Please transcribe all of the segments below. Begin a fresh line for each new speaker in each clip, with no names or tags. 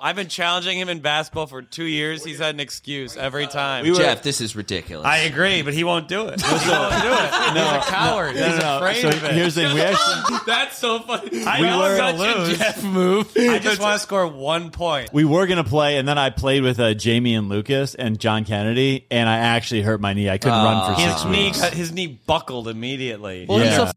I've been challenging him in basketball for two years. He's had an excuse every time.
Jeff, this is ridiculous.
I agree, but he won't do it. He won't do it.
He's a coward.
He's
He's a-
afraid
So
of it.
here's the thing. We actually
That's so funny. I
We
know
were-
I'm
gonna
such a
lose.
Jeff move. I just want to score one point.
we were gonna play, and then I played with uh, Jamie and Lucas and John Kennedy, and I actually hurt my knee. I couldn't run for
Uh,
six
His knee,
weeks.
cut- his knee buckled immediately.
Well, he's a
Yeah.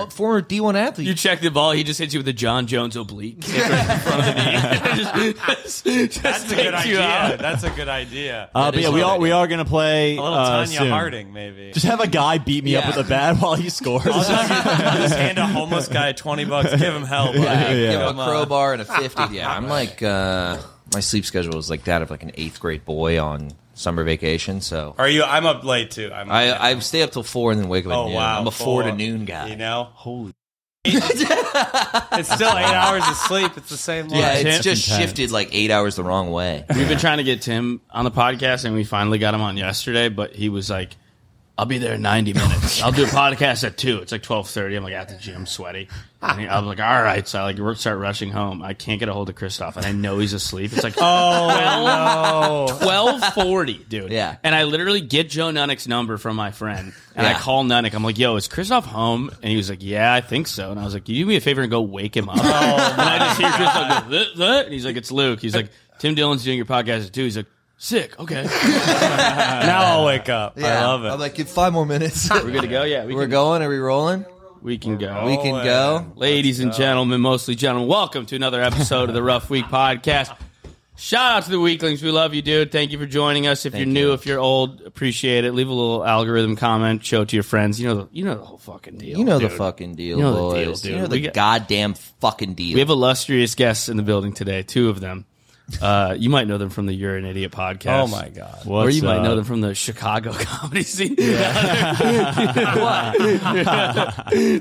Uh,
f- former D1 athlete.
You check the ball, he just hits you with a John Jones oblique. Kick right in front of the knee. Just- just
That's a good
takes you
idea.
out.
That's a good idea.
Uh,
That
but yeah,
is
we
what I
all we
did.
are gonna play
a little
uh,
Tanya
soon.
Harding, maybe.
Just have a guy beat me up
Yeah.
with a bat while he scores.
I'll just, I'll just hand a homeless guy twenty bucks. Give him hell. Buddy.
Yeah, yeah.
Give him
Come
a
on.
crowbar and a 50. Yeah, I'm like, uh, my sleep schedule is like that of like an eighth grade boy on summer vacation. So
Are you? I'm up late too. I'm.
I, I stay up till four and then wake up at
oh
noon.
wow.
I'm a four, to
Full-
noon guy.
You know. Holy. it's still eight hours of sleep. It's the same.
Yeah,
life.
it's just
Sometimes.
shifted like eight hours the wrong way.
We've been trying to get Tim on the podcast, and we finally got him on yesterday. But he was like, "I'll be there in ninety minutes. I'll do a podcast at two. It's like twelve thirty. I'm like at the gym, sweaty. And he- I'm like, all right. So I like r- start rushing home. I can't get a hold of Christoph, and I know he's asleep. It's like
Oh no.
twelve forty, dude.
Yeah.
And I literally get Joe Nunnick's number from my friend, and I
Yeah.
call Nunnick. I'm like, "Yo, is Christoph home?" And he was like, "Yeah, I think so." And I was like, "You do me a favor and go wake him up." and
Oh.
I just hear Christoph go, "Th- th-" and he's like, "It's Luke." He's like, "Tim Dillon's doing your podcast too." He's like, "Sick, okay,
now I'll wake up. I love it.
I'm like, give five more minutes.
we're good to go. Yeah, we
We're
can,
going. Are we rolling?
we can go."
We can go.
Ladies and gentlemen, mostly gentlemen, welcome to another episode of the Rough Week Podcast. Shout out to the weaklings. We love you, dude. Thank you for joining us. If
Thank
you're new,
you.
if you're old, appreciate it. Leave a little algorithm comment, show it to your friends. You know the you know the whole fucking deal.
You know the
dude.
fucking deal,
You know the deal,
boys.
dude.
you know the
We got-
goddamn fucking deal.
We have illustrious guests in the building today, two of them. Uh, you might know them from the You're an Idiot podcast.
Oh my god.
Or
What's
you might
up?
know them from the Chicago comedy scene. what?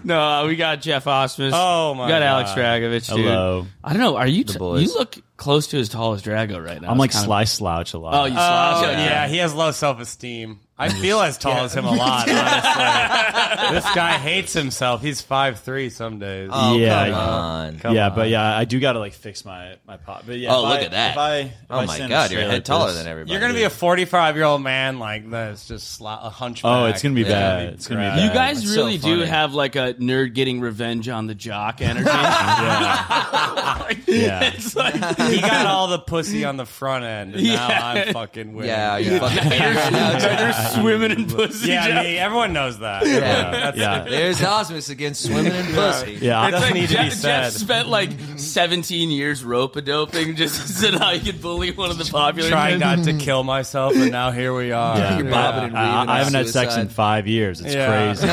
no, uh, we got Jeff Osmus.
Oh, my
We got Alex
God.
Dragovich. Dude.
Hello.
I don't know. Are you? T-
boys.
you look close to as tall as Drago right now.
I'm like
It's kind of-
Sly Slouch a lot.
Oh, you
Oh
slouch.
yeah. he has low self esteem. I feel as tall as him a lot. Honestly, this guy hates himself. He's five three some days.
Oh,
Yeah,
come
yeah.
on.
Come
yeah,
on.
but yeah, I do got to like fix my my pop. But yeah,
Oh,
if
look
I-
at that.
If I, if I
Oh my
stand
god,
straight
you're a
like
head taller
this-
than everybody.
You're gonna be a 45 year old man like this, just sla- a hunchback.
Oh, it's gonna be
Yeah.
bad. It's gonna be bad.
You guys
That's so
really do
funny.
have like a nerd getting revenge on the jock energy. Like,
Yeah.
It's like
He got all the pussy on the front end, and now I'm fucking winning.
yeah, you fucking
they're swimming in pussy.
yeah,
Jeff.
me, everyone knows that.
Yeah.
That's-
yeah, yeah.
There's Osmus again swimming in pussy.
yeah.
That's- doesn't need to be
Jeff,
said.
Jeff spent like 17 years rope a doping just so now you could bully one of the popular.
Trying
men.
not to kill myself, and now here we are.
Yeah.
You're bobbing and weaving.
I, I
on
haven't had sex in
suicide.
five years. It's
Yeah.
crazy.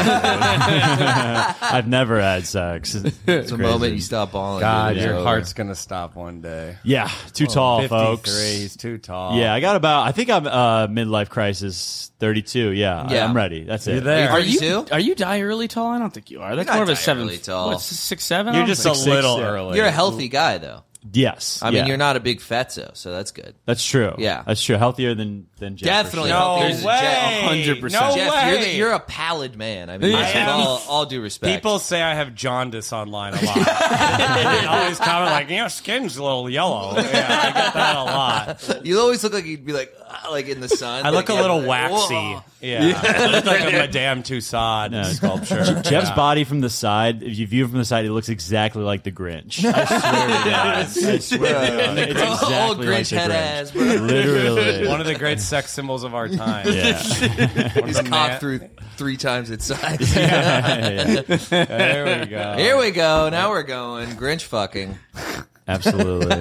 I've never had sex. It's
The
crazy.
moment you stop balling,
God,
dude, it's
your
over.
heart's gonna stop one day.
Yeah, too
Oh,
tall,
53,
folks.
he's too tall.
Yeah, I got about. I think I'm uh, midlife crisis, 32. Yeah, I-
Yeah.
I'm ready. That's it.
You're there.
Are
Are you,
you?
are you die early tall? I don't think you are. That's
not
more of a
die
seven.
early tall.
What's six seven?
You're just a
six,
little
yeah.
early.
You're a healthy guy, though.
Yes,
I mean,
yeah.
you're not a big fatso, so that's good.
That's true.
Yeah.
that's true. Healthier than than Jeff, for
Definitely.
sure.
No
There's a
way.
Jeff-
100%.
No
Jeff,
way.
you're, the, you're a pallid man. I mean,
Yeah.
with
I am.
all, all due respect.
People say I have jaundice online a lot. they always comment like, "Your skin's a little yellow." Yeah, I get that a lot.
you always look like you'd be like, ah, like in the sun.
I look a
Like,
little
yeah,
waxy.
whoa.
Yeah, I look like a Madame Tussauds
No.
sculpture.
Jeff's
Yeah.
body from the side, if you view it from the side, it looks exactly like the Grinch. I swear to God. I swear to God. It's
Bro,
exactly
old
like
Grinch
the
head
Grinch.
ass, bro.
Literally.
One of the great sex symbols of our time.
yeah.
One of
His
the
cock
man-
through three times its size.
Yeah, yeah.
There we go.
Here we go. Now we're going Grinch fucking.
Absolutely.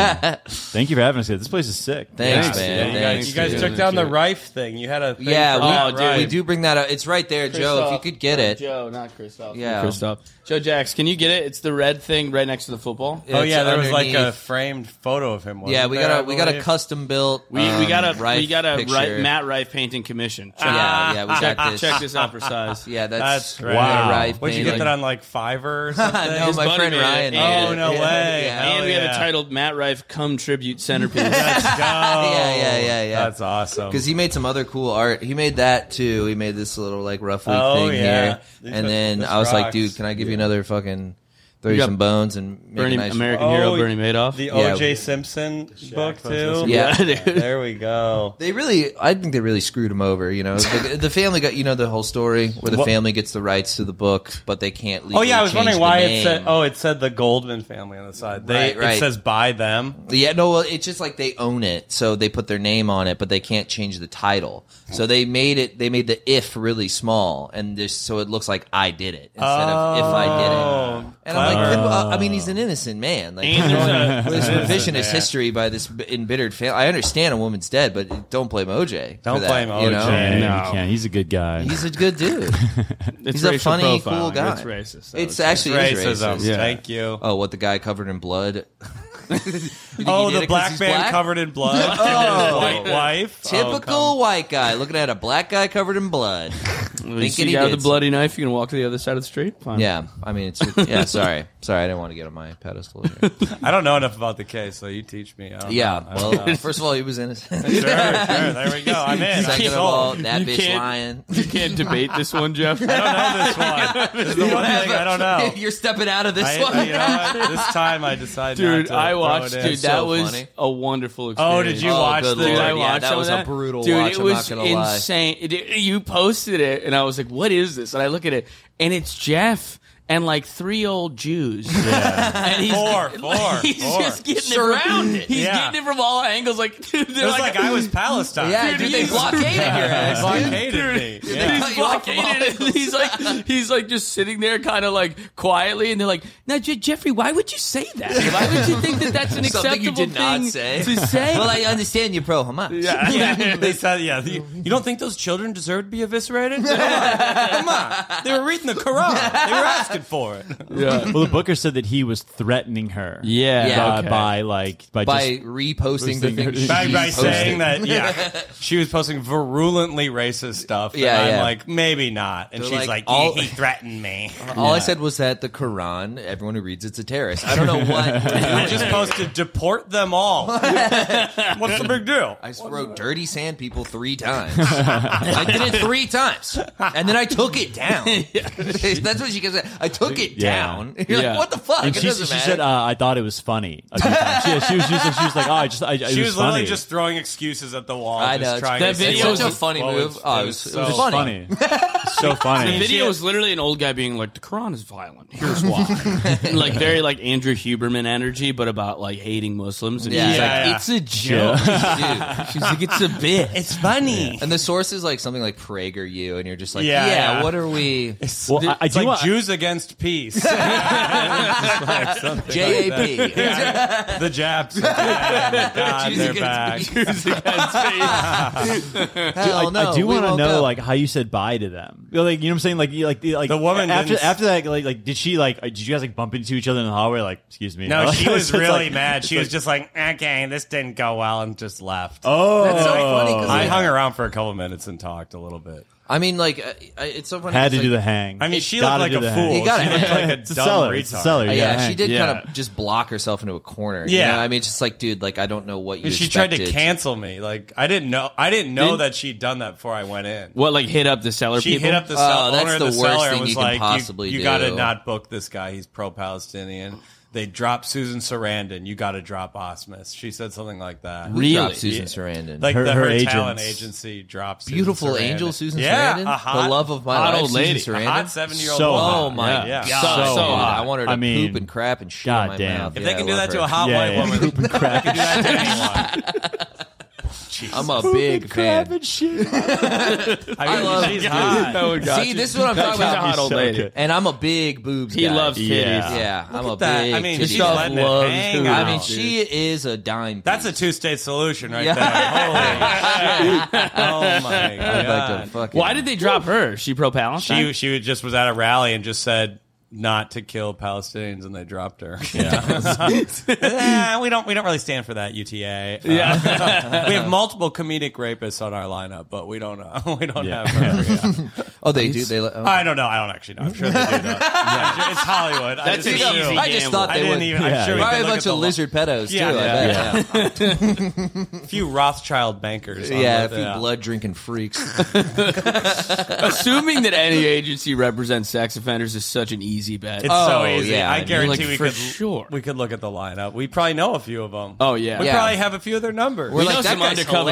Thank you for having us here. This place is sick.
Thanks,
Thanks,
man.
dude. You
Thanks,
guys, you guys
dude.
took down the Rife thing. You had a thing for
Yeah,
Oh,
we,
that
dude.
Rife.
we do bring that up. It's right there, Joe. If you could get it,
Joe, not Christoph.
Yeah.
Christoph. Joe Jax, can you get it? It's the red thing right next to the football.
Oh
It's
yeah, there was like a
underneath.
framed photo of him.
yeah.
wasn't
We
there,
got
I
a we got a
believe?
custom built.
We, we got a
um, Rife
we got a
picture.
Rife, Matt Rife painting commission. Check,
Yeah, yeah,
Ah,
we got this.
check this out for size.
Yeah, that's,
That's right.
Wow.
Rife
Would you
painting.
get that on like Fiverr or something?
no, my
buddy
friend
made it.
Ryan. made
And-
it.
Oh, no
Yeah,
way.
Yeah.
and we have
yeah.
it titled Matt Rife Come Tribute Centerpiece.
Let's go.
Yeah, yeah, yeah, yeah.
That's awesome.
Because he made some other cool art. He made that too. He made this little like rough week
Oh,
thing
yeah.
here. And
This
then I was
rocks.
like, dude, can I give you another fucking? throw you,
got
some bones and make
Bernie,
a nice
American hero
Oh,
Bernie Madoff.
The
Yeah.
O.J. Simpson book too.
Yeah.
there we go.
They really, I think they really screwed him over. You know, the, the family got you know the whole story where the family gets the rights to the book, but they can't.
Oh yeah, I was
legally change
wondering why
the
it said.
name.
Oh, it said the Goldman family on the side. They,
Right, right.
It says by them.
Yeah, no, well, it's just like they own it, so they put their name on it, but they can't change the title. So they made it, they made the if really small, and this, so it looks like I did it instead of if I did it.
Oh,
And I'm like,
clever.
then, uh, I mean, he's an innocent man. Like,
And there's a-
this
there's a-
revisionist history by this b- embittered family. I understand a woman's dead, but don't blame OJ. for
Don't
that,
blame
you know?
OJ.
Man,
No.
you can't. He's a good guy.
He's a good dude.
It's
He's a
racial
funny, cool
profiling.
guy.
It's racist. though.
It's uh, actually is
Racism.
racist.
Yeah.
Thank you.
Oh, what the guy covered in blood?
Oh, the black man covered in blood.
Oh.
White wife. Oh,
Typical white guy looking at a black guy covered in blood.
Well, you
Thinking
see
he
you have
did
the bloody knife. You can walk to the other side of the street. Fine.
Yeah, I mean, it's yeah. Sorry, sorry, I didn't want to get on my pedestal. Here.
come- I don't know enough about the case, so you teach me. I don't
Yeah,
know. I don't
well,
know.
first of all, he was innocent.
sure, sure. There we go. I'm in.
Second
I'm
of
sold.
all, that
You
bitch
can't-
lying.
You can't debate this one, Jeff.
I don't know this one. This is the one thing I don't know.
You're stepping out of this
I,
one.
you know what? This time I decided. not
Dude,
to
I
throw
watched.
it in.
Dude,
That's
that
so
was
funny.
a wonderful experience.
Oh, did you
Oh,
watch the?
good lord.
Dude, I
Yeah,
watched
that
some
was
of
a brutal
Dude,
watch,
It
I'm not
was
gonna lie.
insane. It- you posted it, and I was like, "What is this?" And I look at it, and it's Jeff and like three old Jews. and he's,
Four, four,
He's
four.
just getting It. from- He's
Yeah.
getting it from all angles. Like, dude,
It
they're
was like I was Palestine.
Yeah, dude,
Dude,
they
he's-
blockaded your
They
ass. dude.
blockaded me. Yeah.
He's
cut you off from all
blockaded.
angles.
And he's like, he's like just sitting there, kind of like quietly, and they're like, "Now, Je- Jeffrey, why would you say that? Why would you think that that's an acceptable
Something you did not
thing
say.
to say?"
Well, I understand you pro Hamas.
Yeah.
they said, yeah. You, you don't think those children deserve to be eviscerated? Come on. Come on. They were reading the Quran. They were asking for it.
well, the Booker said that he was threatening her. Uh,
yeah,
Yeah.
by,
okay.
by like by,
By
just
reposting the
Posting
thing,
it.
she
By, by
posted.
saying that, yeah, she was posting virulently racist stuff. And
Yeah,
I'm
yeah.
like, maybe not. And
They're
she's
like,
like,
all-
he, he threatened me.
all I said was that the Quran, everyone who reads it's a terrorist. I don't know
I
what.
just posted, deport them all. What's the big deal?
I just wrote "dirty sand people" three times. I did it three times, and then I took it down. That's what she kept saying. I took it
Yeah.
down. You're
Yeah.
like, what the fuck?
And
it
she,
doesn't
she
matter.
said, uh, "I thought it was funny." a few times. She, she was, she was like, she was like, "Oh, I just, I, it
She was, literally
funny.
just throwing excuses at the wall. "Oh,
I know
Just
it's-
trying
that
to say
video
something.
was
such a funny
Well,
move. Oh, it was, it was
so
funny.
funny." so funny.
The video is literally an old guy being like, "The Quran is violent. Here's why." And, like very like Andrew Huberman energy, but about like hating Muslims. And
Yeah.
he's
Yeah,
like,
yeah.
"It's a joke."
Dude.
She's like, "It's a bit."
It's funny.
And the source is like something like Prager you, and you're just like, yeah,
Yeah, yeah.
what are we?
Well, I- I
it's
do
like
want-
Jews against peace. It's like something like that.
JAB.
The Japs. Yeah, God,
Jews
they're
against
back.
Hell
I-
no,
I do
we
want to
won't
know
go.
like how you said bye to them. You know, Like you know what I'm saying? Like you, like the, like
The woman
after
didn't-
after that like like did she like uh, did you guys like bump into each other in the hallway? Like excuse me.
No,
Like,
she was
it's like-
really mad. She was just like, okay, this didn't go well, and just left.
Oh,
That's so funny 'cause
I
like,
hung around for a couple minutes and talked a little bit.
I mean, like, I- I, it's so funny.
had
'cause,
to do the
like,
hang.
I mean, she looked
Gotta
like
do
a
the
fool.
hang.
You gotta
she looked
hang.
like a
It's a
dumb
seller.
retard.
It's a seller.
Uh,
You gotta
yeah, she
hang.
did
Yeah.
kind of just block herself into a corner. you
Yeah.
know? I mean, it's just like, dude, like I don't know what you.
And she tried to
expected.
cancel me. Like I didn't know. I didn't know
Didn't-
that she'd done that before I went in.
What like hit up the seller
She
people?
hit up the
Oh,
cell
that's
owner of
the
the,
worst
seller
thing
and was
you can
like,
possibly
"You,
do."
got to not book this guy. He's pro-Palestinian." They dropped Susan Sarandon. You got to drop Osmus. She said something like that.
Really?
Drop Susan Sarandon.
Like
Her-
the,
her
her, talent
agents.
agency drops.
beautiful angel Susan
yeah,
Sarandon,
a hot,
the love of my
hot
life,
old lady.
Susan
a
Sarandon.
hot seventy-year-old.
So
woman.
hot.
Oh my
Yeah.
god!
Yeah.
So hot.
I want her to
I mean,
poop and crap and shit in my
goddamn.
mouth.
If
If
Yeah,
they
I
can do
love
that to
her.
a hot
Yeah,
white
yeah.
woman, they can do that to anyone.
I'm a big fan.
I, mean,
love-
she's
dude.
hot.
Oh, God.
See, this is what I'm talking
She's a
about.
hot old
so
lady.
good.
And I'm a big boobs.
He
guy.
loves titties.
Yeah.
Yeah, I'm a
at that.
big.
I mean,
titty
she's
guy.
letting it Loves hang titties.
I
out.
mean, she is a dime. Piece.
That's a two-state solution right
Yeah.
there. Holy shit. Oh my
I'd like to
god!
fucking-
Why did they drop her? Is She pro Palestine?
She she just was at a rally and just said not to kill Palestinians, and they dropped her. Yeah, we don't we don't really stand for that UTA. Uh,
yeah.
we have multiple comedic rapists on our lineup, but we don't uh, we don't
Yeah.
have her.
Oh, they do. They. let- oh.
I don't know. I don't actually know. I'm sure they do. Though. yeah. It's Hollywood. I
That's
just
an
assume.
easy
I just
gamble.
thought
I
they
didn't
would.
even.
Yeah.
I'm sure we
Probably
could
a
look
bunch
at the
of
lo-
lizard pedos
Yeah,
too. I
yeah,
bet.
yeah.
Yeah.
few Rothschild bankers. on
Yeah,
the-
a few blood drinking freaks.
Assuming that any agency represents sex offenders is such an easy bet.
It's
Oh,
so easy.
yeah.
I
You're
guarantee
like,
we
for
could
sure.
we could look at the lineup. We probably know a few of them.
Oh, yeah.
we
Yeah.
probably have a few of their numbers.
We're
know
like that
some
guy's
undercover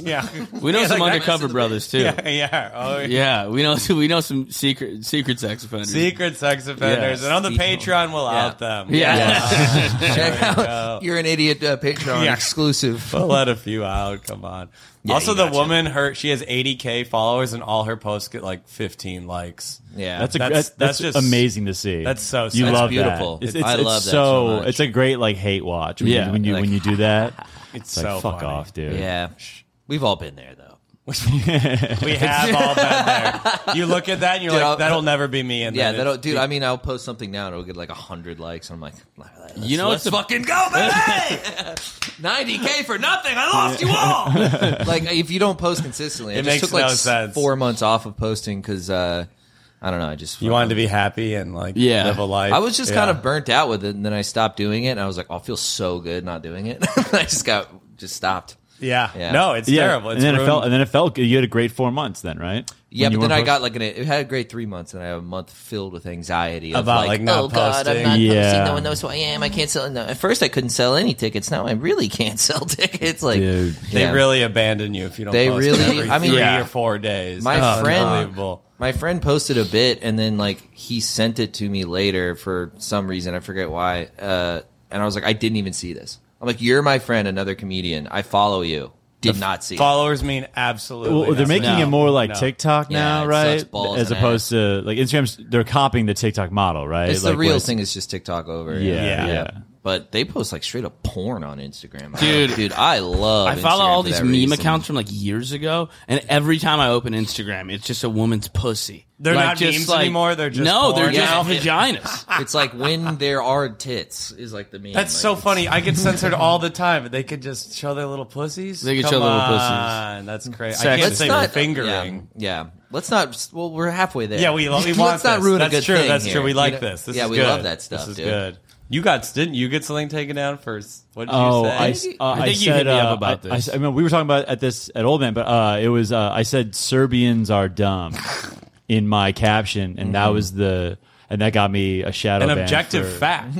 yeah,
we know
Yeah,
some
like that-
undercover brothers too. Yeah.
yeah, yeah. Oh, yeah.
we know we know some secret secret sex offenders.
Secret sex offenders,
Yeah.
and on the
Secret.
Patreon, we'll out them.
yeah.
Check out. You're an idiot. Uh, Patreon
Yeah.
exclusive.
We'll let a few out. Come on.
Yeah,
also,
you
the
gotcha.
woman, her she has 80k followers, and all her posts get like 15 likes.
Yeah,
That's
That's-
a that's, that's,
that's just-
amazing to see.
that's so
you
sad.
love
That's beautiful.
That. It's,
I
it's, it's
love that
so,
so much.
It's a great like hate watch. When
Yeah.
you, when you
Like,
when you do that,
It's,
it's like
so
fuck
funny.
off, dude.
yeah. We've all been there though.
We have all been there. You look at that, and you're
Dude,
like,
I'll-
that'll never be me. And
Yeah,
then
that'll,
it's-
dude. I mean, I'll post something now and it'll get like hundred likes. And I'm like, let's-
You know
let's
it's the-
fucking go, baby. Ninety k for nothing. I lost you all. like, if you don't post consistently, it I just
makes
took like
no
s-
sense.
four months off of posting because uh, I don't know. I just
you wanted to be happy and like
Yeah.
live a life.
I was just kind
Yeah.
of burnt out with it, and then I stopped doing it. And I was like, oh, I feel so good not doing it. I just got just stopped.
Yeah.
Yeah.
No, it's
Yeah.
terrible. It's
and then it
ruined-
felt and then it felt good. You had a great four months then, right?
Yeah,
When you
but then I
weren't
got like an it had a great three months, and I have a month filled with anxiety of
About,
like,
like, not
oh god,
posting.
I'm not
Yeah.
posting. No one knows who I am. I can't sell. No. At first, I couldn't sell any tickets. Now I really can't sell tickets. Like
Dude.
They
yeah.
really abandon you if you don't.
They
post
really-
every
I mean-
three
Yeah.
or four days.
My
Oh, it's
friend-
unbelievable.
My friend posted a bit, and then like he sent it to me later for some reason. I forget why. Uh, and I was like, I didn't even see this. I'm like, you're my friend, another comedian. I follow you. Did not see. it.
Followers mean absolutely.
Well, they're
nothing.
making it
No.
more like
No.
TikTok
Yeah,
now,
it
right?
sucks balls
As
and
opposed to like Instagram's, they're copying the TikTok model, right?
It's
like,
the real
what's-
thing is just TikTok over.
Yeah,
Yeah.
yeah.
But they post like straight up porn on Instagram.
Dude.
dude, I love.
I follow
Instagram
all
for
these
that
meme
reason.
accounts from like years ago, and every time I open Instagram, it's just a woman's pussy.
They're
Like,
not
just,
memes
like-
anymore, they're just
no, they're
porn
just
now.
vaginas.
It's like when there are tits is like the meme.
That's
Like,
so
it's-
funny. I get censored all the time. but They could just show their little pussies.
They could
Come
show their little pussies.
on, That's crazy. I
Sex.
can't
Let's
say
not-
fingering.
Yeah, yeah. let's not. Well, we're halfway there.
Yeah, we, lo- we
Let's
want
not
this.
ruin
that's
a good
true,
thing.
That's true.
here.
We
You
like
know-
this. This
yeah,
is
we
good.
love that stuff.
This is
dude.
good. You got didn't you get something taken down for? s- What did
Oh,
you say?
I, s- uh, I
think you
said,
hit me up
uh,
about
I-
this.
I, s- I mean, we were talking about at this at Old Man, but uh, it was uh, I said Serbians are dumb in my caption, and that was the and that got me a shadow.
An
ban
objective
for-
fact.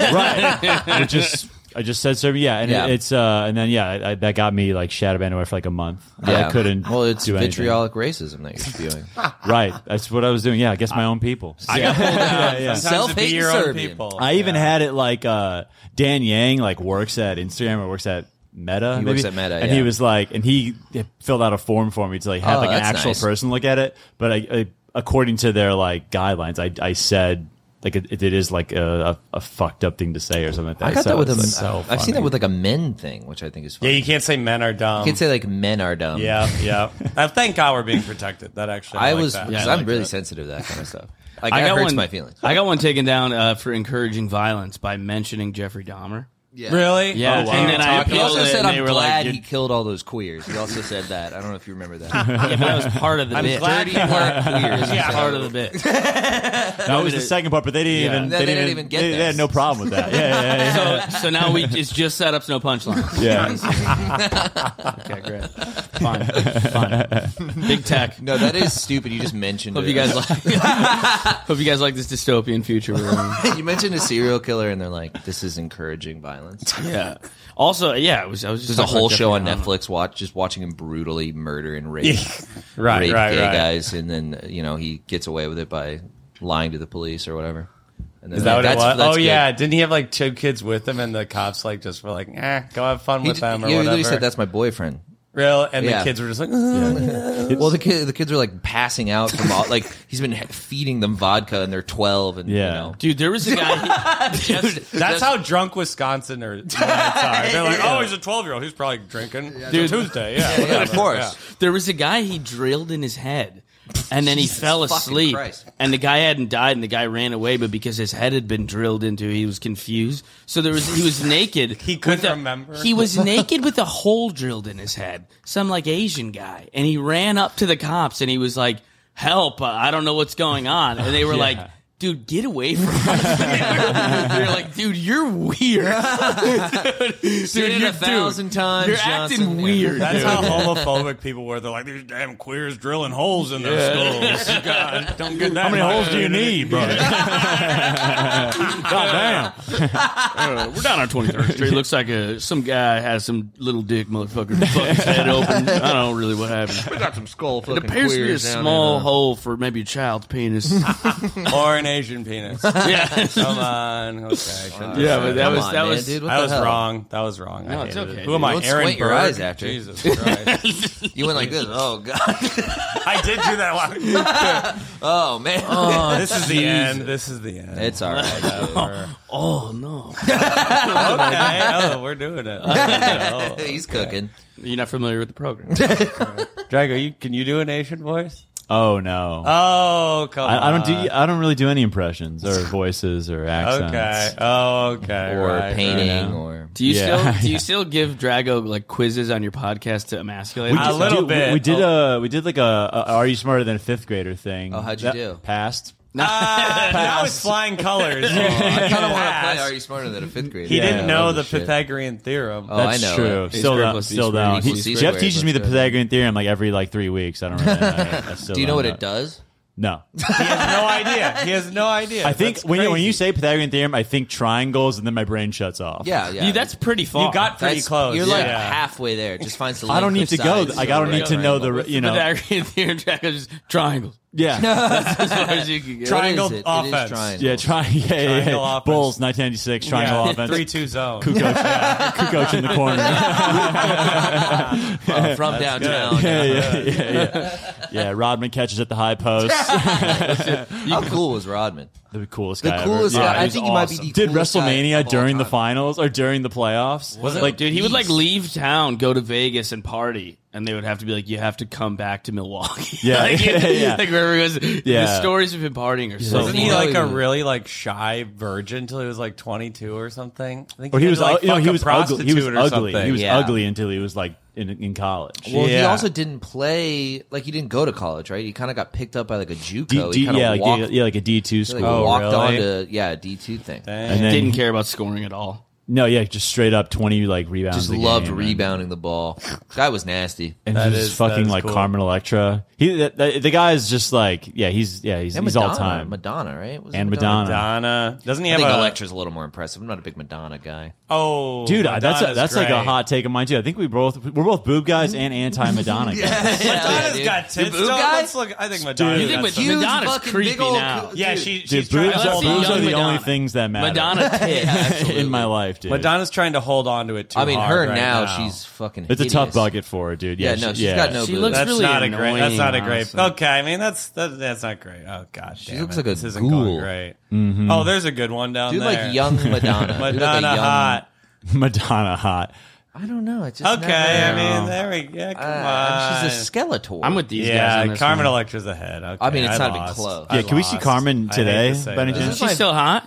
right? it just I just said Serbia, yeah, and it-
Yeah.
it's uh, and then yeah, I, I- that got me like shadow banned away for like a month.
Yeah.
I couldn't.
Well, it's
do anything.
vitriolic racism that you're spewing.
right? That's what I was doing. Yeah, I guess my own people.
I got pulled out.
yeah.
Sometimes it be
Self-hating
your own
Serbian.
people.
I even
Yeah.
had it like uh, Dan Yang like works at Instagram or works at Meta.
He
maybe?
works at Meta,
and
yeah.
he was like, and he filled out a form for me to like have
Oh,
like an
that's
actual
nice.
person look at it. But I, I, according to their like guidelines, I, I said like it, it is like a, a, a fucked up thing to say or something like that.
I got
So
that with a.
it's, like,
I've
so
seen that
funny.
with like a men thing, which I think is
Yeah,
funny.
you can't say men are dumb.
you could say like men are dumb.
Yeah, yeah. Uh, thank God we're being protected. That actually,
I
like
was.
that.
'cause
I
I'm
like
really
that.
sensitive to that kind of stuff. Like that hurts my feelings.
I got one taken down uh, for encouraging violence by mentioning Jeffrey Dahmer.
Yeah.
really.
Yeah,
Oh, wow.
and then I
He
appealed
also
it,
said,
and they
"I'm
were
glad
like,
he killed all those queers." He also said that. I don't know if you remember that.
"Yeah, but that was part of the bit.
glad you
Dirty work
queers.
was
Yeah.
part of the bit."
that was the second part, but they didn't
Yeah.
even
They didn't even get
they, they
that.
had no problem with that. Yeah, yeah, yeah. yeah.
So, so now we it's just setups, no punchlines.
Yeah.
Okay, great. Fine, fine. Big tech.
No, that is stupid. You just mentioned.
Hope
it.
you guys like. hope you guys like this dystopian future we're in.
you mentioned a serial killer, and they're like, "This is encouraging violence."
Yeah. Also, yeah, it was. I was just
There's a
talking about
whole show on
Jeffrey Dahmer.
Netflix. Watch just watching him brutally murder and rape,
Right,
rape
right,
gay
right.
guys, and then you know he gets away with it by lying to the police or whatever. And then
Is that what
that's,
it was?
that's
oh
good.
yeah, didn't he have like two kids with him, and the cops like just were like, eh, go have fun
He,
with
d-
them or
he
whatever.
literally said, "That's my boyfriend."
Real, and the
Yeah.
kids were just like, "Uh."
Well, the kid, the kids are like passing out from all, like he's been he- feeding them vodka, and they're twelve, and
Yeah.
you know.
Dude, there was a guy. He,
that's how drunk Wisconsin or are. They're like, oh, he's a twelve year old. He's probably drinking. Dude, Tuesday, yeah,
Yeah, of
whatever,
course.
yeah.
There was a guy he drilled in his head, and then he
Jesus
fell
fucking
asleep.
Christ.
And the guy hadn't died, and the guy ran away, but because his head had been drilled into, he was confused. So there was he was naked.
He couldn't
with a-
remember.
He was naked with a hole drilled in his head. Some like Asian guy, and he ran up to the cops, and he was like. help, uh, I don't know what's going on. And they were like, dude, get away from us. They're like, dude, you're weird. dude,
Did it
you're-
a thousand
dude,
times.
You're
Johnson.
acting weird.
That's how homophobic people were. They're like, these damn queers drilling holes in their skulls. God, don't get that. How many holes do you need, brother? God
Uh, we're down on 23rd Street. Looks like a, some guy has some little dick motherfucker fucked his head open. I don't know really what happened.
We got some skull fucking
It appears to be a
queers down
small
in, uh,
hole for maybe a child's penis.
damn. or an Asian penis.
yeah.
Come on. Okay. I
Yeah, but that
Come
was
on,
that
man,
was
dude, what
that
the
was
hell?
wrong. That was wrong. No,
it's okay,
Who am I,
dude. Don't
Aaron
squint your
Burke?
eyes after.
Jesus Christ.
You went like this. Oh god.
I did do that one.
Oh man.
this is the end. This is the end.
It's all right.
oh no.
okay. Oh, we're doing it. Oh.
He's cooking.
You're not familiar with the program.
Drago, you, can you do an Asian voice?
Oh no.
Oh, come on.
I, I don't do. E I don't really do any impressions or voices or accents.
Okay. Oh, okay.
Or
right,
painting
right.
or
Do you
Yeah.
still do you still give Drago like quizzes on your podcast to emasculate?
We A
him?
just- little
Dude, we-
bit. Oh.
We, did a. We did like a, a Are you smarter than a fifth grader thing. Oh,
how'd you do?
Passed.
Uh, now it's flying colors.
I kind of want to play Are You Smarter Than a Fifth Grader?
He didn't
Oh, Yeah,
know
holy
the
shit.
Pythagorean theorem.
Oh,
That's
I know.
true.
it.
Still
squared
down.
plus C
Still
squared
down.
equals
He-
C
Jeff
squared
teaches me the
plus-
Pythagorean theorem like every like three weeks. I don't remember. I, I still
Do you know
don't
what it does?
No.
He has no idea. He has no idea.
I think
That's
when you, when
crazy.
you say Pythagorean theorem, I think triangles, and then my brain shuts off.
Yeah, yeah.
Dude, that's pretty far.
you got pretty
That's-
close.
You're like
yeah.
halfway there. Just find some.
I don't need to go.
sides
Like I don't
of a
need to know the.
rectangle.
You know.
Pythagorean theorem. Drago's just triangles.
Yeah.
As far as you can get.
What is
triangle
it? It is
offense.
triangle.
Yeah. Tri- yeah, yeah,
Triangle
yeah.
offense.
Bulls. 1996. Triangle
Yeah.
offense.
Three two zone.
Kukoc, Kukoc in the corner.
Uh, from downtown.
yeah, yeah, yeah, yeah. Yeah, Rodman catches at the high post.
How cool was Rodman?
the coolest
The
guy.
coolest
ever.
guy.
Yeah,
I
he's
think he might be
awesome.
the
Did
coolest guy of
WrestleMania
all
during the
time.
finals or during the playoffs? Was
Like, dude, he would like leave town, go to Vegas, and party, and they would have to be like, "You have to come back to Milwaukee."
Yeah.
like,
Yeah.
like wherever he was.
Yeah.
The stories of him partying are so.
Wasn't he
funny.
like a
Yeah.
really like shy virgin till he was like 22 or something? I think
Or he
had
was,
to, like,
like, you know,
fuck
he
a
was ugly. He was
prostitute or
ugly. He
something.
was
Yeah.
ugly until he was like in, in college.
Well, he
Yeah.
also didn't play. Like he didn't go to college, right? He kind of got picked up by like a JUCO.
D, D,
he kind of
yeah, like,
walked,
yeah, Oh, yeah, like a D two school.
like, walked
really?
on to yeah D two thing.
and then
didn't care about scoring at all.
no, yeah, just straight up twenty like rebounds.
Just
a
loved
game, and-
rebounding the ball. Guy was nasty.
And
That
he's
is- that
fucking
is
like
cool.
Carmen Electra. He that, that, the guy is just like yeah, he's yeah, he's,
And
he's
Madonna,
all time.
Madonna, right? Was it
And Madonna.
Madonna. Doesn't he
I
have
think
a
Electra's a little more impressive. I'm not a big Madonna guy.
Oh,
Dude, I- that's a,
Madonna's
that's like a
great.
hot take of mine too. I think we both we're both boob guys and anti Madonna. guys.
Madonna's
dude.
got tits.
boob
though.
guy?
Let's look. I think Madonna.
You think
got
Mad-
some-
Huge
Madonna's
fucking
creepy
big old
now.
coo-
yeah,
dude.
she, she's
Dude,
trying
boobs
to
let's
are,
hold
see
on.
boobs are
young
the only
Madonna.
things that matter
Madonna tits.
absolutely.
in my life, dude.
Madonna's trying to hold on to it too
I mean,
hard
her
right
now,
now
she's fucking.
it's a tough
hideous.
bucket for her, dude. Yeah,
Yeah, no,
she,
she's got no.
She
boobs.
looks-
That's
really
not a great. That's
annoying,
not a great.
honestly.
Okay, I mean that's that, that's not great. Oh god, she
looks like a
this isn't
ghoul. Mm-hmm.
going great. Oh, there's a good one down
Dude,
there.
like young Madonna. Dude, like a
Madonna
young-
hot.
Madonna hot.
I don't know. It's just
Okay, I
never-
mean there we go. Come
Uh,
on.
she's a Skeletor.
I'm with these guys. on
yeah,
this
Carmen
one.
Electra's ahead. Okay,
I mean, it's
I
not even
lost.
close.
Yeah,
I
can we see
lost.
Carmen
I hate
today,
to say
by any
that.
chance?
She's still hot.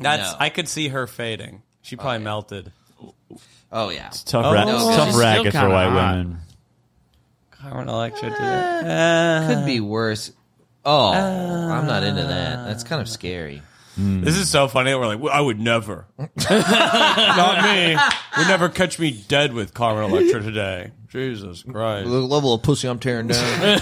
That's.
No.
I could see her fading. She probably melted.
Oh yeah.
Tough, ra-
no,
tough
she's still
racket for
kinda
white
hot.
women.
Carmen Electra did it. Uh,
Could be worse. Oh, I'm not into that.
Uh,
That's kind of scary.
This is so funny. that We're like, "Well, I would never. Not me. Would never catch me dead with Carmen Electra today. Jesus
The
Christ.
level of pussy I'm tearing down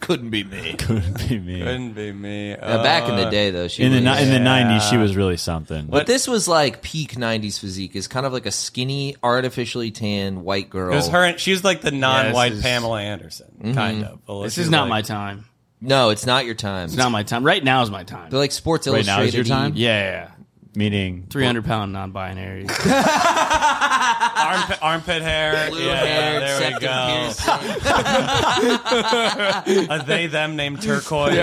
couldn't be me.
Couldn't be me.
Couldn't be me. Uh,
Now, back in the day, though, she
in the
was,
ni- in the nineties, she was really something.
but this was like peak '90s physique. Is kind of like a skinny, artificially tan white girl.
It was her. and- She was like the non-white
Yeah, this is-
Pamela Anderson,
Mm-hmm.
kind of. Well,
This
she
is
was
not my
like-
time.
No, it's not your time.
It's not my time. Right now is my time.
They're like Sports
Right now
Illustrated.
is your time?
Yeah, yeah,
Meaning,
three hundred pound non-binary.
armpit, armpit hair.
Blue
yeah,
hair,
there we
septum
go.
piercing.
A they them named turquoise.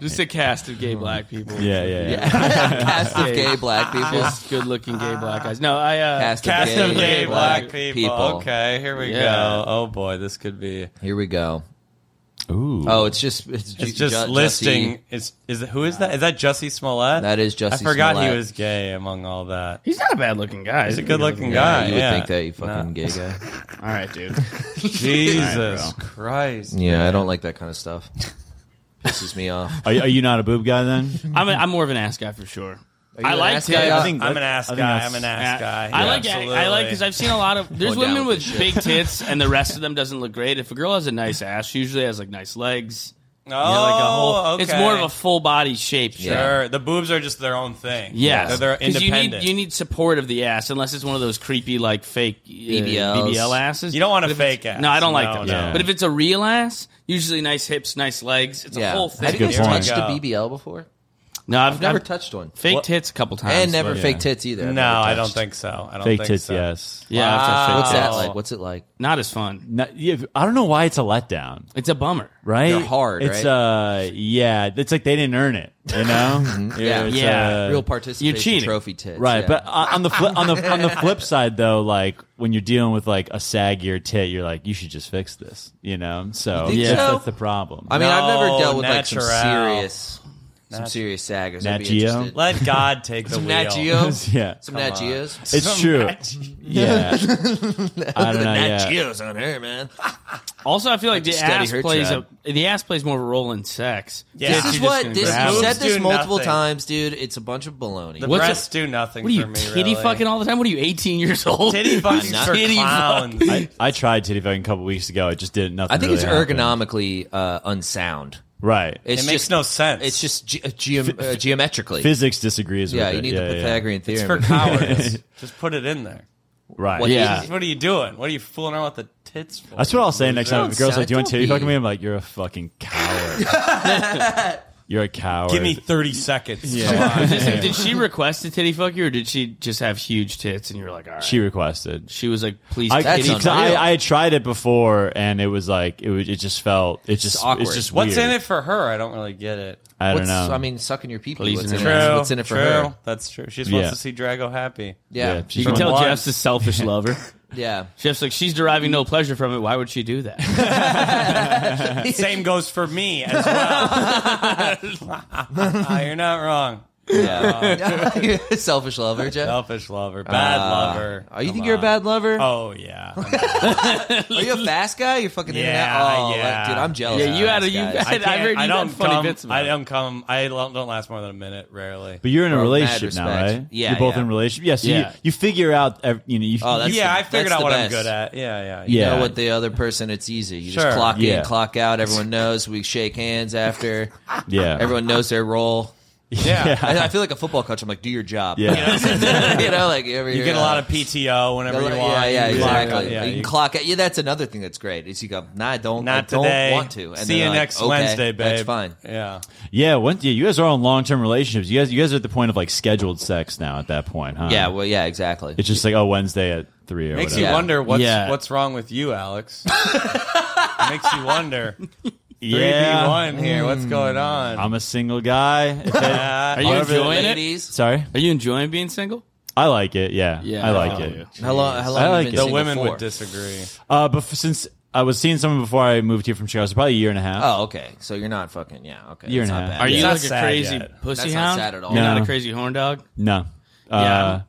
Just a cast of gay black people.
yeah, yeah, yeah.
Cast of gay black people.
Just good-looking gay black guys. No, I. Uh,
Cast of
Cast of
gay,
gay black
black
people.
people.
Okay, here we
Yeah.
go. Oh boy, this could be.
Here we go.
Ooh.
Oh, it's just it's,
It's
ju-
just
ju-
listing.
Jussie.
Is is it- who is that? Is that Jussie Smollett?
That is Jussie
I forgot he
Smollett.
was gay among all that.
He's not a bad looking guy.
He's a good-looking
Yeah,
guy,
you would
yeah.
think that you fucking
No.
gay guy.
All right, dude.
Jesus
All right,
Christ!
Yeah, I don't like that kind of stuff. Pisses me off.
Are, you- are you not a boob guy then?
I'm, a, I'm more of an ass guy for sure. I
an
like
ass guy?
tits.
I
I'm an ass
I think
guy.
that's-
I'm an ass
Yeah.
guy.
I
Yeah,
like
absolutely.
I like because I've seen a lot of there's
Go down
women
with
with
the shit.
big tits and the rest of them doesn't look great. If a girl has a nice ass, she usually has like nice legs.
oh,
you know, like a whole-
okay.
It's more of a full body shape.
Yeah.
thing.
Sure. The boobs are just their own thing.
Yes,
They're, they're
'Cause you
independent.
need you need support of the ass, unless it's one of those creepy like fake uh,
BBLs.
BBL asses.
You don't want
But
a
if it's-
fake ass.
No, I don't like
No,
them.
no.
But if it's a real ass, usually nice hips, nice legs. It's
Yeah.
a whole
Have
thing.
you guys
Good point.
touched a BBL before?
no, I've,
I've never
I've
touched one.
fake
What?
tits a couple times
And never
but-
fake tits either. I've
no,
never
I don't
touched.
think so. I don't
Fake
think
tits,
so.
yes.
Yeah, I've touched fake
What's that
tits.
like? What's it like?
Not as fun.
Not- yeah, I don't know why it's a letdown,
It's a bummer.
right?
They're hard,
It's
right?
uh, yeah. It's like they didn't earn it, you know?
Yeah.
it's,
Yeah.
uh,
Real participation
you're cheating.
trophy tits.
Right,
yeah.
but uh, on on the flip on the on the flip side though, like when you're dealing with like a saggier tit, you're like, you should just fix this, you know. So
think
yeah, that's,
so?
that's the problem.
I mean, I've never
No,
dealt with like some
natural.
serious, some serious saggers.
Nat
I'd be
Geo?
interested.
Let God take the
some
wheel.
Nat Geos,
yeah,
some Nat Geos.
it's true. Yeah, I don't know.
Nat
Yeah.
Geos on her, man.
Also, I feel like the
just study
ass
her
plays a,
tribe.
the ass plays more of a role in sex.
Yeah.
Tits,
This is
you're just
what
gonna
this.
grab
You
them.
said
Boobs
this
do
multiple
nothing.
times, dude. It's a bunch of baloney.
The
What's
breasts do nothing
What are you
for me.
titty
really.
fucking all the time? What are you, 18 years old?
Titty fucking
not-
for
Titty fuck.
clowns.
I, I tried titty fucking a couple weeks ago. It just didn't nothing.
I think
really
it's
happened.
ergonomically uh, unsound.
Right.
It's
It makes
just,
no sense.
It's just ge- uh, geom- uh, geometrically.
Physics disagrees
yeah,
with
you
it.
need the Pythagorean
It's
theorem.
for cowards. just put it in there.
Right.
What-
Yeah.
What are you doing? What are you fooling around with the tits for?
That's what I'll say next time.
Don't
The girl's
sound-
like, "Do you want
don't
titty
be-
fucking me?" I'm like, "You're a fucking coward. You're a coward."
Give me 30 seconds.
Yeah.
Come on.
Is it- did she request a titty fuck you, or did she just have huge tits and you were like, all right?
She
She,
requested.
was like, please,
I,
titty
That's
because
fuck.
I,
unreal.
I had tried it before and it was like it was, it just felt it just
awkward.
it's just
What's
weird.
in it for her? I don't really get it.
I don't
What's,
know.
I mean, sucking your people.
Please
What's in,
don't.
it?
True,
What's in it for
true.
her?
That's true. She just wants
Yeah.
to see Drago happy.
Yeah,
she's
you can
one-
tell
Once.
Jeff's a selfish lover.
yeah.
Jeff's like, she's deriving no pleasure from it. Why would she do that?
Same goes for me as well. You're not wrong.
Oh,
yeah. Selfish lover, Jeff.
Selfish lover, bad
Uh,
lover.
Oh, you
Come
think you're a
on.
bad lover?
Oh yeah.
Are you a fast guy? You're fucking in and
Yeah,
out. Oh,
yeah.
like, dude, I'm jealous.
Yeah,
of
you had
fast
a- you
guys.
had- I've
can't-
heard you done
don't
funny
come,
bits about
I
it.
don't come. I don't, don't last more than a minute, rarely.
but you're in a
Bro, mad
relationship now,
respect.
right?
Yeah,
you're both
yeah.
in a relationship. Yeah, so
Yeah.
You, you figure out ev- you know you
Oh, that's-
yeah,
the-
I figured
that's
out
the
what
best.
I'm good at. Yeah, yeah.
You
yeah.
Yeah.
know what the other person? It's easy. You
Sure.
just clock
Yeah.
in, clock out. Everyone knows. We shake hands after.
yeah.
Everyone knows their role.
Yeah.
I, I feel like a football coach. I'm like, do your job.
Yeah.
you know, like every, uh,
You get a lot of PTO whenever you want.
yeah, yeah,
You clock
exactly.
out. Yeah,
you can
you-
clock out. Yeah, that's another thing that's great. Is you go, nah, I don't,
not
I don't
today.
want to. And
See
they're
you
like,
next
okay,
Wednesday, babe.
That's fine.
Yeah.
yeah, once yeah, you guys are all in long term relationships. You guys you guys are at the point of like scheduled sex now at that point,
Uh,
huh?
Yeah, well, yeah, exactly.
It's just like oh Wednesday at three or
Makes
whatever.
you wonder what's
Yeah.
what's wrong with you, Alex. Makes you wonder. Three
yeah.
v one here. What's going on? Uh,
I'm a single guy. If that-
yeah.
Are you
However,
enjoying it?
Ladies,
Sorry,
Are you enjoying being single?
I like it. Yeah, I like
Oh,
it.
yeah.
how long? How long
I
have
like
you
it.
been
The
single
women
for?
would disagree.
Uh, but f- since I was seeing someone before I moved here from Chicago, so probably a year and a half.
Oh, okay. So you're not fucking. Yeah, okay.
Year
that's
and a
not
half.
bad.
Are you
not
like a
sad
crazy
yet.
pussy
That's not
hound?
sad at all.
You're not
No.
a crazy horn dog?
No. Uh,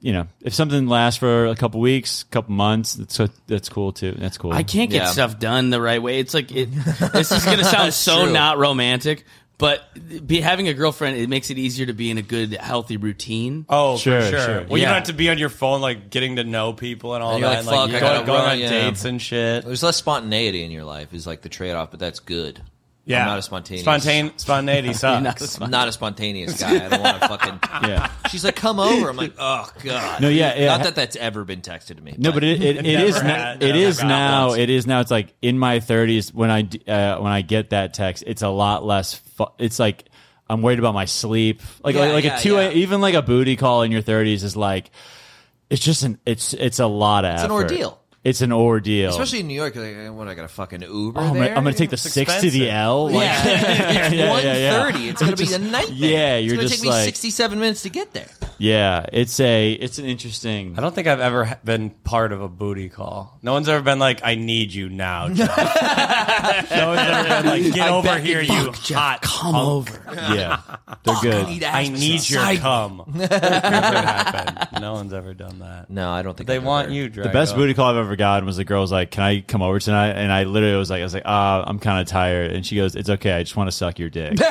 you know, if something lasts for a couple weeks, couple months, that's that's cool too. That's cool.
I can't get
Mm, Yeah.
stuff done the right way. It's like it, this is going to sound so
true.
not romantic, but be, having a girlfriend it makes it easier to be in a good healthy routine.
Oh,
Sure,
for sure.
sure.
Well, you
Yeah.
don't have to be on your phone, like getting to know people and all
And you're
that,
like, fuck, I
and, like
gotta
going, going
run,
on
yeah.
dates and shit.
There's less spontaneity in your life is like the trade off, but that's good.
Yeah,
I'm not a spontaneous.
Spontane- spontaneity sucks.
I'm not a spontaneous guy. I don't want to fucking.
yeah.
She's like, come over. I'm like, oh god.
No, yeah, yeah.
Not that that's ever been texted to me.
No, but it, it, it
Never
is
had-
now, it
never
is
got
now
lost.
it is now it's like in my 30s when I d- uh, when I get that text it's a lot less fu- it's like I'm worried about my sleep like
Yeah,
like, like
yeah,
a 2 a,
yeah.
even like a booty call in your 30s is like it's just an it's it's a lot of it's
an ordeal.
It's an ordeal.
especially in New York, you're like, eh, what? I got a fucking Uber.
oh, I'm, gonna,
there?
I'm gonna take the
It's
6 to the
expensive.
L like
Yeah, it's
yeah, yeah.
1:30. It's gonna be a nightmare.
yeah,
it's
you're
gonna
just
take me
like-
67 minutes to get there.
Yeah, it's a it's an interesting.
I don't think I've ever ha- been part of a booty call. No one's ever been like, "I need you now." Jeff." no one's ever been like, "Get over here, you hot
Come over.
Yeah, they're good.
I need your cum. Never happened. No one's ever done that.
No, I don't think
They
I've
want
ever-
you. Drago.
The best booty call I've ever gotten was the girl was like, "Can I come over tonight?" And I literally was like, "I was like, ah, I'm kind of tired." And she goes, "It's okay. I just want to suck your dick." the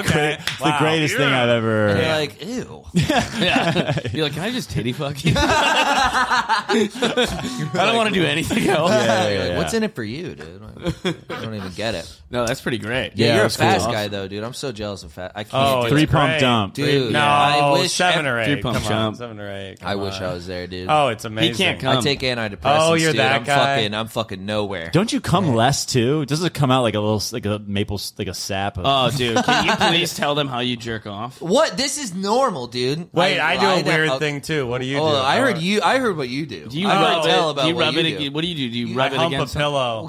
Okay, Wow.
greatest thing I've ever.
You're like, ew.
You're like, can I just titty fuck you? I don't want to do anything else.
You're like,
yeah.
What's in it for you, dude? I don't even- I don't even get it.
No, that's pretty great.
Yeah,
Yeah,
you're a
that's cool.
fast guy though, dude. I'm so jealous of fat. I can't.
Oh,
do
Three
it.
it's
pump
great.
dump.
dude.
No,
I wish
seven
ev-
or
Three
eight.
pump
Come on,
jump.
seven or eight.
I
Come
wish
on.
Uh,
I was there, dude.
Oh, it's amazing.
can't
um,
come.
I take antidepressants.
Oh, you're
dude.
that
I'm
guy.
Fucking, I'm fucking nowhere.
Don't you come less too? Doesn't it come out like a little, like a maple, like a sap? Of,
Oh, dude, can you please tell them how you jerk off?
What? This is normal, dude.
Wait, I,
lied
do a weird
about-
thing too. What do you
Oh,
do?
I heard you. I heard what you do.
Do you
I
rub
can
it?
tell about
do you
what
rub
you
it?
do.
ag- What do you do? Do you
I
rub it
hump a
against?
pillow.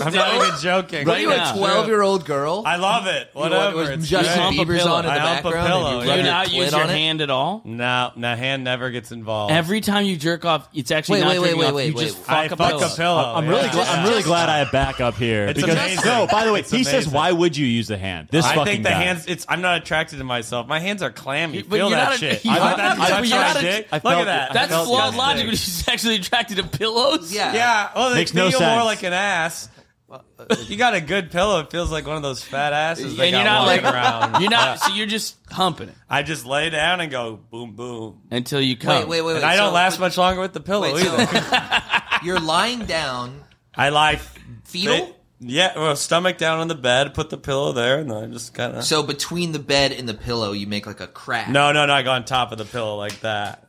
I'm not even joking.
Were you
Right now.
a 12 year old girl?
I love it. Whatever.
Was
it's
Justin
great.
hump a
Bieber's
pillow.
on in the
I hump a
background.
pillow,
and
Do
yeah.
you
you
Rub
not use your
on it?
hand at all?
No, no hand never gets involved.
Every time you jerk off, it's actually
Wait,
not
wait, wait,
jerking
wait,
off.
wait,
you
wait.
just
I
fuck a
fuck
pillow.
a pillow.
I'm really,
yeah.
gla- I'm really glad I have back up here.
It's
because
amazing.
no, by the way,
It's
he says,
amazing.
"Why would you use the hand?" This
I
fucking
think the
guy.
hands. It's. I'm not attracted to myself. My hands are clammy.
but
Feel
you're
that
not a-
shit.
you're
I
not-
let that
but
touch
you're
my
not a-
dick.
I
Look
felt
at that.
it.
I
That's
felt
flawed
that
logic.
dick.
But she's actually attracted to pillows.
Yeah.
Yeah. Well, they
Makes
feel
no
more
sense.
like an ass. You got a good pillow. It feels like one of those fat asses. They
and you're
got
not like
walking around.
you're not. So you're just humping it
I just lay down and go boom, boom.
until you
Wait,
come.
wait, wait.
And
wait,
I don't
so-
last much longer with the pillow
Wait,
either.
so you're lying down,
I lie
fetal.
yeah, well, stomach down on the bed, put the pillow there, and then I just kind of.
So between the bed and the pillow, you make like a crack.
no, no, no. I go on top of the pillow like that.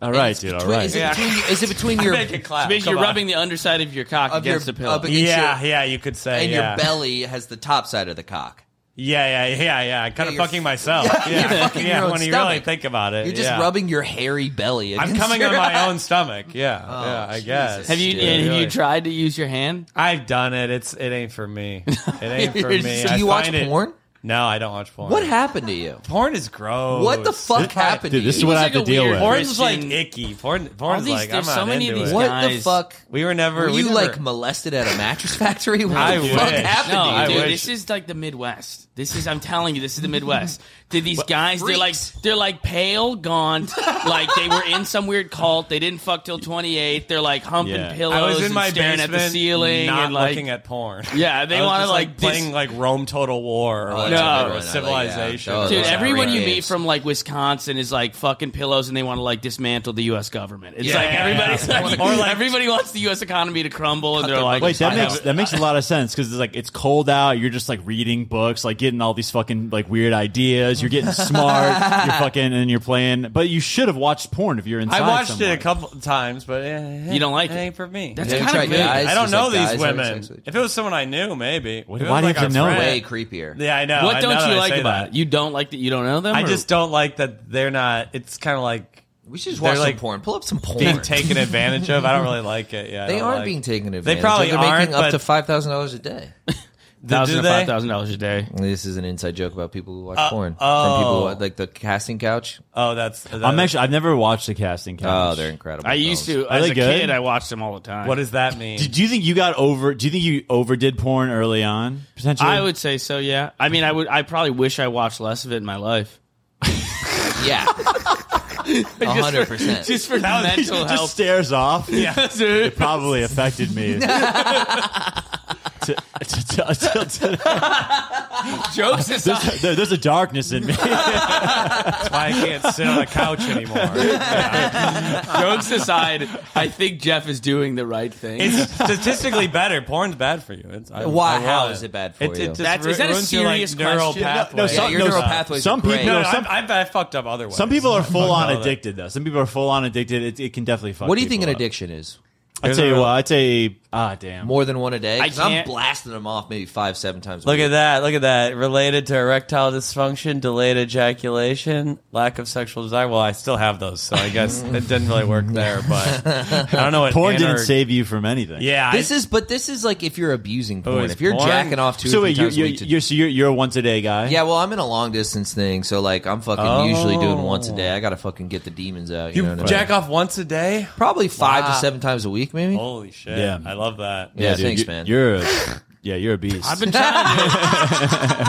All right, dude. All
Between-
right.
Is it
Yeah.
between, is it between your
Make it clap. Come
Basically, you're
on.
rubbing the underside of your cock
Of your-
against the pillow.
of- against
Yeah,
your-
yeah. You could say
and
yeah.
your belly has the top side of the cock?
Yeah, yeah, yeah, yeah. I'm kind
Yeah,
of
you're-
fucking myself. Yeah,
you're fucking your own
when you really
stomach.
think about it,
You're just
yeah.
rubbing your hairy belly.
I'm
against
coming
your Oh,
on my own stomach. Yeah, yeah. I
Jesus.
guess.
have you
Yeah,
have
really.
you tried to use your hand?
I've done it. It's it ain't for me. It ain't for
You're-
me.
so
I
you watch
find it-
porn?
No, I don't watch porn.
What happened to you?
Porn is gross.
What the fuck happened?
Dude,
to
this is
you?
what I
He's
have
like
to
a
deal
weird
with.
Porn's like
Christian-
icky. Porn. Porn's
these-
like I'm
there's
not
so many of
into
these
it.
What the
Guys.
fuck?
We were never.
Were
we
you
never-
like molested at a mattress factory? What
I
the fuck
wish.
happened
No,
to you?
I
dude,
wish.
this is like the Midwest. This is I'm telling you, this is the Midwest. Did these guys? They're like
freaks.
they're like pale, gaunt, like they were in some weird cult. They didn't fuck till 28. They're like humping
Yeah.
pillows
I was in
and
my
staring
basement,
at the ceiling
not
and like
looking at porn.
yeah, they
I was
want to
just,
like, dis-
playing like Rome Total War or
Oh,
like,
that's
a good
or
one. I
like that.
Civilization.
Oh,
Dude,
those are
everyone
great
you meet
games.
from like Wisconsin is like fucking pillows, and they want to like dismantle the U.S. government. It's
Yeah.
like everybody's
Yeah.
like,
Or, like-
everybody wants the U.S. economy to crumble, and they're
the
like,
Wait, that
I
makes
have-
that makes a lot of sense because it's like it's cold out. You're just like reading books, like getting all these fucking like weird ideas. You're getting smart. you're fucking and you're playing. But you should have watched porn if you're inside.
I watched
someone.
it a couple of times, but eh,
You don't like
it.
it.
Ain't for me.
That's
Have you
kinda
tried
creepy.
guys?
I don't
Just,
know
like, guys
these
having
women.
sex with each
If it was someone I knew, maybe. If it
do
was,
you
like,
have
our
to know
other?
friend-
that?
Way creepier.
Yeah, I know.
what
I-
don't
now that
you
I
like
say
about
that.
it? You don't like that you don't know them.
I
or-
just don't like that they're not. It's kind of like
We should just
They're
watch
like
some porn. Pull up some porn.
being taken advantage of. I don't really like it. Yeah, I
they
don't
aren't
like-
being taken advantage.
They
of.
probably
They're
aren't.
making up
but
to five thousand dollars a day.
thousand
do
to
they?
five thousand dollars a day.
This is an inside joke about people who watch
Uh,
porn. From
oh.
people who watch- like the casting couch.
oh, that's. that-
I'm actually. I've never watched the casting couch.
Oh, they're incredible.
I used
films.
to as
they
a
good?
kid. I watched them all the time.
What does that mean?
Do, do you think you got over? Do you think you overdid porn early on? Potentially,
I would say so. Yeah. I mean, I would. I probably wish I watched less of it in my life.
Yeah. hundred percent.
Just for mental
just
health.
stares off.
yeah.
It probably affected me. To- to- to- to- to-
Jokes aside.
there's, there- there's a darkness in me.
That's why I can't sit on the couch anymore.
jokes aside, I think Jeff is doing the right thing.
It's statistically better. Porn's bad for you. It's, I,
Why?
I love
How is it bad for you?
just
That's- is that a
ruins your,
serious
like, neural
question? No,
pathway.
no,
Yeah,
some-
your
no,
neural
some-
pathways
some
are great.
people-
No,
no, some-
I, I, I fucked up otherwise.
Some people are full
all
on
that.
addicted though. Some people are full on addicted. It, it can definitely fuck.
What do you think an
people up.
addiction is?
I tell you what, I tell you, ah, damn.
More than one a day.
I
'Cause I'm
can't-
blasting them off maybe five, seven times. a
Look
week.
at that. Look at that. Related to erectile dysfunction, delayed ejaculation, lack of sexual desire. Well, I still have those, so I guess it didn't really work there, but I don't know what
Porn
inner-
didn't save you from anything.
Yeah.
This is, but this is like if you're abusing porn.
it's
if you're
porn?
jacking off two
So
or three
wait, you're,
times a
you're,
week to
you're- so you're, you're a once a day guy.
Yeah, well, I'm in a long distance thing, so like I'm fucking usually doing once a day. I gotta fucking get the demons out.
you
You, know what I mean?
jack off once a day?
probably five to seven times a week, maybe.
Holy shit.
Yeah.
I love that.
yeah,
dude,
thanks,
you-
man.
You're a, yeah, you're a beast.
I've been trying to do it.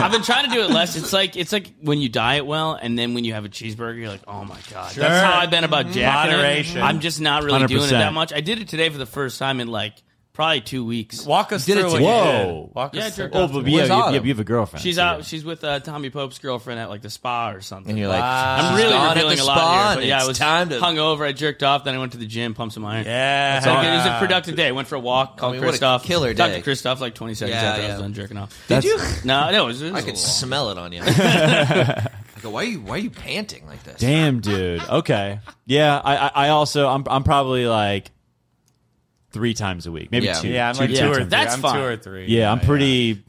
I've been trying to do it less. It's like it's like when you diet well and then when you have a cheeseburger, you're like, oh my god. That's how I've been about jacking it.
Moderation.
I'm just not really doing it
100%.
that much. I did it today for the first time in like probably two weeks.
Walk us
You did
through
it
what
to-
you
Whoa.
did. Walk
Yeah, I
us through.
jerked
oh,
off.
but
Where's
yeah, you,
Autumn?
you have a girlfriend.
She's
yeah.
out. She's with uh, Tommy Pope's girlfriend at like the spa or something.
And you're like,
I'm really
gone at
revealing
the
a lot
spa
here.
and
But yeah,
it's
I was
time to-
hungover. I jerked off. Then I went to the gym, pumped some iron.
Yeah.
So like, it was a productive day. Went for a walk. Called
mean, what a
Christoph.
killer
Talked
day.
to Christoph like 20 seconds
Yeah,
after I
yeah.
was done jerking off.
Did you?
No, no, it was. It was
I
a
can
little-
smell it on you. I go, why are you why are you panting like this?
Damn, dude. Okay. Yeah, I, I, I also, I'm, I'm probably like three times a week, maybe
Yeah.
two.
Yeah, I'm like
two,
two or
times a
three.
week.
That's
I'm
fine.
two or three.
Yeah, I'm pretty,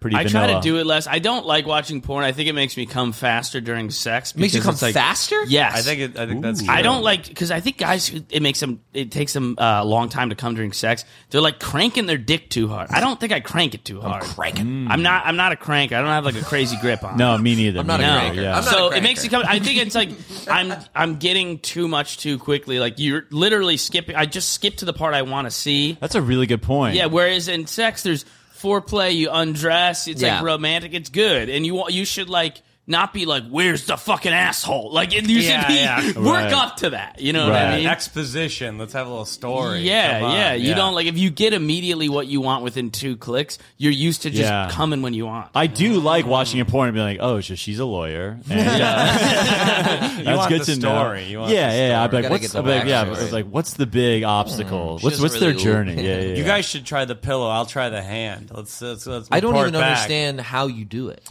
pretty.
I try to
uh,
vanilla.
do it less. I don't like watching porn. I think it makes me come faster during sex.
Makes you
because
come
it's like,
faster.
Yes,
I think it, I think that's true.
I don't like because I think guys who- it makes them it takes them uh, a long time to come during sex. They're like cranking their dick too hard. I don't think I crank it too hard.
cranking.
I'm not. I'm not a crank. I don't have like a crazy grip on. it.
No, me neither.
I'm not
me
a
neither,
cranker.
yeah.
I'm not
so
a
it makes it come. I think it's like I'm I'm getting too much too quickly. Like you're literally skipping. I just skip to the part I want to see.
That's a really good point.
Yeah. Whereas in sex, there's foreplay. You undress. It's
Yeah.
like romantic. It's good, and you want you should like not be like where's the fucking asshole. Like it- you
Yeah,
should be,
yeah.
work
Right.
up to that. You know
Right.
what I
Exposition. Let's have a little story.
mean? Yeah,
Come on.
yeah. You
yeah.
don't like if you get immediately what you want within two clicks. You're used to just
Yeah.
coming when you want.
I do like watching a porn and being like, oh, so she's a lawyer. And,
You
That's
want
good
the
to
story.
know.
You want
yeah,
the
yeah, yeah. I'd be
story.
like,
Gotta
what's,
get the
I'd be like, yeah,
backstory.
I was like, what's the big obstacle?
she
what's
doesn't
what's
really
their
look-
journey? Yeah, yeah.
You
yeah.
guys should try the pillow. I'll try the hand. Let's let's, let's
I don't
report
even
back.
understand how you do it.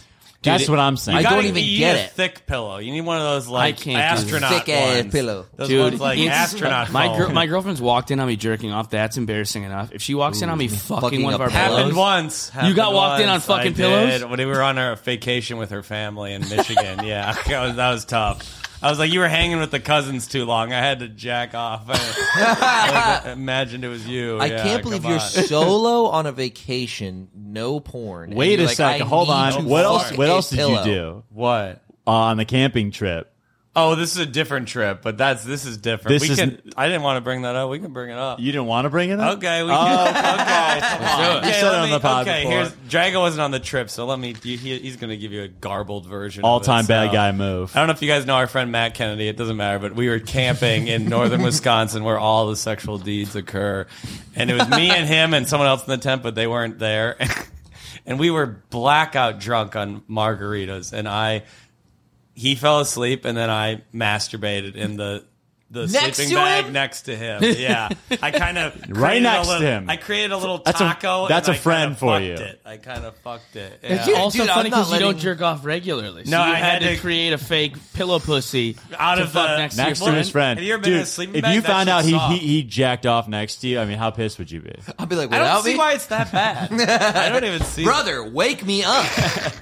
that's
Dude,
what I'm
You
saying.
I
gotta
don't even
eat
get
a
it.
Thick pillow. You need one of those like
can't do this.
astronaut
Thick ass
ones.
pillow.
Those
Dude,
ones like
it's-
astronaut.
My
foam.
girl, my girlfriend's walked in on me jerking off. That's embarrassing enough. If she walks in on me fucking,
fucking
one of
a
our
pillow?
pillows,
happened once.
You got
Happened
walked in on
once.
fucking
I
pillows?
did. when we were on our vacation with her family in Michigan. yeah, that was, that was tough. I was like, you were hanging with the cousins too long. I had to jack off. I, I imagined it was you.
I
Yeah,
can't believe
come
you're
on.
solo on a vacation, no porn. and
Wait
you're
a
like,
second.
I
Hold
need
on.
to
What else?
fuck
What
a
else did you
pillow.
do
what?
on the camping trip?
Oh, this is a different trip, but that's this is different.
This
we
is-
can. I didn't want to bring that up. We can bring it up.
You didn't want to bring it up.
Okay, we can. Okay,
You said
let
it on
me-
the pod
Okay,
before.
here's Drago wasn't on the trip, so let me. He, he's going to give you a garbled version. of it,
All time bad
so.
guy move.
I don't know if you guys know our friend Matt Kennedy. It doesn't matter, but we were camping in northern Wisconsin where all the sexual deeds occur, and it was me and him and someone else in the tent, but they weren't there, and we were blackout drunk on margaritas, and I. He fell asleep, and then I masturbated in the the
Next
sleeping
to
bag
him?
next to him. Yeah, I kind of created a
next to
little-
him.
I created a little
That's a-
taco. and
that's a
I kinda
friend for
fucked
you.
It. I kind of fucked it.
Did
Yeah.
you-
also
Dude, I'm
funny
not
because you don't
letting-
jerk off regularly. So
No,
you
I
had,
had
to,
to-
create a fake pillow pussy
Out
to
of
fuck
the-
next,
Next
to your
to his friend.
Have you ever been
Dude,
in a sleeping
if
bag?
you
That
found out
shit's
he,
soft.
he he jacked off next to you, I mean, how pissed would you be?
I'll be like,
I
without
don't see
me,
why it's that bad. I don't even see.
brother, wake me up.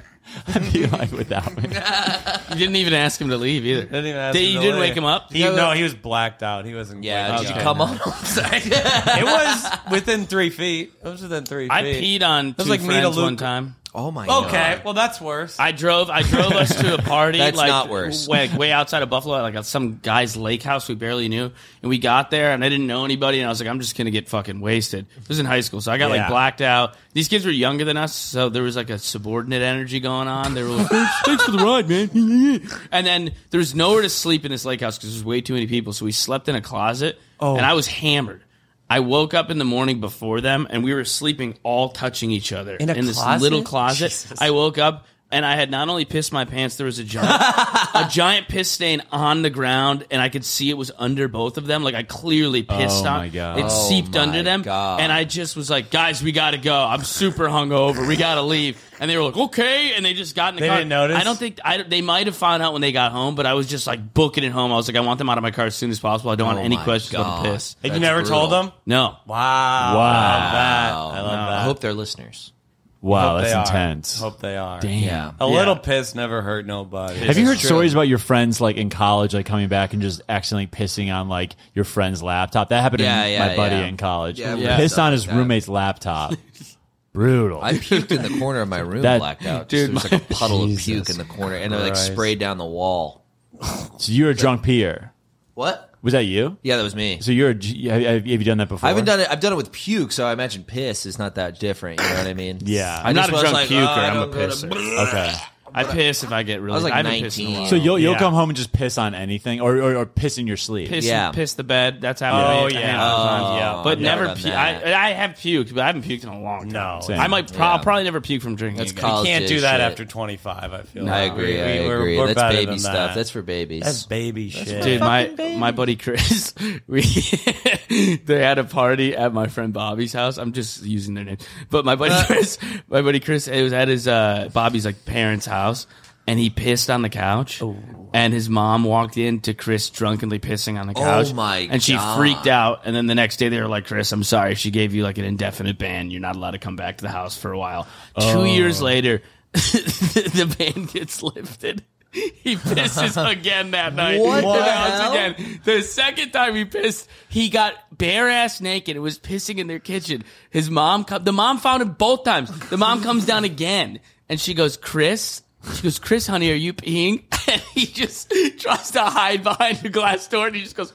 I'd be like, without me.
You didn't even ask him to leave either.
Didn't even ask
Did-
him
you
to
didn't
leave.
wake him up.
He, no, he was blacked out. He wasn't.
Yeah,
waked
did you
up.
come on? I'm sorry.
It was within three feet. It was within three feet.
I peed on two
was like me to
friends one
Luke.
time.
oh my god.
Okay, well that's worse.
I drove. I drove us to a party.
That's
like,
not worse.
Way, way outside of Buffalo, like at some guy's lake house we barely knew, and we got there, and I didn't know anybody, and I was like, I'm just gonna get fucking wasted. This was in high school, so I got
Yeah.
like blacked out. These kids were younger than us, so there was like a subordinate energy going on. They were like, thanks, thanks for the ride, man. and then there was nowhere to sleep in this lake house because there was way too many people, so we slept in a closet, and I was hammered. I woke up in the morning before them, and we were sleeping all touching each other
In a
this
closet?
little closet.
Jesus.
I woke up. and I had not only pissed my pants, there was a giant a giant piss stain on the ground, and I could see it was under both of them. Like I clearly pissed
Oh,
on
my God.
it
Oh,
seeped
my
under them,
God.
and I just was like, "Guys, we gotta go. I'm super hungover. We gotta leave." And they were like, "Okay," and they just got in the
They
car.
didn't notice?
I don't think I, they might have found out when they got home, but I was just like booking it home. I was like, "I want them out of my car as soon as possible. I don't
Oh
want any
my
questions about the
God.
piss."
And you
That's
never
brutal.
told them?
No,
Wow. I love that. I
Wow.
love that.
I hope they're listeners.
Wow,
Hope
that's
they are.
intense.
Hope they are.
Yeah.
A little piss never hurt nobody.
Have you heard
true.
stories about your friends like in college, like coming back and just accidentally pissing on like your friend's laptop? That happened
Yeah,
to
yeah,
my buddy
yeah.
in college.
Yeah,
He
yeah.
pissed on his
Yeah.
roommate's laptop. Brutal.
I puked in the corner of my room,
That-
blacked out. Just, there was like a puddle of puke in the corner, and it like
Christ.
sprayed down the wall.
so you're a drunk peer.
What?
Was that you?
Yeah, that was me.
So you're a, g- have, have you done that before?
I haven't done it. I've done it with puke, so I imagine piss is not that different. You know what I mean?
Yeah.
I
I'm
just
not a
was
drunk
like, oh,
puker.
I
I'm a
don't go to-
pisser.
Okay.
I piss if I get really.
I was like
I haven't pissed in a
19.
while.
So you'll you'll
Yeah.
come home and just piss on anything, or or, or piss in your sleep.
piss
Yeah.
piss the bed. That's how.
Oh,
I
yeah.
Oh,
yeah. But
I've
never.
never done
Pu-
that.
I I have puked, but I haven't puked in a long time.
Same.
I might. Pro-
Yeah.
I'll probably never puke from drinking.
That's
again.
college
Can't do
days
that
shit.
after 25, I feel.
I
like.
agree.
We-
I
we- we're-
agree.
we're
That's
better
baby
than
stuff.
that.
That's for babies.
That's baby shit.
Dude, my my buddy Chris, we they had a party at my friend Bobby's house. I'm just using their name, but my
Uh.
buddy Chris, my buddy Chris, it was at his uh, Bobby's like parents' house, and he pissed on the couch,
Oh.
and his mom walked in to Chris drunkenly pissing on the couch.
Oh my
And she
God.
freaked out, and then the next day they were like, "Chris, I'm sorry, she gave you like an indefinite ban. You're not allowed to come back to the house for a while." Two years
Oh.
later, the, the ban gets lifted. He pisses again that night.
What
Once
the hell?
again. The second time he pissed, he got bare ass naked and was pissing in their kitchen. His mom, co- the mom found him both times. The mom comes down again and she goes, Chris. She goes, Chris, honey, are you peeing? And he just tries to hide behind the glass door and he just goes,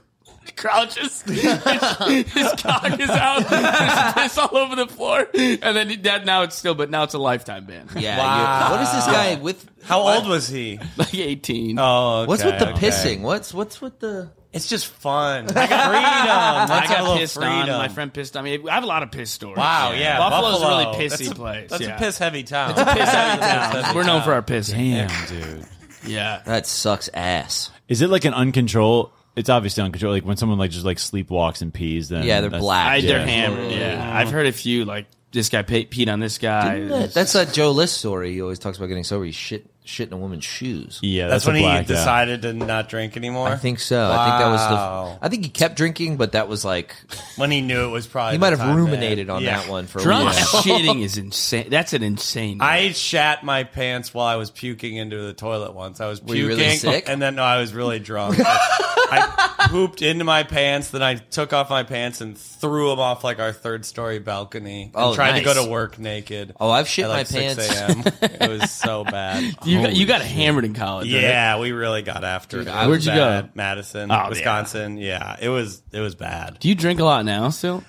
crouches. His, his cock is out. There's piss all over the floor. And then he, that now it's still, but now it's a lifetime ban.
yeah.
Wow.
you- What is this guy with?
How
what-
old was he?
Like 18.
Oh, okay,
What's with the
okay.
pissing? What's what's with the?
It's just fun. I got freedom.
I
Let's have a
got
little
pissed
freedom.
on. My friend pissed on me. I have a lot of piss stories.
Wow, yeah.
Buffalo's
Buffalo.
a really pissy
that's a,
place.
That's
yeah.
a piss heavy town.
Piss heavy town. We're known for our piss.
Damn, dude.
Yeah.
That sucks ass.
Is it like an uncontrolled? It's obviously uncontrolled. Like when someone like just like sleepwalks and pees. Then
Yeah, they're
that's-
black.
I, They're
Yeah.
hammered. Yeah. I've heard a few, like, this guy pe- peed on this guy.
Isn't that- That's that Joe List story. He always talks about getting sober. He shit shit in a woman's shoes.
Yeah,
That's,
that's,
when
a black,
he decided to not drink anymore.
I think so. I think that was
Wow.
the. I think he kept drinking, but that was like
when he knew it was probably.
he
the
might have
time to
ruminated
end.
on
Yeah.
that one for a
Drunk
while.
shitting is insane. That's an insane.
I shat my pants while I was puking into the toilet once. I was puking,
you really sick?
and then no, I was really drunk. I, I pooped into my pants, then I took off my pants and threw them off like our third story balcony. And
Oh,
tried to
nice.
go to work naked.
Oh, I've shit
at like
my pants.
6 a.m. it was so bad.
you got, you got hammered in college. right?
Yeah, we really got after it.
I-
It was
Where'd you go? Oh,
bad. Madison,
yeah.
Wisconsin. Yeah. it was it was bad.
Do you drink a lot now still?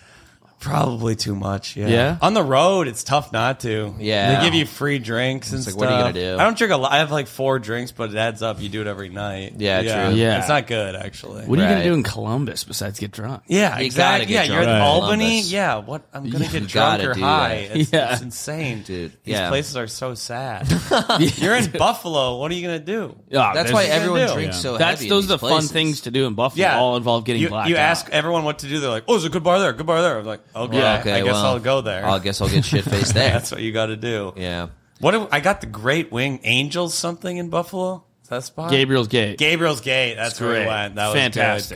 Probably too much. Yeah.
Yeah?
On the road, it's tough not to.
Yeah.
They give you free drinks and
It's like,
stuff.
what are you gonna do?
I don't drink a lot. I have like four drinks, but it adds up. You do it every night.
Yeah, true.
Yeah.
It's not good actually.
What are you going
Right.
to do in Columbus besides get drunk?
yeah,
You gotta
exactly.
get
Yeah,
drunk
you're in
in
Albany.
Columbus.
Yeah, what? I'm gonna
You
get drunk
gotta
or
do
high.
that.
It's,
Yeah.
it's insane,
Dude,
These
yeah.
places are so sad. you're in Buffalo. What are you gonna do?
Yeah,
That's
Ah, there's-
why
you gonna
everyone
do?
drinks
Yeah.
so
That's
heavy. in
those are
these
the fun
places.
things to do in Buffalo. All involve getting
you,
blacked
You
out.
ask everyone what to do. They're like, "Oh, there's a good bar there. Good bar there." I'm like, "Okay,
Yeah,
eh,
okay,
I guess
well,
I'll go there."
I guess I'll get shit faced there.
That's what you got to do.
yeah.
What do- I got the Great Wing Angels something in Buffalo. Is that a spot?
Gabriel's Gate.
Gabriel's Gate. That's
It's
where we
great.
went. That
Fantastic.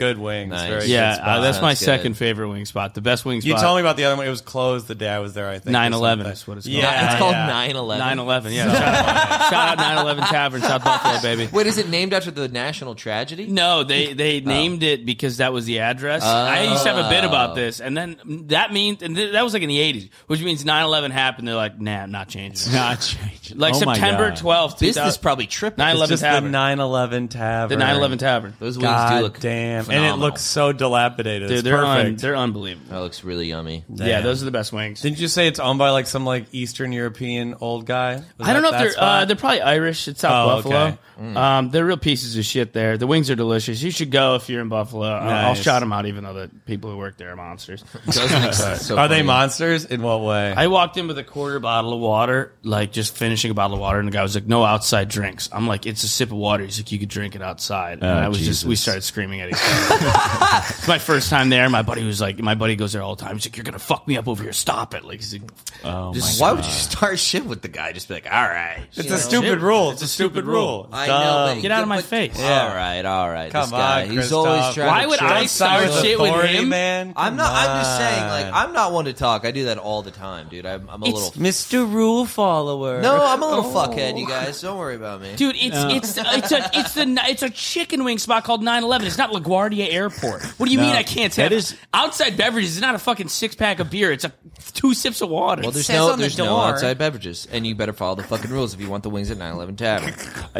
was good. Good wings.
Nice.
Very
yeah,
Good spot.
uh, that's my
That's good.
second favorite wing spot. The best wing spot.
you told me about the other one. It was closed the day I was there. I think or
9/11
something.
is what it's called.
Yeah,
it's called
yeah.
9/11.
9/11. Yeah, shout, out 9/11 Tavern, South Buffalo, baby. Oh.
Wait, is it named after the national tragedy?
No, they they named it because that was the address. I used to have a bit about this, and then that means and th- that was like in the '80s, which means 9/11 happened. They're like, nah, I'm not changing. it.
Not changing.
Like
Oh my
September
God.
12th,
Business probably tripled.
9/11
It's just the
Tavern. Tavern.
911 Tavern.
the 911 Tavern.
Those wings
God
do look
damn,
phenomenal.
and it looks so dilapidated.
Dude,
it's
they're
perfect. Oh,
un, they're unbelievable.
That looks really yummy.
Yeah,
Damn.
those are the best wings.
Didn't you say it's owned by like some like Eastern European old guy? Was
I
that
don't know if
that
they're
spot?
uh, they're probably Irish. It's South
Oh,
Buffalo.
okay.
Um, they're real pieces of shit there. The wings are delicious. You should go if you're in Buffalo. Uh, I'll, I'll
Nice.
shout them out, even though the people who work there are monsters.
Those wings are so
Are they
funny.
monsters? In what way?
I walked in with a quarter bottle of water, like just finishing a bottle of water, and the guy was like, "No outside drinks." I'm like, "It's a sip of water." He's like, "You could drink it outside." And
Oh,
I was just we
Jesus.
started screaming at each other. it's my first time there. My buddy was like, my buddy goes there all the time. He's like, "You're gonna fuck me up over here. Stop it!" Like, he's like,
Oh
just
Why would you start shit with the guy? Just be like, all right.
it's
you
a
know?
stupid
shit.
rule. It's a stupid rule.
I know. but
Get out of my
but-
face.
All right, all right.
Come
this guy,
on,
he's always
Christoph.
trying.
Why
to
would
trip.
I start
With
shit with
authority,
him?
man.
I'm
Come
not. I'm just saying. Like,
on.
I'm not one to talk. I do that all the time, dude. I'm, I'm a little.
Mr. Rule Follower.
No, I'm a little
Oh.
fuckhead. You guys, don't worry about me.
Dude, it's it's it's a it's the ni- it's a chicken wing spot called 911. It's not LaGuardia Airport. What do you
No.
mean I can't
That
have
is-
outside beverages? It's not a fucking six pack of beer. It's a two sips of water.
Well, there's
says
no,
on the
there's no
door-
outside beverages, and you better follow the fucking rules if you want the wings at 911 Tavern.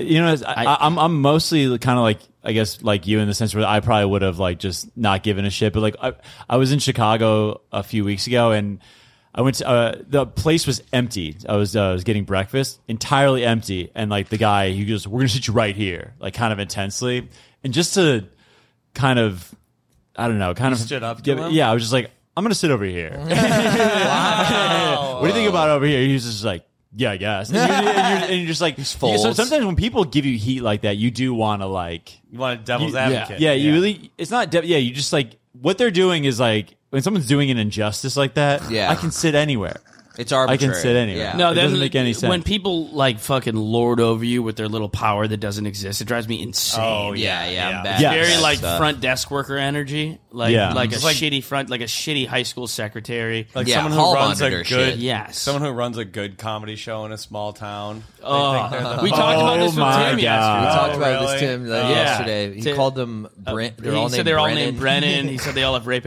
you know, I, I, I'm I'm mostly kind of like I guess like you in the sense where I probably would have like just not given a shit. But like I, I was in Chicago a few weeks ago and I went to uh, the place was empty. I was uh, I was getting breakfast, entirely empty, and like the guy he goes, "We're gonna sit you right here," like kind of intensely, and just to kind of I don't know, kind of
stood up to
give-
him?
Yeah, I was just like, "I'm gonna sit over here." what do you think
Uh,
about over here? He was just like, yeah, I guess. And you're, and you're- and you're just like,
folds.
so sometimes when people give you heat like that, you do want to like,
You want a devil's
you- yeah,
advocate?
yeah, you really, it's not, de- yeah, you just like, what they're doing is like, when someone's doing an injustice like that,
Yeah.
I can sit anywhere.
It's arbitrary.
sit anywhere.
Yeah.
no,
it
that
doesn't make any
When
sense.
people like fucking lord over you with their little power that doesn't exist, it drives me insane.
Oh
yeah, yeah, I'm bad.
Yeah. Uh,
at
Very
that
like
stuff.
front desk worker energy, like
Yeah.
like a
Just
like-
shitty front, like a shitty high school secretary.
Like
Yeah,
someone who
hall
runs a
monitor
good,
shit.
yes,
someone who runs a good comedy show in a small town. They
Oh.
think they're the
we talked about this
Oh
with
my God.
Tim yesterday.
We
Oh,
talked about this
really?
Tim like,
Oh.
yesterday. He
Tim-
called them Brent. They're
he
all
said
named
they're all
Brennan.
named Brennan. He said they all have rape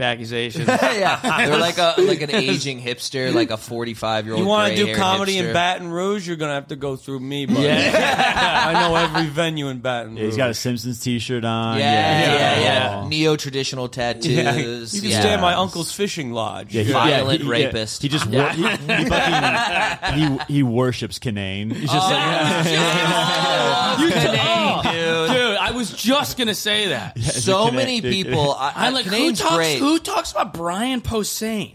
accusations.
yeah, they're like a like an aging hipster, like a forty five year old.
You
want to
do comedy
hipster.
in Baton Rouge? You're gonna have to go through me, buddy.
Yeah.
I know every venue in Baton Rouge.
He's got a Simpsons t shirt on.
Yeah, yeah, yeah.
Yeah.
Neo traditional
Yeah.
tattoos.
You can
yeah.
stay at my uncle's fishing lodge.
Yeah, he-
Violent
yeah, he- yeah,
rapist.
he just wor- he, he fucking he, he worships Canaan. He's just
Oh,
like
you dude. dude, I was just gonna say that.
Oh, so
Connected.
many people. I,
I'm like, who
Canaan's
talks,
great.
who talks about Brian Posehn?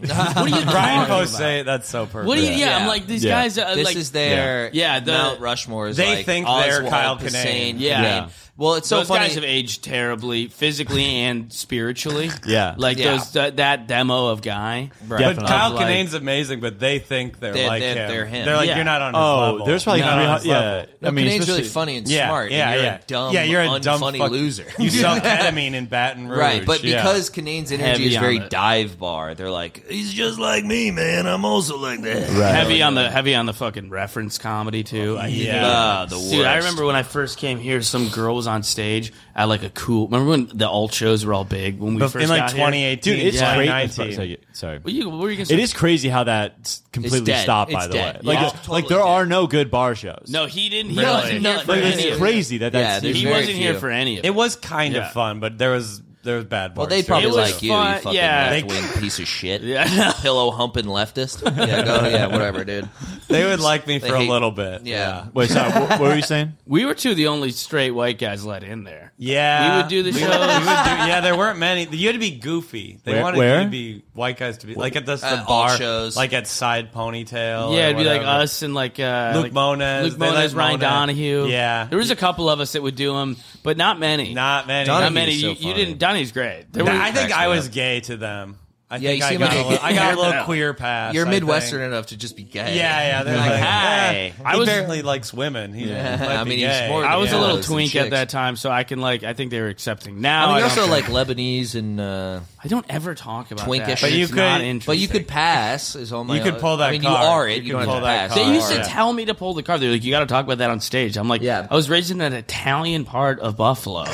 what are you,
Brian
talking about?
Posey, that's so perfect.
What do you? Yeah,
Yeah.
I'm like these
Yeah.
guys. Uh,
This
like,
is their
Yeah. Yeah, the-
Mount Rushmore. Is
They
like
think
Oswald,
they're Kyle
Hussein,
Kinane.
Yeah.
Kinane. Well, it's so
those
funny.
guys have aged terribly, physically and spiritually.
Yeah.
like
Yeah.
those that that demo of guy.
Right.
Yeah.
But
Definitely.
Kyle
Of like-
Kinane's amazing, but they think they're,
They're-
like
they're-
him.
they're him.
like
Yeah.
you're not on his level.
oh, there's probably
You're not on his
yeah.
level.
I mean,
Canaan's really
especially-
funny and
Yeah,
smart.
yeah,
and you're
yeah.
a dumb,
yeah, you're a dumb
unfunny
fuck-
loser.
You sell ketamine in Baton Rouge,
Right, but
yeah.
because Canaan's energy
Heavy
is very
on it.
dive bar, they're like, he's just like me, man. I'm also like that.
Right.
Heavy on the heavy on the fucking reference comedy too. I hate
Yeah.
it.
Ah, the
Dude, I
worst.
remember when I first came here, some girl was on stage at like a cool. Remember when the alt shows were all big when we
Bef-
first
in like
got here?
2018,
Dude, it's
Yeah.
crazy.
2019.
Sorry, sorry.
What you, what were you gonna say?
It is crazy how that completely
dead.
stopped.
It's
by the
dead.
way,
Yeah,
like, uh,
it's totally
like there
dead.
are no good bar shows.
No, he didn't. He
Really?
wasn't here
Like,
for
like
any
it's
of it.
crazy that
Yeah,
that's
there's
He
Very
wasn't here
few.
for any of it.
it was kind
Yeah.
of fun, but there was there was bad.
Well,
bars,
they
too.
probably
It was
like you,
fun-
you fucking
yeah.
left wing piece of shit.
Yeah.
Pillow humping leftist. Yeah, go, yeah, whatever, dude.
they would like me for a
hate-
little bit.
Yeah.
Wait, sorry. what, what were you saying?
We were two of the only straight white guys let in there.
Yeah,
We would do the
would-
shows.
we would do- yeah, there weren't many. You had to be goofy. They
Where-
wanted
where?
you to be white guys to be like at the, the
At all
bar
shows.
like at side
Oh,
ponytail.
yeah,
or
it'd be like
whatever.
us and like uh,
Luke
like
Moniz.
Luke
They
Moniz,
like
Ryan
Moniz.
Donahue.
Yeah.
there was a couple of us that would do them, but not many.
Not many.
not
Donahue
many.
is
You,
so
you
funny.
didn't. Donnie's great. There
Nah,
were-
I think
cracks me
I was
up.
gay to them. I
Yeah,
think
you
I
seem
got,
like
a
a-
little, I got a little
Yeah.
queer pass.
You're
I think.
Midwestern enough to just be gay.
Yeah, yeah. They're like,
"Hey."
hey.
I
he
was-
barely likes women. He
Yeah.
might
I
be
mean, he's
gay.
more-
I was
Yeah.
a little
Those and
twink at
chicks.
that time, so I can like. I think they were accepting
I
now.
mean,
I
you're
don't
also
care.
like Lebanese and, uh,
I don't ever talk about
Twinkish.
that.
But
It's
you could-
not
but you
but you could
interesting.
pass. Is all my.
You could pull that
I mean,
card.
you are it.
You
You,
could
can
pull that
pass.
card.
They used to
Yeah.
tell me to pull the car. They're like, you got to talk about that on stage. I'm like,
Yeah.
I was raised in an Italian part of Buffalo.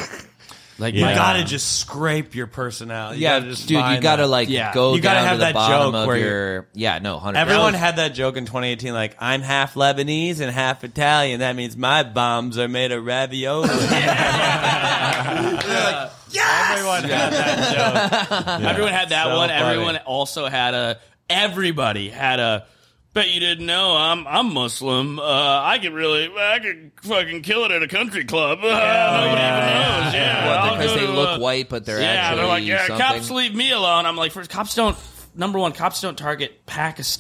Like
You
my-
gotta just scrape your personality. You
yeah,
gotta just
dude, you
find
gotta
that.
like
Yeah.
go
You
down
gotta have
to the
that
bottom
joke
of
where you-
your. Yeah, no, hundred.
Everyone had that joke in 2018, like I'm half Lebanese and half Italian. That means my bombs are made of ravioli. Everyone had that joke.
Everyone had that
So
one.
funny.
Everyone also had a. Everybody had a. Bet you didn't know I'm I'm Muslim. Uh, I could really I could fucking kill it at a country club. Uh, nobody even knows. Yeah, I'll
because
go
they
to,
look
uh,
white, but they're
yeah,
actually
they're like yeah,
something.
cops leave me alone. I'm like first cops don't. Number one, cops don't target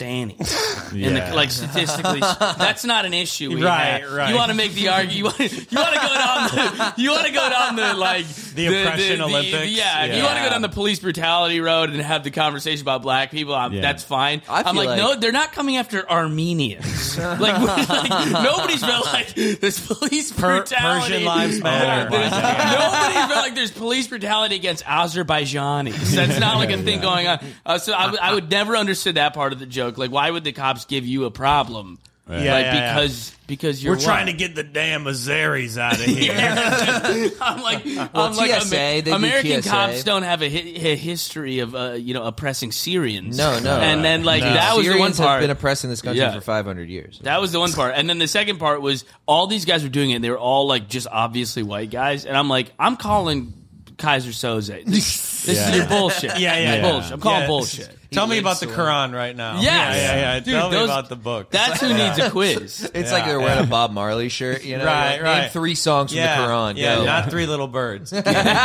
Pakistanis. In
Yeah.
the, like statistically, that's not an issue. We
Right,
have.
right.
You want to make the argument. You want to go down the. You want to go down the like
The oppression Olympics.
yeah, if you
Yeah.
want to go down the police brutality road and have the conversation about black people, I'm,
Yeah.
that's fine.
I
I'm
feel
like,
like-
no, they're not coming after Armenians. like, we're- like, nobody's felt like this police
Per-
brutality.
Persian lives matter.
There's- Nobody's felt like there's police brutality against Azerbaijanis. That's not like a thing going on. Uh, so I would- I would never understood that part of the joke. Like, why would the cops give you a problem?
Yeah,
like,
yeah, yeah.
because because you're
We're trying to
white.
get the damn Azeris out of here.
I'm like, I'm
Well,
like
TSA, they do
American
TSA.
cops don't have a, hi- hi- history of uh, you know oppressing Syrians.
No, no.
And then like that was
Syrians
the
have
one part.
been oppressing this country
Yeah.
for 500 years.
that was the one part. And then the second part was all these guys were doing it. and They were all like just obviously white guys, and I'm like, I'm calling Kaiser Soze. This, this
Yeah.
is your bullshit.
Yeah, yeah,
It's
yeah.
bullshit. I'm calling
Yeah.
bullshit.
Tell me
lives
about the
so-
Quran right now.
Yes.
Yeah, yeah, yeah.
Dude,
Tell me
those-
about the book.
That's who needs a quiz.
It's
Yeah,
like they're wearing a Bob Marley shirt, you know?
Right,
like, Name
right.
three songs
yeah,
from the Quran.
Yeah,
go.
not three little birds. Three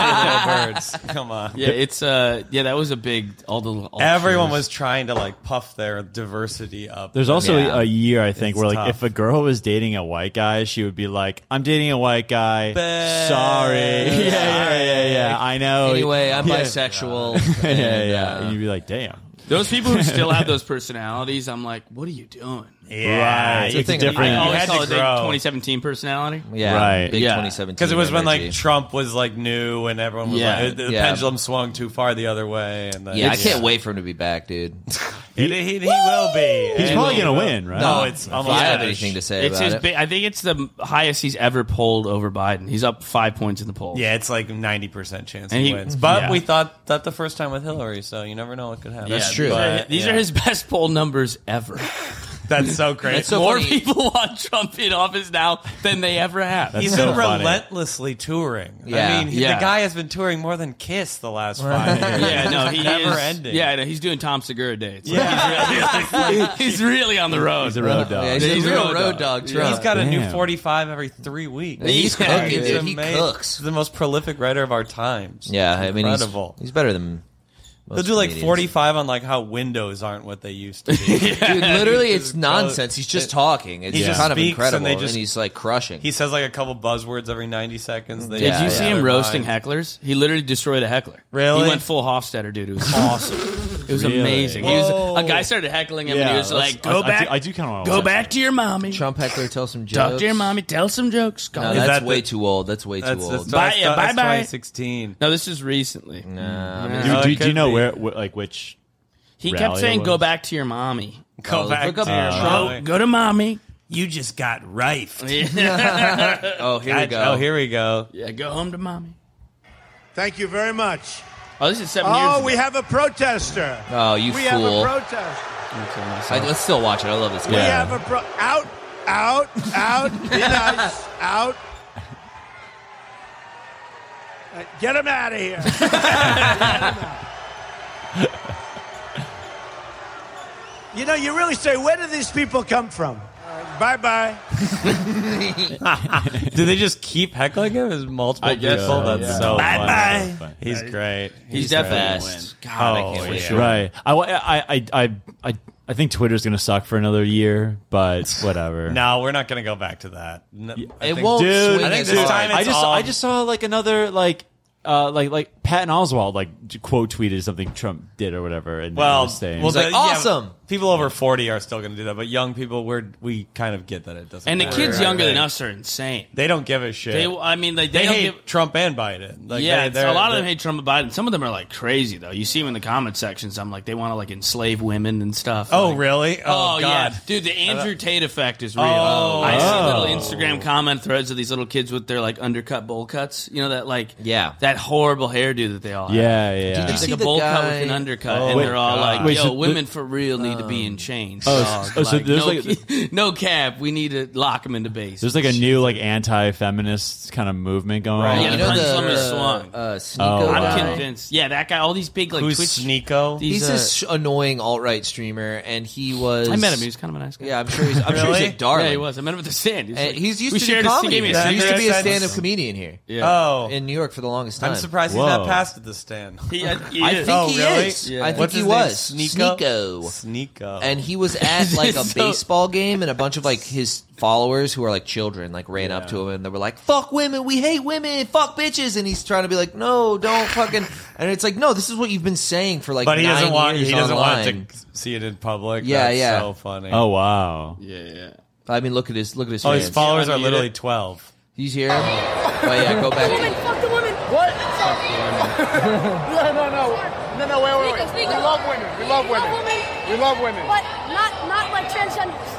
little birds. Come on.
Yeah, it's uh, yeah, that was a big all the all the
Everyone
cheers.
was trying to like puff their diversity up.
There's also
Yeah.
a year I think
It's
where like
tough.
if a girl was dating a white guy, she would be like, "I'm dating a white guy.
Bad.
Sorry. Yeah, yeah, yeah, yeah. I know.
Anyway, I'm
Yeah.
bisexual.
yeah,
and,
yeah.
uh,
and you'd be like, "Damn."
Those people who still have those personalities, I'm like, what are you doing?
yeah,
right.
you
It's
thing about
different.
it.
I
You
always
had
call
to
it the
grow.
2017 personality.
yeah,
Right.
Big
Yeah.
2017.
Because it was when
energy.
like Trump was like new and everyone was
Yeah,
like the
yeah.
pendulum swung too far the other way and then,
Yeah, I can't wait for him to be back, dude.
He, he, he will be.
He's
He
probably
will
gonna
be.
win, right?
No, it's
If
almost.
I have
finished.
anything to say
It's
about
his.
it.
Big, I think it's the highest he's ever polled over Biden. He's up five points in the poll.
Yeah, it's like ninety percent chance
And
he,
he-
wins. But
yeah.
we thought that the first time with Hillary, so you never know what could happen.
Yeah,
That's true.
These, are,
But,
these
yeah.
are his best poll numbers ever.
That's so crazy.
That's so
More
funny.
people want Trump in office now than they ever have.
That's-
He's
so
been
funny.
relentlessly touring. I
Yeah.
mean, he-
Yeah.
the guy has been touring more than Kiss the last five years.
yeah, no, he
never
is.
ending.
Yeah, no, he's doing Tom Segura day. It's like
yeah.
he's really on the road.
He's a road dog.
Yeah, he's,
Uh, He's
a
a
real
road
road dog. Trump.
He's got a new
Damn.
45 every three weeks.
He's
Yeah,
cooking,
He's
dude. He
amazing.
cooks.
He's the most prolific writer of our times.
Yeah, I mean, he's,
Incredible.
he's better than. Most
They'll do like
comedians.
45 on like how windows aren't what they used to be.
Dude, literally, it's
just
nonsense. He's just talking. It's
He
just
just
kind of
speaks and
incredible, and,
they just-
he's like crushing.
he says like a couple buzzwords every 90 seconds. They
Did
Yeah,
you
yeah.
see
Their
him roasting
minds.
hecklers? He literally destroyed a heckler.
Really?
He went full Hofstadter, dude. It was awesome. it was
Really?
amazing. He was,
Whoa.
a guy started heckling him, and he was
let's-
like, "Go
I- I
back,
do, I do kind of want to
go back to your mommy,
Trump heckler tells some jokes.
talk to your mommy, tell some jokes." Call
No,
it-
that's
that
way
the-
too old. That's way
That's,
too
that's,
old. Uh,
Bye,
that's,
yeah,
that's
bye-bye.
2016.
no, this is recently.
Nah, I mean,
Do,
Oh,
do,
it
do you
could
know
be.
where wh- like which?
He kept
Rally
saying,
was.
"Go back to your mommy,
Go
Oh,
back
look
to
up
your
Trump.
mommy.
go to mommy."
You just got rifed.
oh, here we go.
Oh, here we go.
Yeah, go home to mommy.
Thank you very much.
Oh, this is seven years.
Oh,
ago.
we have a protester.
Oh, you
we
fool.
have a protester.
I, let's still watch it. I love this guy.
We have a pro. Out, out, out. Be nice. Out. Uh, Get him out of here. Get him out. You know, you really say, where do these people come from? Uh, bye bye.
Do they just keep heckling him? There's multiple
I guess
people.
so,
That's
yeah.
so
Bye,
funny.
bye.
That's funny. He's great.
He's,
the
definitely
best.
win.
God, I
Oh,
can't wait.
yeah.
Right. I, I, I, I, I, I think Twitter's gonna suck for another year, but whatever.
No, we're not going to go back to that. No, I
It
think-
won't
dude.
swing
I
think
as
this
hard.
time
I
It's
just
all-
I just saw like another like uh like like Patton Oswald like j- quote tweeted something Trump did or whatever and
Well,
was saying
well,
He's like,
the- yeah,
"Awesome."
people over forty are still going to do that, but young people, we're we kind of get that it doesn't.
And the
matter.
kids younger than us are insane.
they don't give a shit.
They,
They,
I mean, like they, don't
hate
give,
Trump and Biden. Like,
yeah,
they,
it's-
they're-
a lot of them
they're-
hate Trump and Biden. Some of them are like crazy though. You see them in the comment sections. I'm like, they want to like enslave women and stuff.
Oh,
Like,
really?
Oh,
Oh, God.
yeah, dude, the Andrew Tate effect is real.
Oh.
I see
Oh.
little Instagram comment threads of these little kids with their like undercut bowl cuts. You know that like
Yeah.
that that horrible hairdo that they all have.
Yeah, yeah.
It's
see
like a
the
bowl cut
guy-
with an undercut,
Oh
and
my
they're all like,
Wait,
"Yo,
so the-
women for real need to be in chains.
Oh,
dog.
so- oh, so
Like,
there's
no,
like
no cap. We need to lock them into base.
There's like a new like anti-feminist kind of movement going
Right,
on.
Yeah,
you know
Frank
the
Plummer
uh,
swung.
uh, Sneeko
Oh,
I'm
wow.
guy?
convinced. Yeah, that guy. All these big like
Who's
Twitch.
Sneeko?
these,
He's
uh,
this annoying alt right streamer, and he was.
I met him. He was kind of a nice guy.
yeah, I'm sure he's. I'm sure he's
Really?
a darling.
Yeah, he was. I met him at the stand. He's,
And
like,
he's used
we
to do
shared a-
comedy.
He gave me a
Yeah.
he
cigarette.
used to be a
cigarette.
stand-up comedian here
Yeah.
Oh,
in New York for the longest time.
I'm surprised he's
Whoa.
not passed at the stand.
He- I- he
I
is.
think
Oh,
he
really?
is.
Yeah.
I think
What's
he
his
was
name? Sneeko?
Sneeko.
Sneeko.
And he was at like a
So-
baseball game, and a bunch of like his followers who are like children like ran up to him and they were like, "Fuck women, we hate women, fuck bitches," and he's trying to be like, "No, don't fucking." And it's like, no, this is what you've been saying for like.
but he
nine
doesn't want
years
he doesn't
online.
want to see it in public.
Yeah,
That's
yeah.
So funny.
Oh wow.
Yeah, yeah.
I mean, look at his look at his.
Oh, his
hands.
followers
Yeah, I
are
need
literally
it.
twelve.
He's here. Oh yeah, go back.
woman, fuck the woman. What? Fuck the woman.
No, no, no, no, no, wait, wait, wait.
Sneakers, sneakers.
We love women. We love women. We love women.
But not not like transgenders.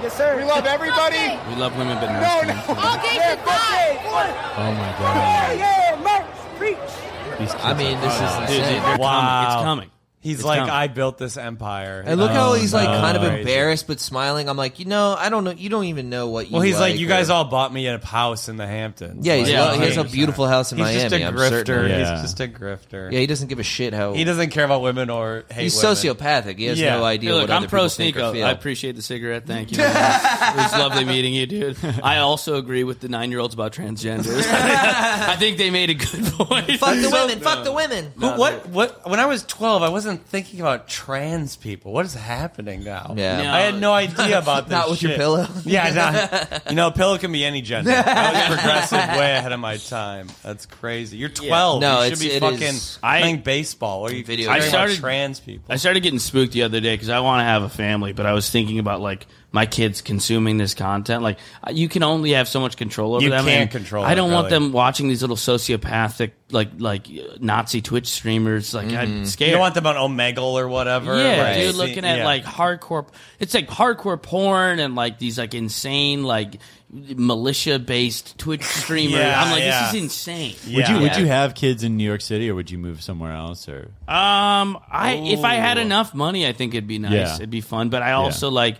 Yes, sir. We love everybody.
Okay.
We love women, but
No,
not
no.
All gays
Yeah,
should
fuck
die.
it. Fuck
Oh my god.
it. Yeah, Mark, preach.
I mean,
oh,
this is
Dude,
insane.
they're
Wow.
coming. It's coming.
He's
It's
like,
coming.
I built this empire.
And look how he's like
no.
kind of
Crazy.
embarrassed but smiling. I'm like, you know, I don't know. You don't even know what you.
Well, he's like, you guys
or-
all bought me a house in the Hamptons.
Yeah, he's,
Like,
Yeah,
he has a
100%.
beautiful house in
He's
Miami.
just a
I'm certain.
grifter.
Yeah.
He's just a grifter.
Yeah, he doesn't give a shit how
he doesn't care about women or hate
He's
women.
sociopathic. He has
Yeah.
no
Hey,
idea
look,
what
I'm
other
pro
people think or
Sneeko.
feel.
I appreciate the cigarette. Thank you. it was lovely meeting you, dude. I also agree with the nine year olds about transgenders. I think they made a good point.
fuck the women. Fuck the women.
Who, what? What? When I was twelve, I wasn't thinking about trans people. What is happening now?
Yeah.
No.
I had no idea about this.
Not with your
shit.
pillow.
Yeah, not, you know, pillow can be any gender. I was progressive way ahead of my time. That's crazy. You're 12.
No,
you
it's-
should be
it
fucking
is-
playing baseball. What are you
Video
caring
games.
about
I started-
trans people.
I started getting spooked the other day because I want to have a family, but I was thinking about like my kids consuming this content. Like I- you can only have so much control over
You
them.
can't
and
control
I
it,
don't want
really.
them watching these little sociopathic like like Nazi Twitch streamers. Like I'm scared.
You don't want them on Omegle or whatever.
Yeah,
like,
dude,
see-
looking at
yeah.
like hardcore. It's like hardcore porn and like these like insane like militia based Twitch streamers.
Yeah,
I'm like,
yeah.
this is insane.
Would you
Yeah.
would you have kids in New York City or would you move somewhere else or
Um, I if I had enough money, I think it'd be nice.
Yeah.
It'd be fun. But I also like,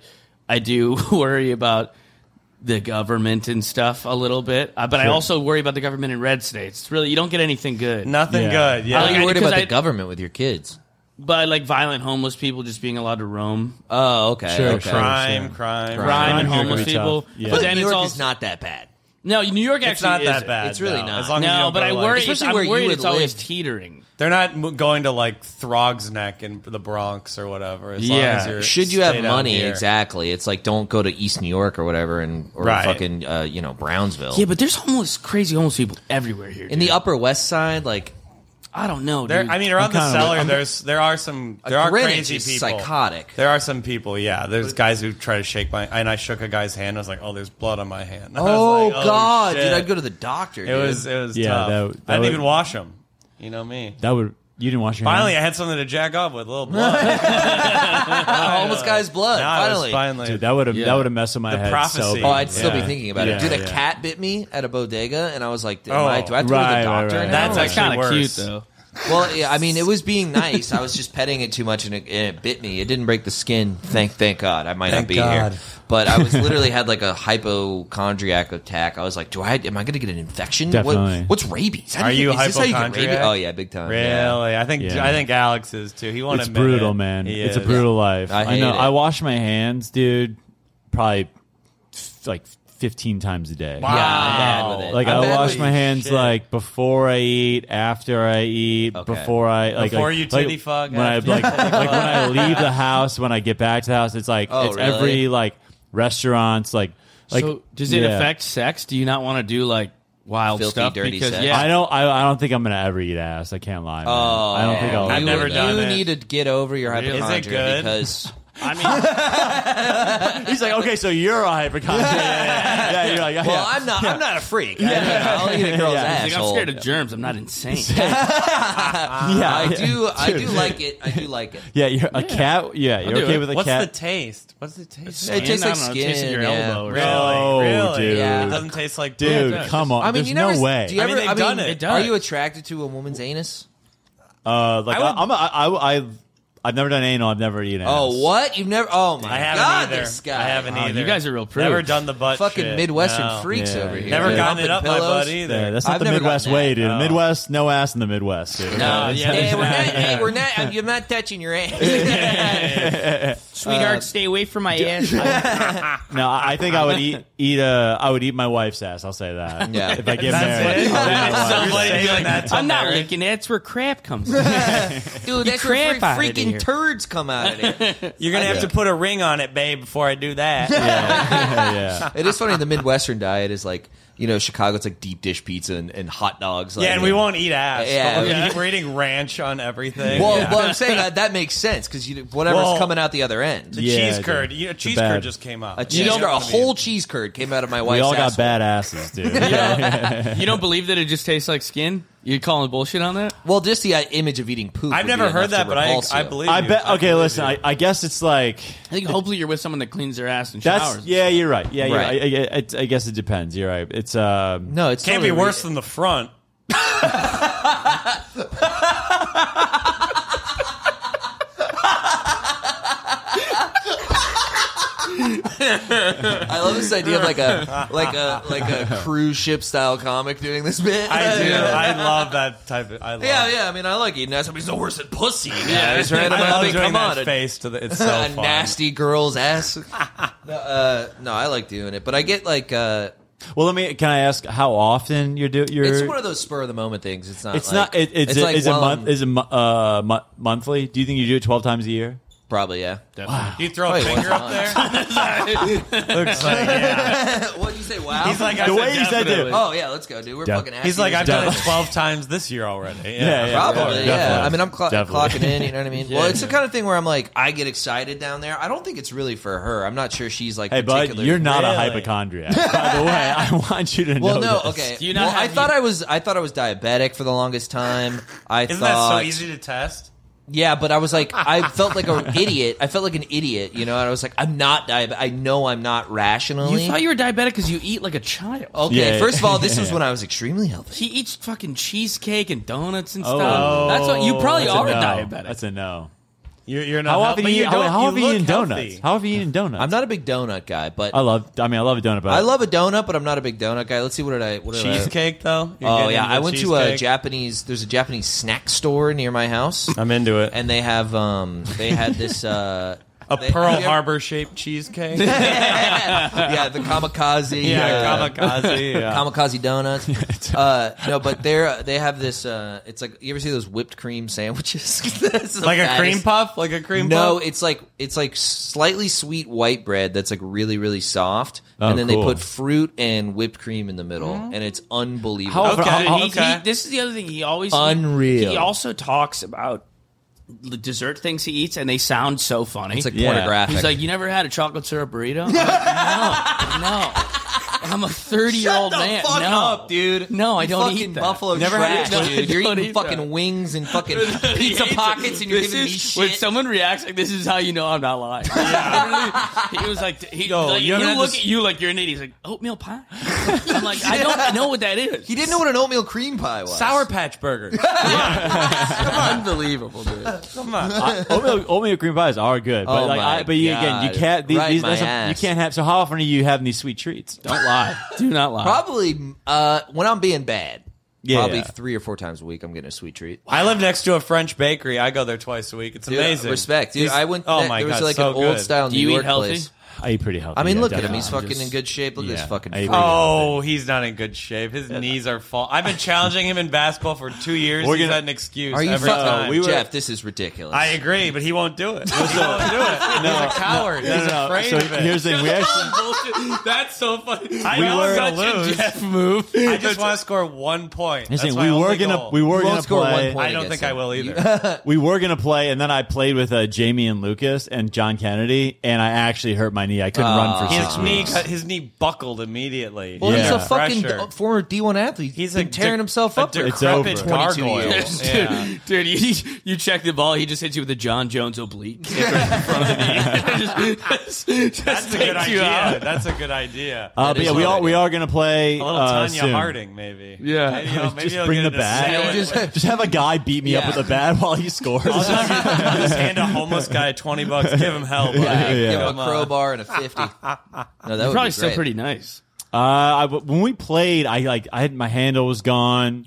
I do worry about the government and stuff a little bit. Uh, but I also worry about the government in red states. It's really you don't get anything good.
nothing
Yeah.
good.
I
Yeah.
How are you worried
because
about
I-
the government with your kids?
But like violent homeless people just being allowed to roam,
Oh, okay.
Sure,
okay.
sure.
crime, crime,
Crime.
crime and
New York would
homeless
be tough.
people.
Yeah.
But
But
then
New
it's
York
also
is not that bad.
no New York actually
It's not that
isn't.
bad.
It's really
no.
not.
As long as you
No,
don't
but
go,
I
like-
worry.
Especially
I'm
where you
worried
would
it's always
live.
teetering.
They're not m- going to like Throg's Neck in the Bronx or whatever. As long
Yeah.
as you're
Should you have
stayed out
money?
here.
Exactly. It's like don't go to East New York or whatever, and or
Right.
fucking uh, you know Brownsville.
Yeah, but there's homeless, crazy homeless people everywhere here.
in the Upper West Side, like
I don't know.
There,
dude.
I mean, around the
kinda-
cellar, there's there are some there are
Greenwich
crazy
is
people.
psychotic.
There are some people. Yeah, there's guys who try to shake my and I shook a guy's hand. I was like, oh, there's blood on my hand. I was
oh,
like,
god,
shit.
dude, I'd go to the doctor.
It was it was
Yeah,
tough.
that w- that
I didn't
would-
even wash them. You know me.
that would you didn't wash your
Finally,
hands?
I had something to jack off with. A little blood.
homeless guy's blood.
uh, Nah, it was
finally,
finally,
Dude, that would have
Yeah.
that would have messed with my
The
head. So
prophecy.
bad.
Oh, I'd still
Yeah.
be thinking about
Yeah,
it. Dude, a
yeah.
cat bit me at a bodega, and I was like, "Am I,
Oh.
"Do I have to go to
Right,
the doctor?"
right, right.
now?
That's
That's
actually
kind of cute
worse.
though.
well, yeah, I mean, it was being nice. I was just petting it too much, and it, and it bit me. It didn't break the skin. Thank, thank God. I might
Thank
not be
God.
here, but I was literally had like a hypochondriac attack. I was like, "Do I? Am I going to get an infection? What-
Definitely.
what's rabies? I
Are
didn't-
you
is this how get rabies?
hypochondriac?
Oh yeah, big time.
really.
yeah.
I think
Yeah.
I think Alex is too. He won't
It's
admit
brutal,
it.
man.
He
It's a
is.
brutal life.
I
I,
hate
know.
it.
I wash my hands, dude, probably f- like 15 times a day.
Yeah,
Wow.
I'm bad with it.
Like
I'm
i
bad
wash
with
my
it.
hands
Shit.
like before I eat, after I eat,
Okay.
before I like
Before
like-
you
like,
titty fuck,
When I
after
like, like when I leave the house, when I get back to the house, it's like
Oh,
it's
really?
every like restaurants like like
so does it
yeah.
affect sex? Do you not want to do like wild
Filthy,
stuff?
dirty
because
sex.
yeah,
I don't. I, I don't think I'm gonna ever eat ass. I can't lie. man.
Oh,
I don't think I'll.
I've
you-
never done
You
it.
need to get over your
Is it
hypochondria
good?
because
I mean,
He's like, okay, so you're a hypochondriac. Yeah, yeah, yeah. Yeah, you're like, yeah,
Well,
yeah.
I'm not. I'm not a freak. I, will eat a girl's
Yeah.
like, I'm
asshole.
scared of germs. I'm not insane.
yeah,
I
yeah.
do. I do like it. I do like it.
Yeah, you're a cat. Yeah, you're
do
okay
it.
with a
What's the
cat.
taste? What's the taste?
It tastes
I
like
don't know, it tastes in
skin,
your
yeah.
elbow or
Really?
Oh,
really?
dude.
It
Yeah.
doesn't taste like
Dude,
poop.
come on.
I mean,
There's
you
no
never.
way.
Do you
I
ever?
mean, they've done it. It
Are
does.
you attracted to a woman's anus?
uh, like,
I would-
I am a, I, I, I, I've never done anal. I've never eaten.
Oh, what? You've never? Oh my
I haven't
god!
either.
This guy.
I haven't
Wow, you
either.
guys are real prudes.
Never done the butt.
Fucking
shit.
Midwestern
No.
freaks
Yeah.
over here.
Never
dude.
gotten it
Bumping
up my
pillows.
butt either.
Yeah, that's not
I've
the
never
Midwest
gotten
way,
that. Oh.
dude.
No.
Midwest, no ass in the Midwest, dude.
No,
it's
yeah,
not-
hey, we're not.
Yeah.
Hey, we're not. I'm- You're not touching your ass.
Sweetheart, stay away from my ass.
No, I I think I would eat eat uh, I would eat my wife's ass. I'll say that.
Yeah.
if I get
That's
married,
it.
I'll eat my wife's.
Somebody be like,
I'm not licking. it. That's where crap comes. from.
Dude, that's where
crap
freak-
out of
freaking
here.
turds come out of there.
You're gonna have to put a ring on it, babe, before I do that.
yeah, yeah.
It is funny. The Midwestern diet is like you know Chicago. It's like deep dish pizza and, and hot dogs. Like,
Yeah, and we won't eat ass.
Yeah.
We're,
Yeah.
eating- we're eating ranch on everything.
Well,
Yeah.
well, I'm saying uh, that that makes sense because you whatever's
Well-
coming out the other end.
the
Yeah,
cheese
dude.
curd. You know,
It's
cheese
bad.
curd just came out.
A, cheese,
It's
curd- a
gonna be-
whole cheese curd came out of my wife's.
We all got
asshole.
bad asses, dude.
You don't believe that it just tastes like skin? You calling bullshit on that?
Well, just the uh, image of eating poop.
I've
would
never
be
heard
enough
that,
to
but I,
repulse
I
you.
believe.
I
you.
bet. Okay,
believe
listen.
you.
I, I guess it's like
I think hopefully you're with someone that cleans their ass and
that's.
showers.
Yeah, you're right. Yeah, you're
Right.
right. I, I, I- I guess it depends. You're right. It's um,
No, it's
can't be
totally re-
worse than the front.
I love this idea of like a like a like a cruise ship style comic doing this bit.
I do.
Yeah.
I love that type of. I love.
yeah, yeah. I mean, I like eating ass. I mean, it's no worse than pussy. Yeah, it's
I
right
love
about
doing
Come
that
on, a,
face to the. It's so
a
fun.
nasty girl's ass. no, uh, no, I like doing it, but I get like uh,
Well, let me. Can I ask how often you're do you're?
it's one of those spur of the moment things. It's not.
it's
like,
not. It, it's, a,
like um,
is it
while
month?
I'm-
Is it mo- uh mo- monthly? Do you think you do it twelve times a year?
probably yeah.
Do you throw a
Wait,
finger
what's
up there? Looks like yeah.
what did you say? Wow.
He's like I
The
said
way you said
definitely.
that-
oh yeah, let's go, dude. We're
Yeah.
fucking. Ass
He's like I've
eaters.
done it twelve times this year already.
Yeah, yeah.
Probably, yeah.
Definitely.
I mean, I'm clo-
Definitely.
clocking in. You know what I mean? Well, it's the kind of thing where I'm like, I get excited down there. I don't think it's really for her. I'm not sure she's like.
Hey, bud,
particularly-
you're not
Really?
a hypochondriac. By the way, I want you to
Well,
know.
no,
this.
okay.
Do you not
well, I
have
thought
you-
I was. I thought I was diabetic for the longest time. I
Isn't that
thought,
so easy to test?
yeah, but I was like, I felt like an idiot. I felt like an idiot, you know. And I was like, I'm not diabetic. I know I'm not rationally.
You thought you were diabetic because you eat like a child.
okay,
Yeah.
first of all, this was when I was extremely healthy.
He eats fucking cheesecake and donuts and
Oh.
stuff. That's what you probably
That's
are a,
no.
diabetic.
That's a no.
You're, you're not.
How
healthy,
often
but
you,
don't-
how, how often you
look
eating
healthy.
donuts? How often you eating donuts?
I'm not a big donut guy, but
I love. I mean, I love a donut, but
I love a donut, but I'm not a big donut guy. Let's see what did I what did I-
Cheesecake though. You're
Oh
getting
yeah,
into
I went to a
cheesecake?
Japanese. There's a Japanese snack store near my house,
I'm into it.
and they have um they had this uh
a
they-
Pearl
have you ever-
Harbor shaped cheesecake.
yeah, the kamikaze. uh,
yeah, kamikaze. Yeah.
Kamikaze donuts. Uh, no, but they're uh, they have this. Uh, it's like you ever see those whipped cream sandwiches? That's the
like a
fattest-
cream puff, like a cream
No,
puff.
it's like it's like slightly sweet white bread that's like really really soft,
Oh,
and then
cool.
they put fruit and whipped cream in the middle,
Mm-hmm.
and it's unbelievable.
How-
Okay.
I'll-
he-
okay.
he- this is the other thing. He always
Unreal.
He also talks about the dessert things he eats, and they sound so funny.
It's like
Yeah.
pornographic.
he's like, "You never had a chocolate syrup burrito?" I'm like, no, no. I'm a 30 year old
Shut the
man.
fuck
no.
up, dude.
No, I
You
don't
fucking
eat that.
buffalo
Never had
trash,
it. No, I
dude. You're
don't
eating
eat
fucking
that.
wings and fucking pizza
He hates
pockets,
it.
and you're
This
giving me
is-
shit.
When someone reacts like this, is how you know I'm not lying. Literally, he was like, he
Yo,
like,
you ever
he'll
had
look
this-
at you like you're an idiot. He's like, oatmeal pie. I'm like, I don't know what that is.
he didn't know what an oatmeal cream pie was.
Sour Patch Burger.
unbelievable, dude.
Come on.
I, oatmeal, oatmeal cream pies are good, but
Oh
like,
my
I, but you, again, you
God.
can't. These,
Right
these,
my
that's a- you
ass.
can't have. So how often are you having these sweet treats? Don't lie.
Do not lie.
Probably uh, when I'm being bad.
Yeah,
probably
yeah.
three or four times a week. I'm getting a sweet treat.
I live next to a French bakery. I go there twice a week. It's
Dude,
amazing.
Respect, dude.
These-
I went.
Oh
that-
my
there was
god,
like
so
an old
good.
style
Do
New
you eat
York
healthy?
place.
I eat pretty healthy.
I mean,
yeah,
look at him.
definitely.
He's
I'm
fucking
just-
in good shape. Look at
yeah,
this fucking.
I eat
food.
pretty
Oh, he's not in good shape. His knees are fall. I've been challenging him in basketball for two years.
We're
he's
gonna-
had an excuse
Are you
every
fucking
time.
we Jeff? This is ridiculous.
I agree, but he won't do it. He won't do it.
No,
he's a coward.
no,
he's
no, no.
afraid
So
of it.
here's the thing. We actually-
Bullshit. That's so funny. I
We
know
were-
such
gonna
a
lose.
Jeff move. I just want to score one point.
Here's the
That's
thing,
my
we were
only
gonna
goal.
we were
You won't
gonna
score one
play.
point.
I don't think I will either.
We were gonna play, and then I played with uh, Jamie and Lucas and John Kennedy, and I actually hurt my knee. I couldn't run
Oh.
for six
his knee,
weeks.
cut, his knee buckled immediately.
Well, he's
Yeah.
a fucking
Pressure.
d- former D1 athlete.
He's
been
a
tearing
de-
himself
a
up. for
It's
decrepit
over.
22
gargoyle.
years.
Yeah.
Dude, you, you check the ball. He just hits you with a John Jones oblique in front of the knee. Just- just
That's a
takes
good
you
idea.
out.
That's a good idea.
Uh,
That
but
is
yeah,
what
we
I
all we
did.
are gonna play
A little
uh,
Tanya
soon.
Harding, maybe.
Yeah.
Maybe he'll- maybe
Just
he'll
bring
get it
the
a
bat.
sale.
Just-
Just have a guy beat me up
Yeah.
with a bat while he scores.
I'll just hand a homeless guy twenty bucks. Give him help.
Yeah, yeah.
Give him
Come
a
on.
crowbar and a 50. No, that would
Probably
be
still
great.
pretty nice.
Uh, I, when we played, I like I had my handle was gone.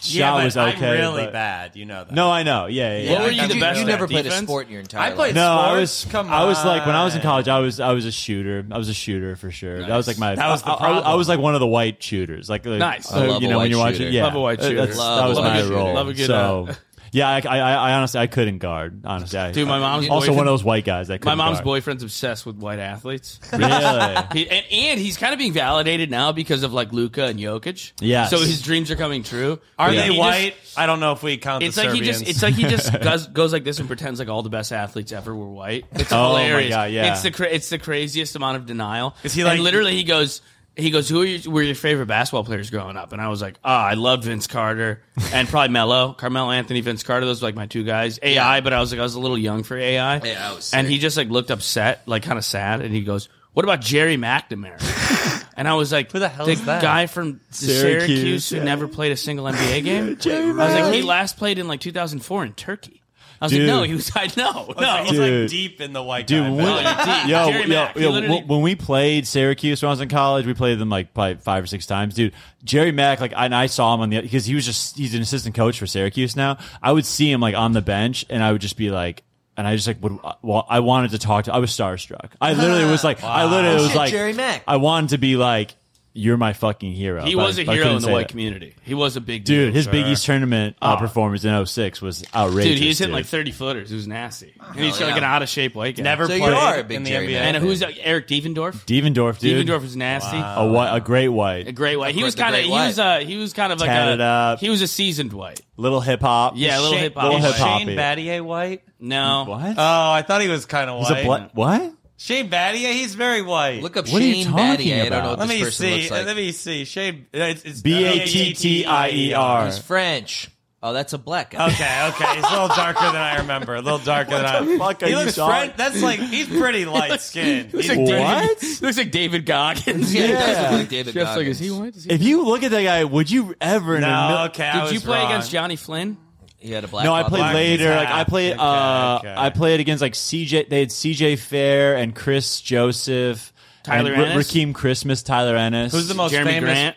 Shot
Yeah, but
was okay.
I'm really
but-
bad. You know that.
No, I know. Yeah, yeah.
What
yeah.
were
Did
you the
you,
best
you
at?
never played
Defense?
a sport in your entire
I
life.
played-
no, I
Sports?
was.
Come
I was like when I was in
on.
college. I was I was a shooter. I was a shooter for sure. That was like my.
That was the
I- I, I
problem.
was like one of the white shooters. Like, like
Nice.
so,
I
love
you
a
know
white
when you're watching.
shooter.
Yeah,
Love a white
uh, that's-
shooter.
that
Love
was
a
my
good
role.
shooter. Love
a good,
so. yeah, I, I, I honestly I couldn't guard. Honestly, I,
Dude, my
I-
mom's
also
boyfriend-
one of those white guys. That
My
couldn't
mom's
guard.
boyfriend's obsessed with white athletes.
Really?
He, and, and he's kind of being validated now because of like Luca and Jokic.
Yes.
So his dreams are coming true.
Are
He
they
just-
white? I don't know if we count.
it's
the
like he
Serbians.
just it's like he just goes, goes like this and pretends like all the best athletes ever were white. It's
Oh my
hilarious.
God, yeah.
It's the cra- it's the craziest amount of denial.
Is he
And
like-
literally he goes he goes who are your, were your favorite basketball players growing up? And I was like, "Ah, I loved Vince Carter and probably Melo, Carmelo Anthony, Vince Carter, those were like my two guys. AI, but I was like I was a little young for AI.
Yeah, I was
and
sick.
he just like looked upset, like kind of sad and he goes, "What about Jerry McNamara?" and I was like, "Who
the hell
the
is that?"
guy from Syracuse,
Syracuse,
who
yeah.
never played a single NBA game?"
Jerry
I was like,
Really?
he last played in like 2004 in Turkey. I was
Dude.
like, no, he was. I know,
No,
no.
he's like
Dude.
deep in the white
Dude,
guy.
when
bag.
we, yo,
Jerry
yo,
Mack, he
yo,
literally-
when- when we played Syracuse when I was in college, we played them like probably five or six times, dude. Jerry Mack, like, and I saw him on the because he was just he's an assistant coach for Syracuse now. I would see him like on the bench, and I would just be like. And I just like would well, I wanted to talk to. I was starstruck. I literally was like, I literally
Oh,
was
shit,
like,
Jerry Mack.
I wanted to be like, you're my fucking hero.
He
but I-
was a
but I
hero
couldn't
in the
say
white
that.
community. He was a big deal.
Dude, his Big East tournament uh, performance in 06 was outrageous.
dude, he was hitting like 30 footers. It was nasty, and he's
yeah.
like an out of shape white guy.
Never
So you
played
are a big
in the
Jerry
NBA.
Man.
And who's that? Eric Devendorf?
Devendorf, dude.
Devendorf was nasty.
a, whi- a great white,
A great white. He
The
was
great
kind of. He
white.
was. Uh, he was kind of like
Tatted
a.
up.
He was a seasoned white.
little hip hop.
Yeah, a little
Shane-
hip hop.
Little
Is
hip hop.
Shane Battier white?
No.
What?
Oh, I thought he was kind of
He's a
white.
bla- what?
Shane Battier, he's very white.
Look up
What are you
Shane
talking
Battier. I don't know
about?
what
let
this
me
person
see.
looks like.
Let me see. Shane. It's, it's
B A T T I E R.
He's French. Oh, that's a black guy.
Okay, okay. He's a little darker than I remember. A little darker than I.
the fuck are
he
you
looks
talking-
French. That's like he's pretty light skinned. He's
What?
Looks like David Goggins.
Yeah, he does
Yeah.
look like David
Jeff's like,
Goggins.
is he white? Is he-
If you look at that guy, would you ever? in a mil-
No, okay. I
Did you
was
play
wrong.
against Johnny Flynn?
He had a black.
No, I
father.
played
Black
later.
Keys.
Like I played,
Okay,
uh,
okay.
I played against like CJ. They had CJ Fair and Chris Joseph,
Tyler
and Ra-
Ennis?
Rakeem Christmas, Tyler Ennis.
Who's the most
Jeremy
famous?
Grant.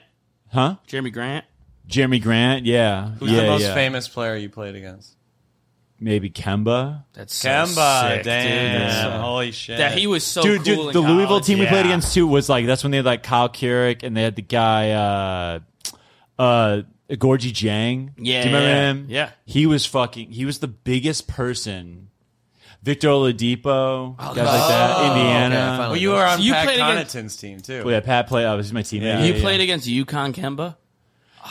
Huh?
Jeremy Grant.
Jeremy Grant? Yeah,
Who's
yeah,
the most
yeah.
famous player you played against?
Maybe Kemba.
That's
Kemba, damn,
sick,
dude. Yeah.
holy shit!
That he was so
dude,
cool
dude,
in
the Louisville
college.
team we
yeah.
played against too was like that's when they had like Kyle Keurig and they had the guy uh uh Gorgie Jang.
Yeah,
Do you remember
yeah,
him?
yeah.
He was fucking he was the biggest person. Victor
Oh,
Oladipo, guys like that,
Okay, I
Indiana.
finally
Well, you
got it.
were on
you
Pat
played against-
Connaughton's team too.
Well, yeah, Pat played. Oh, he's my teammate. Yeah,
You
yeah,
played against UConn Kemba.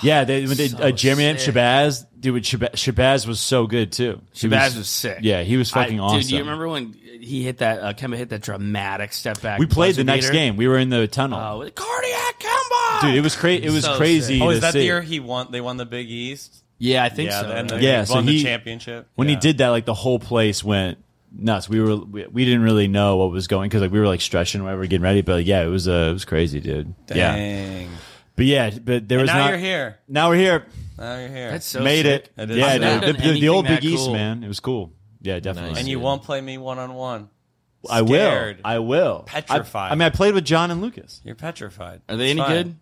Yeah, they, when they, uh,
So
Jeremy and
sick.
Shabazz, dude, with Shabazz, Shabazz was so good too. He
Shabazz was sick.
Yeah, he was fucking
I-
awesome.
Dude, do you remember when he hit that? Uh, Kemba hit that dramatic step back.
We played the
buzzer
next
beater?
game. We were in the tunnel,
Uh, with cardiac Kemba.
dude. It was crazy. It was
So
crazy.
sick.
oh,
to
is that the
see.
year he won? They won the Big East.
yeah, I think so.
and
right?
they
Yeah, so
won the
he-
championship
when
Yeah.
he did that, like the whole place went nuts. We were we, we didn't really know what was going because like we were like stretching whatever, getting ready. But yeah, it was uh, it was crazy, dude. Yeah,
Dang.
but yeah, but there was
now
not-
you're here.
Now we're here.
Now you're here,
That's so
Made
sick.
it.
That is
yeah,
sick. I've
never
dude.
done
The, the, the old
anything
Big
that
East,
cool.
man. It was cool. Yeah, definitely.
Nice.
and you won't play me one on one.
I will.
scared.
I will. I-
Petrified.
I, mean, I played with John and Lucas.
You're petrified.
Are they any
It's fine.
good?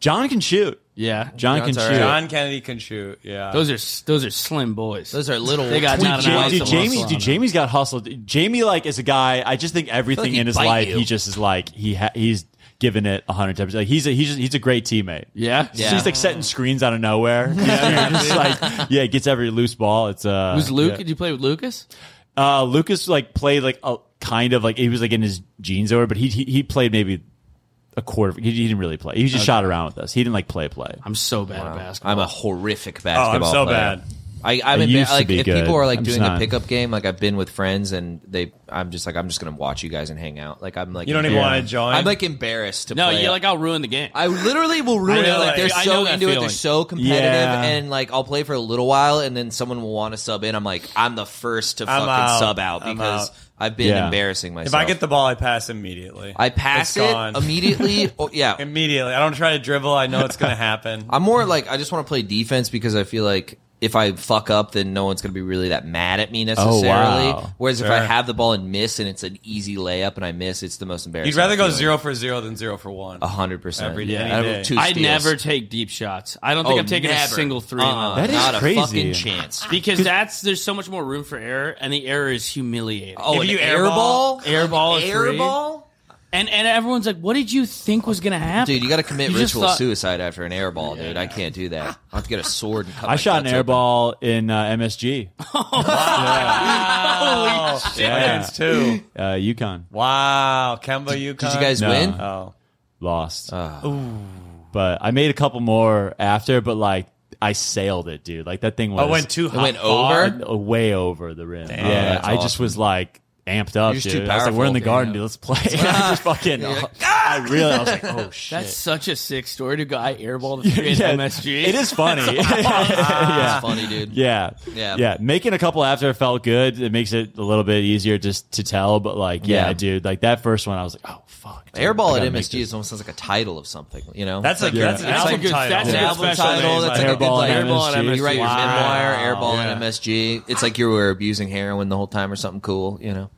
John can shoot.
Yeah,
John can
John's all
shoot.
right.
John Kennedy can shoot. Yeah.
Those are s- those are slim boys.
Those are little.
They got
tweet
down and
Ja-
Jamie-
dude,
Lots of
Jamie's
muscle
dude,
on
Jamie's got hustle. Jamie, like, is a guy. I just think everything
he'd
in his
bite
life,
you.
he just is like he ha- he's given it hundred percent. Like he's a, he's just, he's a great teammate.
yeah,
Yeah.
He's like setting screens out of nowhere. Yeah, just like yeah, gets every loose ball. It's uh,
Who's Luke?
yeah.
Did you play with Lucas?
Uh, Lucas like played like a kind of like he was like in his jeans or, but he he, he played maybe a quarter. He, he didn't really play. He just shot around with us. He didn't like play play.
I'm so bad at basketball.
I'm a horrific basketball.
Oh, so
player.
bad.
I, I'm
I
embar-
used to
like
be
if
good.
people are like
I'm
doing
just
a
not.
pickup game, like I've been with friends and they, I'm just like I'm just gonna watch you guys and hang out. Like I'm like
You don't even
Yeah.
want to join.
I'm like embarrassed to
no,
play.
yeah, like I'll ruin the game.
I literally will ruin
know
it.
that.
Like they're
I know
so
that
into it, they're
feeling.
so competitive,
Yeah.
and like I'll play for a little while, and then someone will want to sub in. I'm like, I'm the first to fucking
out.
sub out
I'm
because
out.
I've been
Yeah.
embarrassing
if
myself.
I get the ball, I pass immediately.
I pass
It's
it
gone.
immediately. oh, yeah,
Immediately. I don't try to dribble. I know it's going to happen.
I'm more like I just want to play defense because I feel like if I fuck up, then no one's gonna be really that mad at
Oh,
me necessarily.
wow.
Whereas if I
Sure.
have the ball and miss, and it's an easy layup, and I miss, it's the most embarrassing.
You'd rather go
feeling. Oh,
zero for zero than zero for one.
a hundred percent
Every day.
Out of
Any
two
I
steals.
never take deep shots. I don't think
Oh,
I've taken
never.
a single three. in my
Uh-uh.
life.
That is
not
crazy.
a fucking chance.
because that's there's so much more room for error, and the error is humiliating.
Oh,
If
an
you
air
airball-
ball,
Air ball,
An
a
air
three?
ball,
and and everyone's like, "What did you think was gonna happen?"
dude. You got to commit
You just
ritual
thought-
suicide after an air ball, dude. I can't do that. I have to get a sword. And cut
I
my
shot an
guts
air
open.
ball in uh, MSG.
Oh,
Yeah.
Shit, too.
Uh, UConn
Wow. Kemba, you
Did you guys
No.
win?
Oh.
lost.
Ah.
But I made a couple more after, but like I sailed it, dude. Like that thing was
I Oh, went too high.
went over?
uh, way over the rim. yeah,
that's
I just
awesome.
was like amped
You're
up,
just
dude.
too
I was like, we're in the
powerful,
garden,
damn. "Ah!"
dude. Let's play. I just fucking. I really. I was like, oh shit.
That's such a sick story to go. I airballed a three in MSG.
It is funny.
That's
yeah.
funny, dude.
Yeah.
Yeah.
Yeah. Making a couple after felt good. It makes it a little bit easier just to tell. But like, yeah,
Yeah.
dude, like that first one, I was like, oh, fuck. dude. I
Airball
gotta
at
make
MSG
this.
is almost sounds like a title of something, you know?
That's,
like,
a, that's an
That's a
album
good-
title.
that's an
Yeah.
album
Special
title.
days
That's
like
like a good,
Airball
like,
at
Airball at
MSG.
MSG.
you write your
Wow.
memoir, Airball at MSG. It's like you were abusing heroin the whole time or something cool, you know?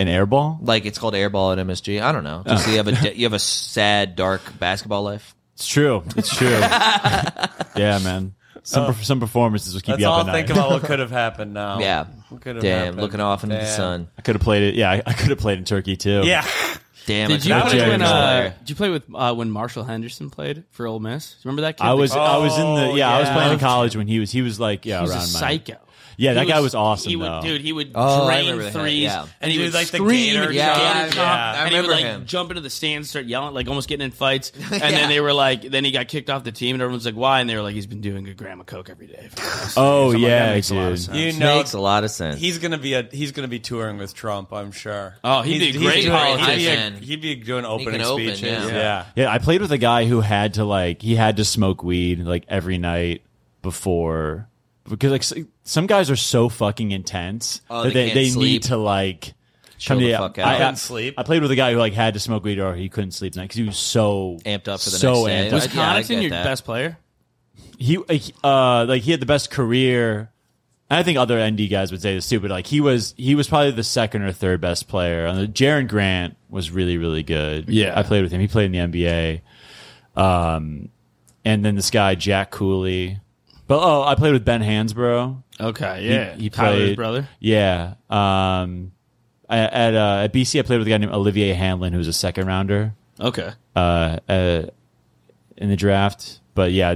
An airball?
Like it's called Airball at MSG. I don't know. Just so you have a de- you have a sad, dark basketball life.
It's true. It's true. yeah, man. Some, per- some performances will keep
Let's
you up
all
at night.
think about what could have happened now.
Yeah.
What could have
Damn,
Oh, happened.
looking off into the
Damn.
sun.
I could have played it. Yeah, I, I could have played in Turkey too.
Yeah.
Damn,
Did
I
you
That
could've
was
play
been a
when,
James
uh,
player.
did you play with uh, when Marshall Henderson played for Ole Miss? Do you remember that kid?
I was I was in the yeah, I was
yeah.
playing in college when he was he was like yeah
He was
around
a
my
psycho.
Yeah,
He
that guy was awesome,
He would,
though.
dude. He would
Oh, I remember
drain
that,
threes,
yeah.
and
He
he
did,
would
like, the
scream,
gator
and
Yeah,
gator
yeah,
chop,
yeah. I
and he would
remember
like
him.
jump into the stand, start yelling, like almost getting in fights. And
Yeah.
then they were like, then he got kicked off the team, and everyone's like, why? And they were like, he's been doing a gram of coke every day. for the last
Oh,
year." So I'm like, that
yeah,
makes a lot of
dude.
sense.
You know,
makes a lot of sense.
he's gonna be a he's gonna be touring with Trump. I'm sure.
Oh, he'd
He's-
be a
he's
great
doing-
politician.
He'd be, a, he'd be doing opening
can open,
speeches.
yeah.
yeah.
Yeah, I played with a guy who had to like he had to smoke weed like every night before because like s- some guys are so fucking intense
Oh,
that
they
they,
can't
they
sleep.
need to like
Chill the
yeah,
fuck
I,
out.
I,
Couldn't sleep.
I played with a guy who like had to smoke weed or he couldn't sleep because he was so
Amped up for the next
so
day.
amped up.
Was
Yeah, I
Connaughton
get
your
that.
best player?
he uh like he had the best career and I think other ND guys would say this too, but like he was he was probably the second or third best player. And the- Jaron Grant was really really good.
Yeah.
I played with him. He played in the NBA. Um, and then this guy Jack Cooley. But oh, I played with Ben Hansbrough.
Okay,
He-
yeah.
he,
Tyler's
played
brother.
Yeah. Um, I- at uh, at BC, I played with a guy named Olivier Hanlon, who was a second rounder
Okay.
uh, uh, in the draft. But yeah,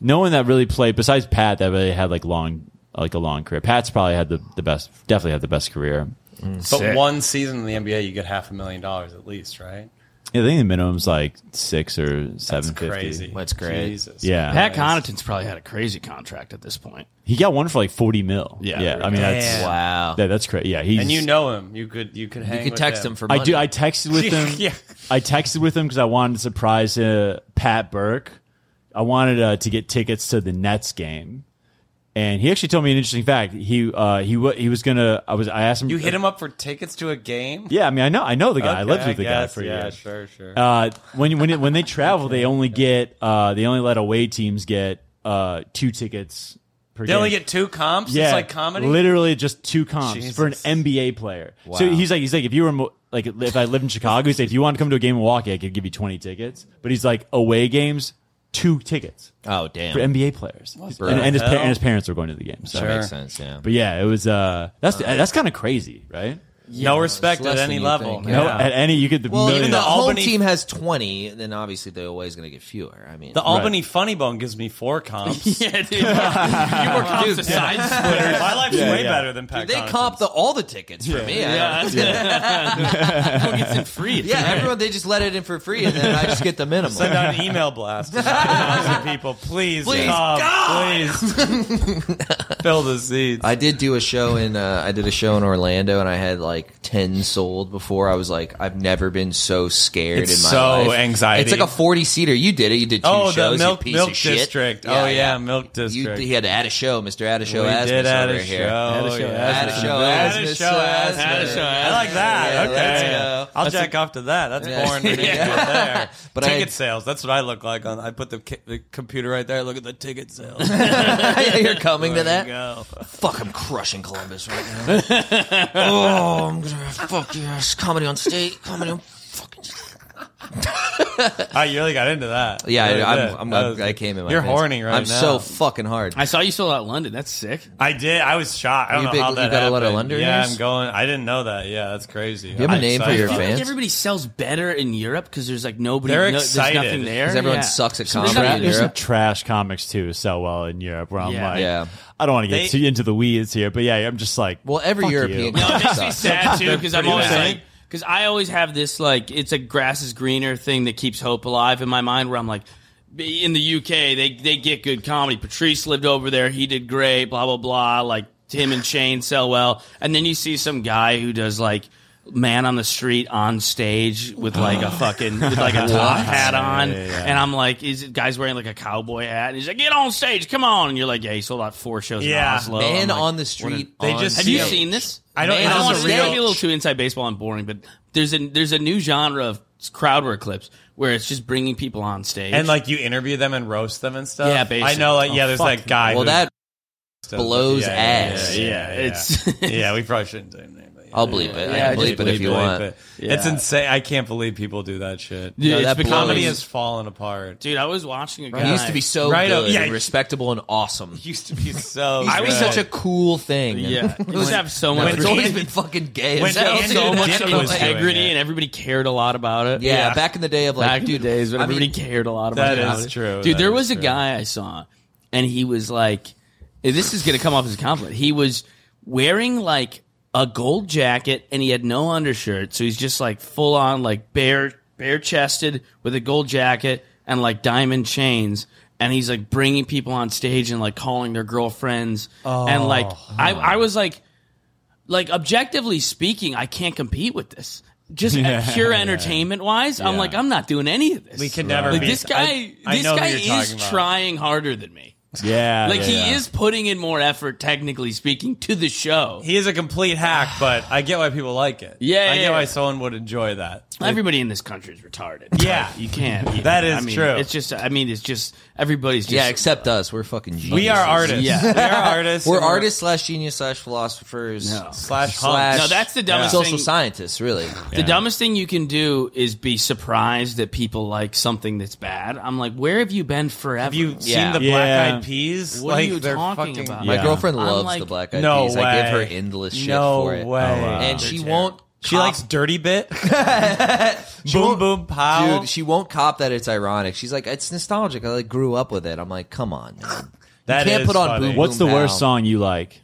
no one that really played besides Pat that really had like long like a long career. Pat's probably had the, the best definitely had the best career.
But
Sick.
one season in the NBA, you get half a million dollars at least, right?
Yeah, I think the minimum's like six or
That's
seven fifty.
crazy.
That's great.
Jesus.
Yeah.
Pat Connaughton's probably had a crazy contract at this point.
He got one for like forty mil.
Yeah.
Yeah. I mean that's
Damn.
Wow.
yeah, that's crazy. Yeah. He's
And you know him. You could you could hang.
You could
with
text him for
I
money.
do I texted with him.
Yeah.
I texted with him because I wanted to surprise uh, Pat Burke. I wanted uh, to get tickets to the Nets game, and he actually told me an interesting fact. He uh, he wa he was gonna. I was I asked him.
You hit him up for tickets to a game.
Yeah, I mean I know I know the guy. I
Okay,
lived with the guy
guess.
for
yeah,
years.
sure, sure.
Uh, when you- when it, when they travel, they only get uh, they only let away teams get uh, two tickets. Per
they
game.
only get two comps. It's like comedy.
Literally just two comps for an
Jesus.
NBA player. So he's like, he's like, if you were mo- like, if I lived in Chicago, he's like, if you want to come to a game in Milwaukee, I could give you twenty tickets. But he's like, away games, two tickets
Oh
for
damn,
NBA players,
the
and, and his pa-
hell?
and his parents were going to the game. So.
that makes sense. Yeah,
But yeah, it was. Uh, that's that's kind of crazy, right?
no respect
it's less
at
than
any
you
level.
think,
yeah.
yeah.
No, at any you get the
Well,
million
even the
The Albany-
home team has twenty, then obviously they're always going to get fewer. I mean,
the Albany Funny Bone gives me four comps.
yeah, dude. You were comps to side splitters.
My life's
Yeah,
way
yeah.
better than Pat.
they
Connaughton's.
comp the, all the tickets for me. I-
Yeah, that's Everyone gets in free.
yeah, everyone they just let it in for free, and then I just get the minimum.
Send out an email blast to thousands of people. Please,
Please,
come, please fill the seats.
I did do a show in uh, I did a show in Orlando and I had like ten sold before. I was like, I've never been so scared
It's
in my
so
life.
anxiety.
It's like a forty seater. You did it. You did two
Oh, the
shows. you
Milk-
piece
Milk
of shit.
District. Oh, yeah, Milk District.
You, he had to add a show, Mister Add a show.
we
Asmus
did add
over
a
here.
show.
show,
yeah.
Add a show.
Add a
Asmus,
show.
Asmus.
Add a show.
Yeah,
I like that.
yeah, let's
okay.
go.
I'll jack off to that. That's
Yeah.
boring to me.
Yeah.
right there.
But
ticket
I-
sales. That's what I look like. On I put the, ki- the computer right there. Look at the ticket sales.
You're coming to that.
Go.
Fuck, I'm crushing Columbus right now. oh, I'm gonna fuck yes. Comedy on state. Comedy on fucking.
Oh, you really got into that.
Yeah,
Really
I,
did.
I'm, I'm,
That was-
I came in. My
You're
pants.
horny right
I'm
now.
so fucking hard.
I saw you sold out London. That's sick.
I did. I was shocked. I don't
You
know
big-
how
you
that
got a
happened.
lot of Londoners?
Yeah, I'm going. I didn't know that. Yeah, that's crazy. You
have a name for your
Do you
Fans?
think everybody sells better in Europe because there's like nobody?
They're
no-
excited.
There's nothing there.
Because everyone
Yeah.
sucks at
Somebody's
comedy
not-
Tra-
in
there's some
Europe.
trash comics too sell well in Europe. Where I'm
Yeah.
like,
Yeah.
I don't want to get
They-
too into the weeds here, but yeah, I'm just like,
Well, every
fuck
European
you.
No, it makes me
Sucks.
sad too because I'm always
bad.
like, because I always have this like it's a grass is greener thing that keeps hope alive in my mind where I'm like. In the UK, they they get good comedy. Patrice lived over there; he did great. Blah blah blah. Like Tim and Shane sell well, and then you see some guy who does like man on the street on stage with like a fucking with like a top hat on, and I'm like, is it guys wearing like a cowboy hat? And he's like, get on stage, come on! And you're like, yeah, he sold out four shows.
Yeah.
in Oslo.
Man
I'm
Oh
like,
on the street.
They
on
just
have you
Yeah.
stage.
seen this?
I don't.
Man,
I
I
don't
on
want
the
want
to
to
real-
get a little too inside baseball and boring, but there's a there's a new genre of crowd work clips where it's just bringing people on stage
And like you interview them and roast them and stuff.
Yeah, basically.
I know. Like yeah, there's
Oh,
that guy.
Well,
who-
that
yeah,
blows
yeah,
ass.
Yeah, yeah, yeah.
It's-
yeah. We probably shouldn't do anything. but yeah.
I'll bleep it. I
Yeah,
can
just
bleep it if you
Bleep
want.
it. It's
Yeah.
insane. I can't believe people do that shit.
Dude,
No,
it's
that
become-
blows.
Comedy has fallen apart.
dude. I was watching a guy.
He used to be so
Right, oh,
good,
yeah.
and respectable, and awesome.
It used to be so.
He used to be
good.
such a cool thing.
yeah. He used to have so
But
much.
it's always been fucking gay.
when
as hell,
Andy
too.
so much
Dick was doing
integrity,
it.
and everybody cared a lot about it.
Yeah,
Yeah.
back in the day of like,
back in
dude,
the days when
I mean,
everybody cared a lot about
That
it.
is true.
dude.
That
there
is
was a
true.
guy I saw, and he was like, "This is going to come off as a compliment." He was wearing like a gold jacket, and he had no undershirt, so he's just like full on, like bare, bare chested with a gold jacket and like diamond chains. And he's like bringing people on stage and like calling their girlfriends.
Oh.
and like, I, I was like, like objectively speaking, I can't compete with this. Just at pure entertainment wise, I'm
Yeah.
like, I'm not doing any of this.
We can never
Like
be-
this guy,
I- I
this
know who
guy
you're
is
talking about.
trying harder than me.
yeah,
Like
yeah,
he
yeah.
is putting in more effort, technically speaking, to the show.
He is a complete hack, but I get why people like it.
Yeah,
I
yeah,
get why
yeah.
someone would enjoy that.
Everybody in this country is retarded.
Yeah.
Like, you can't. you-
That is
I mean,
true.
It's just, I mean, it's just everybody's. Just,
yeah, except us. We're fucking geniuses.
We are artists.
Yeah.
we are artists.
We're
and
artists slash genius slash philosophers
No.
slash
slash
hunks.
No, that's the dumbest
social
thing.
scientists. Really,
The dumbest thing you can do is be surprised that people like something that's bad. I'm like, where have you been forever?
Have you seen
Yeah.
the black
Yeah.
eyed peas?
What are
like
you
they're
talking
fucking-
about?
my
Yeah.
girlfriend
I'm
loves
like,
the black eyed
No
peas. I give her
way.
endless shit
No
for it,
way.
Oh,
and she won't.
She
cop-
likes dirty bit. boom boom pow.
Dude, she won't cop that it's ironic. She's like, it's nostalgic. I like grew up with it. I'm like, come on, man.
That
you can't
is
put on
funny.
Boom
What's the
Boom
worst
Pow.
song you like?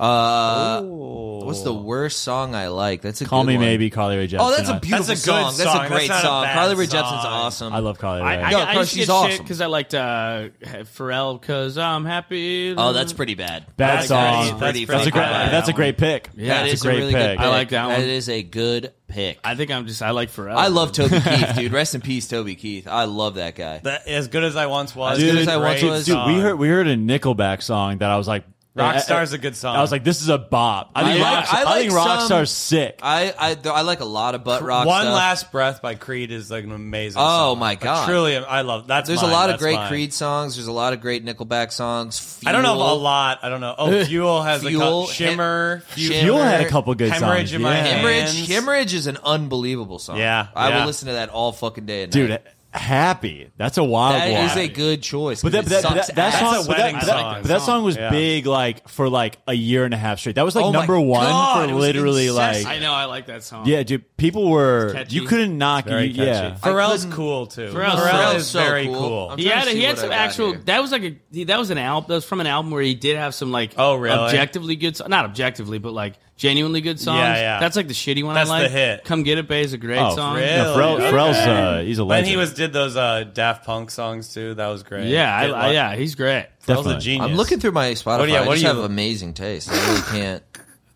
Uh, what's the worst song I like? That's a
Call
good
me
one.
maybe, Carly Rae Jepsen.
Oh, that's a
I-
beautiful
That's a good
song.
song.
That's a
That's
great
not a
song.
bad
Carly Rae Jepsen's
song.
awesome.
I love Carly Rae.
I, I,
No,
I
Chris,
used to
she's
get
awesome.
because I liked uh, Pharrell because I'm happy.
oh, that's pretty bad.
That's
Bad song.
pretty-
That's
pretty
a great.
bad. I like
That's a
that
great pick.
Yeah,
that's
is
a great
really good
pick.
pick.
I like that one.
That is a good pick.
I think I'm just I like Pharrell.
Oh.
I love Toby Keith, dude. Rest in peace, Toby Keith. I love that guy.
That- as good as I once was.
As good
is
as I once
great
was.
Dude, we
song.
heard we heard a Nickelback song that I was like, eh,
Rockstar's a good song.
I was like, this is a bop. I think,
I like-
Rockstar,
I like
think
some-
Rockstar's sick.
I I, th- I like a lot of butt rock.
One
stuff.
Last Breath by Creed is like an amazing
Oh,
song.
my
I
God.
truly, I love that's
There's
mine,
a lot of
that's
great
mine.
Creed songs. There's a lot of great Nickelback songs.
I don't know if
Fuel.
a lot. I don't know. Oh, Fuel has a
Fuel,
couple. Shimmer. Fuel.
Shimmer.
Fuel had a couple good
Hemorrhage
songs.
in my
yeah.
hand.
Hemorrhage.
Hands.
Hemorrhage is an unbelievable song.
Yeah,
I
yeah.
will listen to that all fucking day and night.
Dude, happy. That's a wild one.
That is a good choice.
But that,
'cause
that,
it
that,
sucks
that,
ass.
song,
a
but that,
wedding
that-
song.
but that song was
Yeah.
big, like for like a year and a half straight. That was like
Oh my
number one
God, it
for
was
literally
incessant.
like,
I know. I like that song.
yeah, dude. People were
catchy.
you couldn't knock, you,
Very
yeah.
catchy. Pharrell's
couldn't-
cool too.
Pharrell's
Pharrell
so-
is
so
very
cool.
cool.
I'm
He
trying
had,
to see
he had
what I
some
got
actual.
here.
That was like a. he- That was an album. That was from an album where he did have some like.
Oh, really?
Objectively good. so- Not objectively, but like genuinely good songs.
Yeah, yeah.
That's like the shitty one.
That's
I like.
the hit.
Come get it, Bay is a great
Oh,
song.
no,
really?
Pharrell,
Okay.
Pharrell's uh, he's a legend.
And he was did those uh, Daft Punk songs too. That was great.
Yeah, I,
Get
I-
Lucky.
yeah, he's great.
Pharrell's
Definitely.
a genius.
I'm looking through my Spotify.
What do you-
I
what do
just
you-
have amazing taste. I really can't.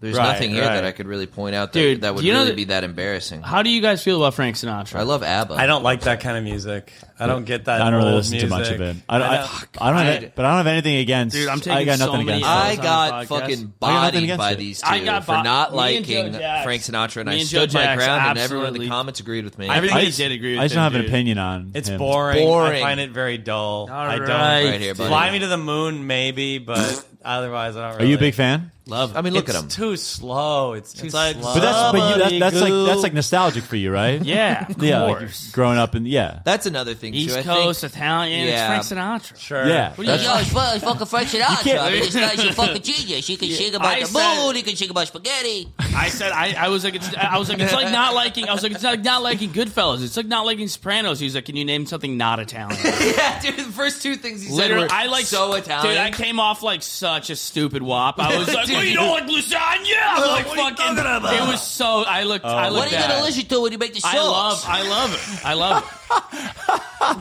There's
Right,
nothing here
right.
that I could really point out that,
Dude,
that would
you know
really
that-
be that embarrassing.
How do you guys feel about Frank Sinatra?
I love ABBA.
I don't like that kind of music. I don't get that.
I don't really
old
listen to much of it.
music.
I don't. I, I don't have,
I-
but I don't have anything against.
Dude, I'm
I
taking
got
so
nothing
many
against. that.
shots.
I
on
got
the podcast.
fucking
I got nothing
bodied
against
by
it.
these two
I got
for
bo-
not
me and Joe
liking
Jacks.
Frank Sinatra, and
Me
I
and Joe
stood my
Jacks,
ground, and everyone in
absolutely.
the comments agreed with me.
I think
I
he
just-
did agree. With
I just
him,
don't have an
dude.
opinion on.
It's
him.
boring. I
Boring.
find it very dull.
All
I don't.
right.
Right here, buddy.
Fly me to the moon, maybe, but otherwise, I don't.
Are
Really.
you a big fan?
love. I mean, look
it's
at him.
Too slow. It's too
It's like-
slow.
But that's but you, that, that's like that's like nostalgic for you, right?
Yeah, of
yeah. Like
course.
growing up in yeah,
That's another thing too. I
East
think-
Coast Italian.
Yeah.
It's Frank Sinatra.
sure.
yeah.
What do you
That's-
Yo, Oh, it's fucking, fucking Frank Sinatra.
can't-
I mean, this guy's a fucking genius. He can sing about
I
the
said-
moon. He can sing about spaghetti.
I said I, I was like it's, I was like it's like not liking I was like it's like not liking Goodfellas. It's like not liking Sopranos. He's like, can you name something not Italian?
yeah, dude. The first two things he said
Literally,
were
I like
so Italian.
Dude, I came off like such a stupid wop. I was like,
Dude,
well, you don't like lasagna? I'm like,
what are you
fucking.
talking about?
It was so. I looked. I looked
Uh, What are you
at
gonna
it.
listen to when you make the show?
I love. I love it. I love it.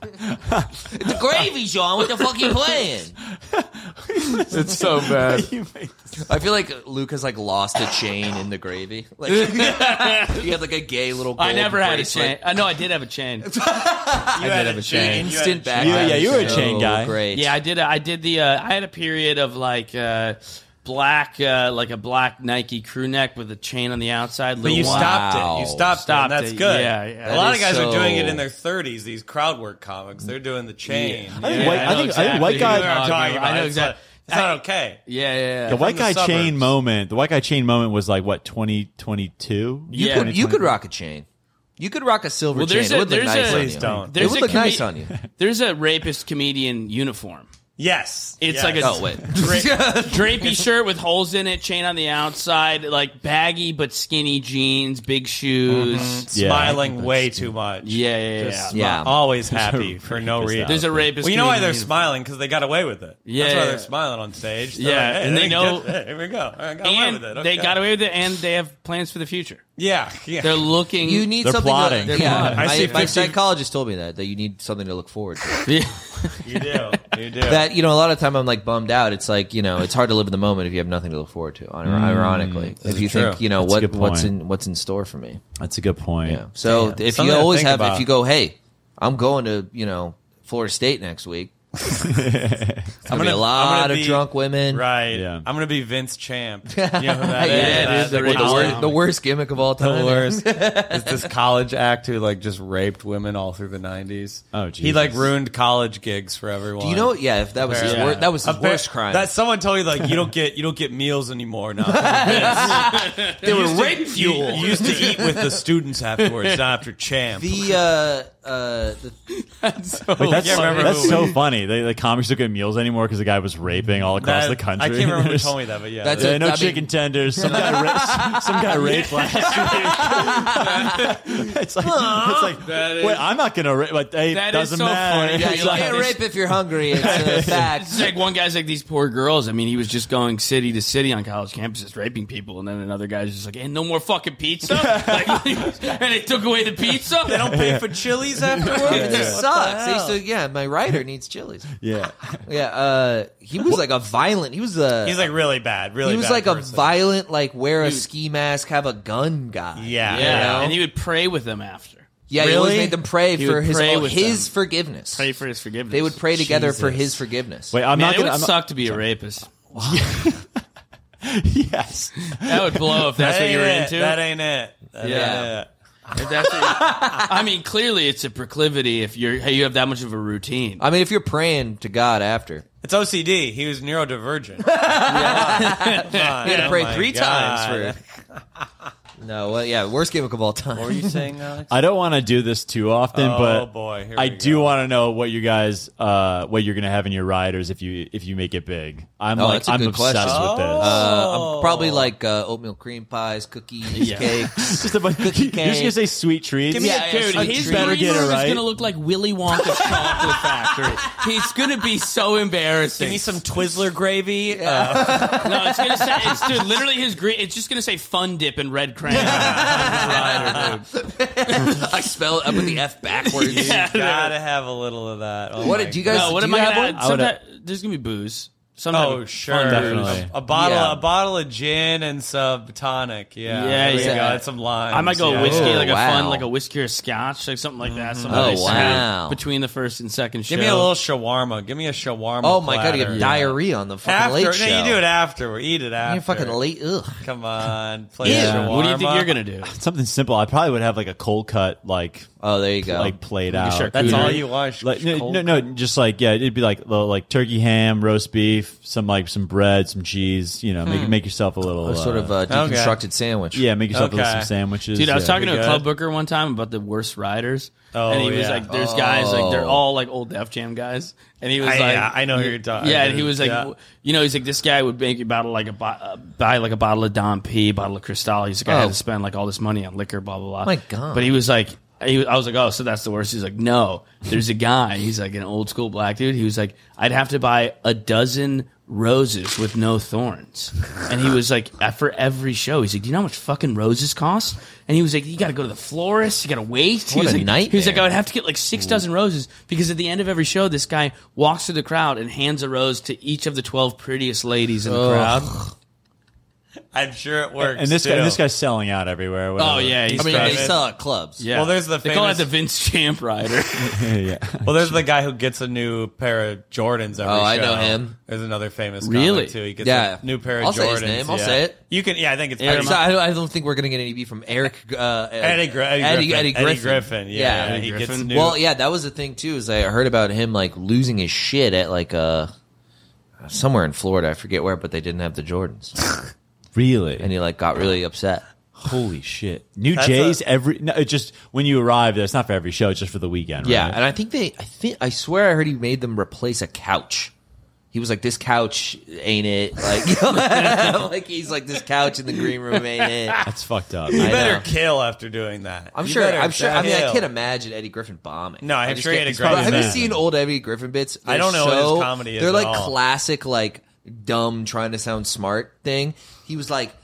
the gravy, John. What the fuck you playing?
It's so bad.
I feel like Luke has like lost a chain in the gravy. Like you had like a gay little.
I
gold
never had a
bracelet.
chain. I know I did have a chain.
You had a chain. You had a
Instant back.
Yeah, yeah, you were a
So
chain guy.
Great.
Yeah, I did. I did the. Uh, I had a period of like. Uh, Black, uh, like a black Nike crew neck with a chain on the outside.
But you
little one.
stopped it.
Wow.
You stopped,
Stopped
it. and That's
it.
good.
Yeah,
A
yeah.
lot
That
of
is
guys are doing
so-
it in their 30s. These crowd work comics, they're doing the chain.
I think
Yeah,
white,
I
I,
know
think, I think white
exactly.
guy.
You know what I'm talking
I know
about. It's
exactly.
not- It's not okay.
Yeah, yeah.
the
yeah.
white
the
guy chain
suburbs.
moment. The white guy chain moment was like what 2022.
Yeah.
You could, you could rock a chain. You could rock a silver
Well, there's
chain.
a-
it would look
there's
nice
a-
on
Please
you.
don't.
There's
it would
a
look
comi-
nice on you.
There's a rapist comedian uniform.
Yes.
It's
Yes.
like a
Oh wait.
drapey shirt with holes in it, chain on the outside, like baggy but skinny jeans, big shoes.
Yeah.
smiling way too much.
Yeah, yeah, yeah.
Mm-hmm. Just
yeah.
Yeah.
smi- always happy for no reason.
There's a rapist.
Well, you know why they're
comedian uniform.
smiling because they got away with it.
Yeah,
that's why
yeah.
they're smiling on stage. They're
Yeah,
like, hey,
and they know-
Hey, here we go. All right, got away
And
with it.
they
Okay.
got away with it, and they have plans for the future.
Yeah, yeah.
They're looking.
You need
They're
something.
plotting.
To,
They're
yeah,
plotting. I
my,
see
my
50
psychologist told me that that you need something to look forward to.
you do. You do.
That you know, a lot of time I'm like bummed out. It's like you know, it's hard to live in the moment if you have nothing to look forward to. ir- Ironically, if you
true.
think you know
That's a
what
good
what's
point.
in what's in store for me.
That's a good point.
Yeah. So
Something
if
to
you always
think
have,
about.
if you go, hey, I'm going to you know Florida State next week. It's gonna
I'm
be
gonna-
a
I'm
lot
gonna
of
be-
drunk women.
Right.
Yeah.
I'm gonna be Vince Champ. You know who that
Yeah,
is?
dude,
That-
the worst-
The,
college-
wor- the worst gimmick of all time.
the worst. it's this college act who like just raped women all through the '90s.
Oh,
he like
Jesus.
ruined college gigs for everyone.
Do you know? Yeah, if that was his
Yeah.
wor- that was his
Appa-
worst crime.
That someone told you like you don't get you don't get meals anymore now. they were rape fuel. You, used to eat with the students afterwards, not after champ.
the uh, uh, the
Wait, that's
Yeah, Oh, remember
that's
who-
so funny. The, the comics don't get meals anymore because the guy was raping all across
That-
the country.
I can't remember who
There's-
told me that, but yeah,
That's
that-
Yeah, no
I mean-
chicken tenders. Some guy, ra- some guy raped last week. it's like, it's like
That is-
wait, I'm not gonna rape. Like, hey,
That is
doesn't
so
matter.
funny.
yeah,
It's
you
like-
can't rape if you're hungry. It's a fact.
It's like one guy's like these poor girls. I mean, he was just going city to city on college campuses, raping people, and then another guy's just like, "And no more fucking pizza!" like, and they took away the pizza.
they don't pay for Chili's afterwards.
It just sucks. They used to- yeah, my writer needs chilies.
yeah,
Yeah, uh, he was like a violent. He was a.
He's like really bad. Really,
he was
bad
like
person.
a violent, like wear a ski mask, have a gun guy.
Yeah.
yeah,
know?
and he would pray with them after.
yeah. He always
Really?
made them pray
He
for
would
his
pray with
his
them.
forgiveness.
Pray for his forgiveness.
They would pray together for
Jesus.
his forgiveness.
wait, I'm
Man,
not
it would
gonna. I'm
suck to be a rapist.
Not, yes,
That would blow if that's
That
what you were
ain't it.
into.
That ain't it. That
Yeah.
ain't it.
If that's what you- I mean, clearly it's a proclivity if you're hey, you have that much of a routine.
I mean, if you're praying to God after,
It's OCD. He was neurodivergent.
you had to pray three times for. No, well, yeah, worst game of all time.
What were you saying, Alex?
I don't want to do this too often,
Oh,
but
boy, here
I
we
do want to know what you guys, uh, what you're gonna have in your riders if you if you make it big. I'm
Oh,
like
that's a
I'm
good
obsessed
question.
with this.
Uh, I'm
Oh.
probably like uh, oatmeal cream pies, cookies,
Yeah.
cakes.
Just a bunch. You're
Cookie
just
cake.
gonna say sweet treats.
Give me a Yeah,
Dude,
I
his
better
green
get it
room is
right.
gonna look like Willy Wonka's chocolate factory. He's gonna be so embarrassing.
Give me some Twizzler gravy.
No, it's gonna say it's dude, literally his green. It's just gonna say Fun Dip and Red Crayon.
I spell it. I put the F backwards.
Yeah,
Uh, gotta have a little of that. Oh
What
my
did you guys?
No, what
do
am
you
I
have
gonna
one?
add?
I would-
Sometime- there's gonna be booze. Some type
Oh
of
sure,
Definitely.
a bottle,
Yeah.
a bottle of gin and some tonic. Yeah,
Yeah,
there you
yeah.
go. That's some lime.
I might go
yeah.
whiskey,
Oh,
like a
wow.
fun, like a whiskey or scotch, like something like that. Something
Oh,
nice to have
wow.
Between the first and second show,
Give me a little shawarma. Give me a shawarma.
Oh my god, you
platter.
have diarrhea on the fucking
After,
late
no,
show.
you do it after. We eat it after.
You're fucking late. Ugh.
Come on, play
Yeah.
shawarma.
What do you think you're gonna do?
Something simple. I probably would have like a cold cut, like
Oh, there you go.
like played out.
charcuterie.
That's
Dude.
all you want.
Like no,
cold
no, no, just like yeah, it'd be like little, like turkey ham, roast beef, some like some bread, some cheese. You know, make make yourself a little
a sort
uh,
of a
okay.
deconstructed sandwich.
yeah, make yourself a little,
Okay.
some sandwiches.
Dude, I was
yeah.
talking to a
Pretty
club
good.
booker one time about the worst riders,
Oh,
and he was
yeah.
like, "There's guys like they're
Oh.
all like old Def Jam guys," and he was
I-
like,
yeah, I know who you're talking-
Yeah, and he was like,
Yeah.
w- you know, he's like, this guy would make you bottle like a bo- uh, buy like a bottle of Dom P, bottle of Cristal. He's like, I
Oh.
had to spend like all this money on liquor, blah blah blah.
My God.
But he was like. He was, I was like, oh, so that's the worst. He's like, no, there's a guy. He's like an old school black dude. He was like, I'd have to buy a dozen roses with no thorns. And he was like, at- for every show, he's like, do you know how much fucking roses cost? And he was like, you got to go to the florist. You got to wait. he
What
was
a
like, He was like,
nightmare.
I would have to get like six dozen roses because at the end of every show, this guy walks through the crowd and hands a rose to each of the 12 prettiest ladies in
Oh,
the crowd.
I'm sure it works.
and this
too.
guy, this guy's selling out everywhere.
Oh,
whatever.
yeah. He's
I mean,
crazy.
they sell at clubs.
yeah.
Well, there's the
They call it
famous-
the Vince Champ Rider.
yeah.
Well, there's the guy who gets a new pair of Jordans every
Oh,
show.
I know him.
There's another famous
Really?
comic too. He gets
Yeah.
a new pair of
I'll
Jordans.
say his name. I'll
yeah.
say it.
You can. Yeah, I think it's.
I'm sorry, I, don't, I don't think we're gonna get any beef from Eric. Uh,
Eddie, Gri- Eddie,
Eddie,
Griffin.
Eddie Griffin.
Yeah,
Yeah.
he gets
Griffin.
new.
Well, yeah, that was the thing too. Is I heard about him like losing his shit at like uh somewhere in Florida. I forget where, but they didn't have the Jordans,
Really?
and he like got really upset.
Holy shit! New
That's
Jays
a-
every no, it just when you arrive. It's not for every show. It's just for the weekend.
Yeah,
right?
and I think they, I think, I swear, I heard he made them replace a couch. He was like, "This couch ain't it." Like, like he's like, "This couch in the green room ain't it."
that's fucked up. oh,
you
I
better
know.
kill after doing that.
I'm
You
sure.
better
I'm sure. I mean, I
kill.
can't imagine Eddie Griffin bombing.
No, I'm
I just
sure he
can't-
had a great
But Have you
man.
seen old Eddie Griffin bits?
I don't know what
They're
his
so-
comedy is
They're
at
like
all.
classic, like dumb, trying to sound smart thing. He was like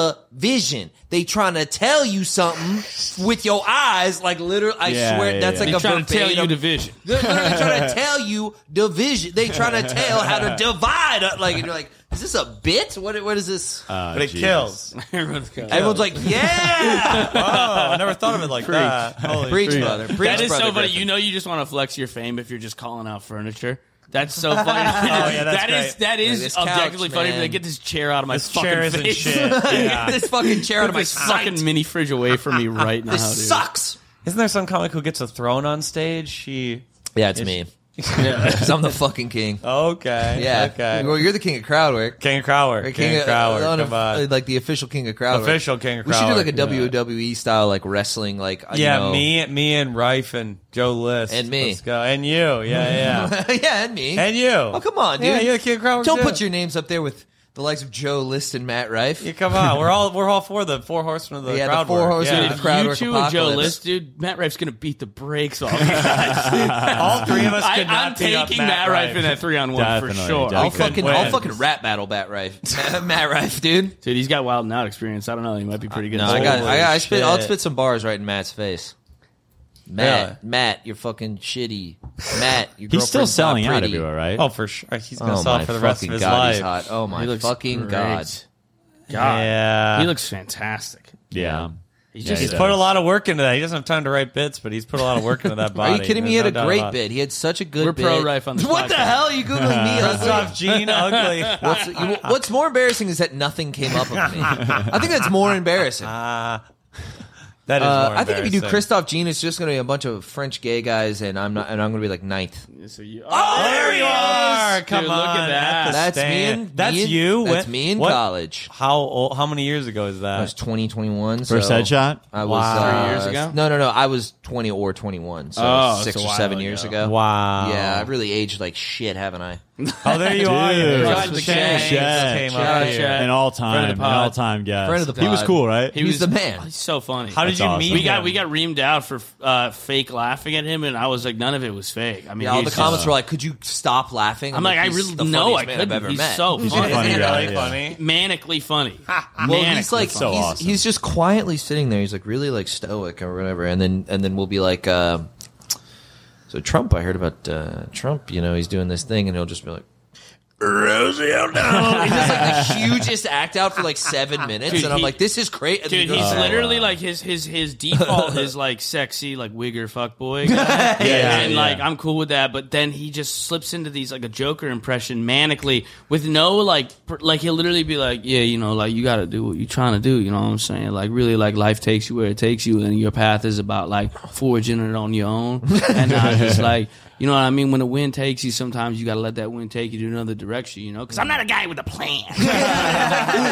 television. They trying to tell you something with your eyes. Like literally, I
Yeah,
swear
yeah,
that's
yeah.
like
He's
a
trying to tell you
verbatim-
division.
They're literally trying to tell you division. They trying to tell how to divide. uh, Like and you're like, is this a bit? What? What is this?
Uh,
But it
Jesus.
kills.
Everyone's got-
Everyone's like, yeah,
Oh, I never thought of it like that. Holy
preach,
shit.
brother. Preach,
That is
brother
so funny.
Griffin.
You know, you just want to flex your fame if you're just calling out furniture. That's so funny. oh,
that's
yeah, that is
great.
that is
This couch,
objectively funny.
man.
Like, get this chair out of my
This
fucking
chair isn't
face.
shit.
Get
Yeah.
this fucking chair out
Put
of my
this fucking
sight.
mini fridge away from me right now.
This
dude.
sucks.
Isn't there some comic who gets a throne on stage? She.
Yeah, it's me. Because I'm the fucking king.
Okay.
Yeah. Well,
Oh, Okay.
you're the king of Crowdwork.
King of Crowder. King, of Crowder.
uh,
Come on.
uh, Like the official king of Crowdwork.
Official king of
We should do like a
Crowdwork, yeah.
WWE style, like wrestling, like uh, you
yeah,
know-
me, me, and Rife and Joe List
And me.
Let's go. And you. Yeah, yeah.
yeah, and me.
and you.
oh, come on, dude.
Yeah, you're the king of Crowdwork.
Don't
too.
put your names up there with the likes of Joe List and Matt Rife.
Yeah, come on, we're all we're all for the four horsemen of the
Yeah, the
crowd
four
work.
horsemen
Dude,
Yeah.
of
if
Crowd
you
work
two and Joe
apocalypse.
List, dude, Matt Rife's gonna beat the brakes off. you guys.
All three of us
I,
could not
I'm
beat up
taking
Matt
Matt Rife
Rife.
in that three on one for
Definitely,
sure.
definitely.
I'll
We couldn't
fucking,
win.
I'll fucking rap battle Matt Rife. Matt Rife, dude.
Dude, he's got wild and out experience. I don't know. He might be pretty good.
No, I got, I got, I spit, I'll spit some bars right in Matt's face. Matt, Matt, you're fucking shitty. Matt, your
He's still
girlfriend's not
selling out
pretty.
everywhere, right?
Oh, for sure. He's gonna
Oh
sell
my
for the rest of
fucking
his
god,
life.
he's hot. Oh my
He looks
fucking
great.
god.
God,
Yeah.
he looks fantastic.
yeah.
He's
Yeah,
just
He's
he
put
does.
a lot of work into that. He doesn't have time to write bits, but he's put a lot of work into that body.
Are you kidding me? He
There's
had
no
a
doubt
great
about it.
bit. He had such a good
We're
bit.
pro-Rife on this
What the
podcast.
hell? You googling me? I was
First
like,
off, Gene Ugly.
what's, you- what's more embarrassing is that nothing came up of me. I think that's more embarrassing.
That is
Uh,
more
I think if you do
embarrassing.
Christoph Jean, it's just going to be a bunch of French gay guys, and I'm not, and I'm going to be like ninth.
So you,
Oh, there you are! Come
Dude,
on,
look at that.
the
That's me
stand.
in-
that's
me in-
you.
that's
When-
me in
what-
college.
How old, How many years ago is that?
I was 20, 21.
First
so
headshot?
I was
Wow.
uh,
Three years ago?
No, no, no. I was 20 or 21, so
Oh,
six
that's a
or
while
seven years
ago.
ago.
Wow.
Yeah, I've really aged like shit, haven't I?
Oh, there you are.
Dude.
Josh
Josh
the
Shank.
Shank
Shank.
came
Shank.
up
Shank.
here.
An all time,
Friend of
an
the pod.
all time guest.
Friend of the
He was
pod.
cool, right?
He's the man.
Oh, He's so funny.
How did
That's
you
awesome.
meet?
We
we got
him?
we got reamed out for uh, fake laughing at him, and I was like, none of it was fake. I mean,
Yeah, all the
he's uh,
comments
just-
were like, "Could you stop laughing?"
I'm like, I
"He's
really
the
no, I
funniest man I've
couldn't.
ever
he's
met."
so funny.
funny
Really
guy, yeah.
funny.
manically funny.
Well,
Manically
he's like,
funny.
so
he's,
awesome.
he's just quietly sitting there. He's like really like stoic or whatever, and then and then we'll be like, uh, so Trump. I heard about uh, Trump. You know, he's doing this thing, and he'll just be like. Rosie O'Donnell. He's just like the hugest act out for like seven minutes,
Dude,
and I'm
he-
like, "This is great." And
Dude,
then he
he's
goes-
literally like his his his default is like sexy, like wigger fuck boy. guy.
Yeah,
and
yeah.
like I'm cool with that, but then he just slips into these like a Joker impression manically with no like pr- like he'll literally be like, yeah, you know, like you got to do what you're trying to do. You know what I'm saying? Like really, like life takes you where it takes you, and your path is about like forging it on your own, and not just like. You know what I mean? When the wind takes you, sometimes you gotta let that wind take you to another direction. You know, because I'm not a guy with a plan.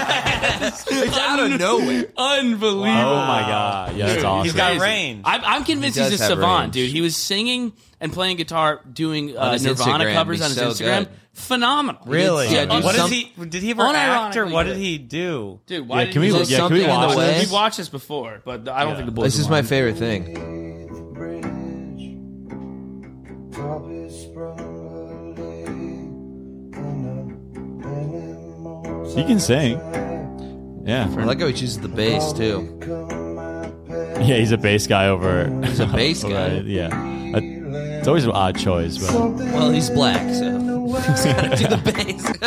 it's out of nowhere.
Unbelievable.
Oh my god. Yeah, that's awesome.
He's got range.
I'm, I'm convinced
He does
he's a
have
savant,
range.
dude. He was singing and playing guitar, doing uh,
his
Nirvana
Instagram,
covers
he's
on his
so
Instagram.
good.
Phenomenal.
Really?
Yeah,
Yeah,
dude,
dude,
What
some-
is
some-
he? Did he ever act or
Unironically
what
good.
did he do?
dude, why
Yeah,
did
can we,
you-
Is there
yeah, can we
something in the
watch
way?
this?
We've watched this before, but I don't
Yeah.
think the boys.
This is my
mind.
favorite thing.
He can sing. Yeah.
I like how he chooses the bass too.
Yeah, he's a bass guy over. He's
a bass guy.
yeah. Uh, It's always an odd choice, but
Well, he's black, so he's gotta do the bass.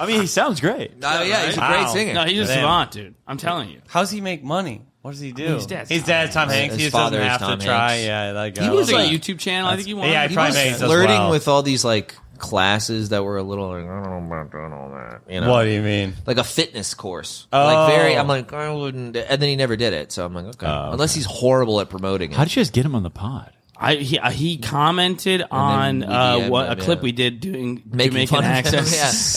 I mean, he sounds great.
Oh yeah, he's a
Wow.
great singer.
No, he's a
Damn.
savant, dude. I'm telling you.
How does he make money? What does he do?
his dad's
His dad's Tom Hanks.
His
he just doesn't
father is
have
Tom
to try.
Hanks.
Yeah, that guy.
He was
like-
a YouTube channel. I think he won.
yeah, he
He
probably
was-
made it as
flirting
well.
with all these like classes that were a little like I don't know about doing all that. You know,
What do you mean?
like a fitness course.
Oh. Oh,
Like very, I'm like I wouldn't, and then he never did it. So I'm like, okay, unless he's horrible at promoting it.
How did you guys get him on the pod?
I, he, uh, he commented
then
on
we
uh,
DM'd
what, a
him,
clip
yeah.
we did doing
Making
Jamaican
fun of him,
accents,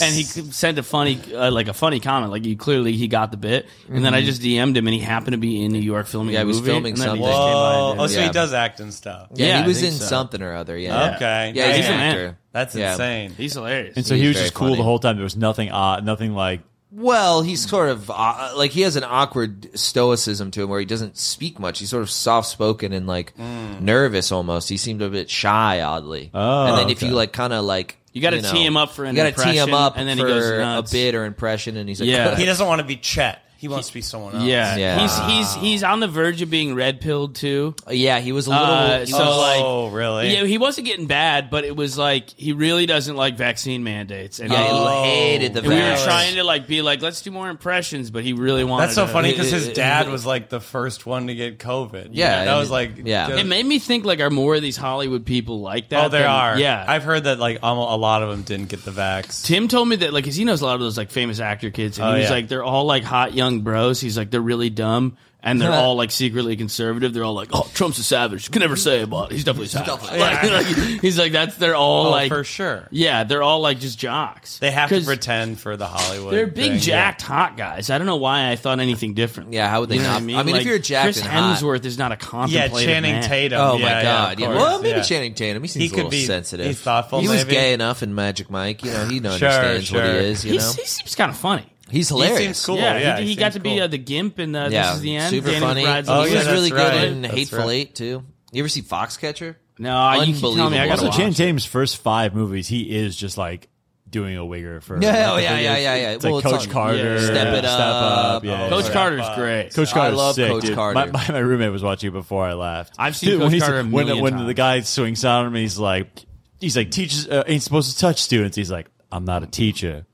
yeah.
and he c- sent a funny uh, like a funny comment. Like he clearly he got the bit, and then I just DM'd him, and he happened to be in New York
Mm-hmm.
filming.
Yeah,
a
he was
movie,
filming
and then he
something.
just came by and
Whoa!
did it.
Oh, so
Yeah.
he does act and stuff.
yeah,
Yeah, I
he was
think
in
so.
something or other. Yeah,
Okay.
yeah, he's
Damn.
an actor.
That's
Yeah.
insane.
He's hilarious.
And so
He's
he was
very
just cool
funny.
the whole time. There was nothing odd, nothing like.
Well, he's sort of uh, like he has an awkward stoicism to him where he doesn't speak much. He's sort of soft spoken and like
Mm.
nervous almost. He seemed a bit shy, oddly.
Oh,
and then if
okay.
you like kind of like
You gotta
know,
tee him up for an
you gotta tee
impression,
him up
and then he
for
goes nuts.
a bit or impression, and he's like,
Yeah.
He doesn't want to be Chet. He wants to be someone else.
Yeah.
Yeah.
he's he's he's on the verge of being red pilled too.
yeah, he was a little
Uh,
he
so
was-
Oh,
like,
really?
Yeah, he wasn't getting bad, but it was like he really doesn't like vaccine mandates, and,
Yeah,
he-
Oh.
he hated the
and we were
vax.
trying to like be like, let's do more impressions, but he really wanted.
That's so
to-
funny because his
it-
dad was like the first one to get COVID.
Yeah,
that
and-
was like
yeah.
just-
It made me think like, are more of these Hollywood people like that?
oh, there
than-
are.
Yeah,
I've heard that like almo- a lot of them didn't get the vax.
Tim told me that like, cause he knows a lot of those like famous actor kids, and
Oh,
he was
yeah.
like, they're all like hot young bros. He's like, they're really dumb, and they're all like secretly conservative. They're all like, oh, Trump's a savage. Can never say about. It. He's definitely a savage. Like, like, he's like, that's they're all
oh,
like,
for sure.
yeah, they're all like just jocks.
They have to
'Cause
pretend for the Hollywood.
They're big
thing.
jacked hot guys. I don't know why I thought anything different.
Yeah, how would they
You know
not-
what I mean,
I mean, if
Like,
you're jacked
Chris
and hot-
Hemsworth is not a
Yeah,
contemplative
Channing
man.
Tatum.
Oh
Yeah,
my
yeah,
god!
of
Yeah,
course,
well, maybe
yeah.
Channing Tatum. He seems
He
a little
could be-
sensitive.
he's thoughtful,
He was
maybe.
gay enough in Magic Mike. You know, he
Sure,
understands what
sure.
he is. You
He's-
know,
he seems kind of funny.
he's
He
hilarious.
seems cool.
Yeah,
Yeah,
he, he got to be uh, the Gimp in uh,
yeah,
This Is the End.
super
Danny
funny.
McBride's
Oh,
little
he
yeah,
was
that's
really
right.
good in
That's
Hateful
right.
Eight too. You ever see Foxcatcher?
No, you keep telling me I
Unbelievable.
gotta
Also,
watch.
Channing Tatum's first five movies, he is just like doing a wigger for.
Yeah, oh,
like,
yeah, yeah, yeah, yeah.
It's like
Well, it's
Coach
on-
Carter,
yeah.
Step It
Step
Up.
Up, yeah,
Coach
yeah.
Carter's
Uh,
great.
Coach
I
Carter's
love
sick,
Coach
dude.
Carter.
My, my, my roommate was watching it before I left.
I've seen Coach
when he's-
Carter a
when,
million
when the
times.
guy swings out on me, he's like, he's like, teachers uh, ain't supposed to touch students. He's like, I'm not a teacher.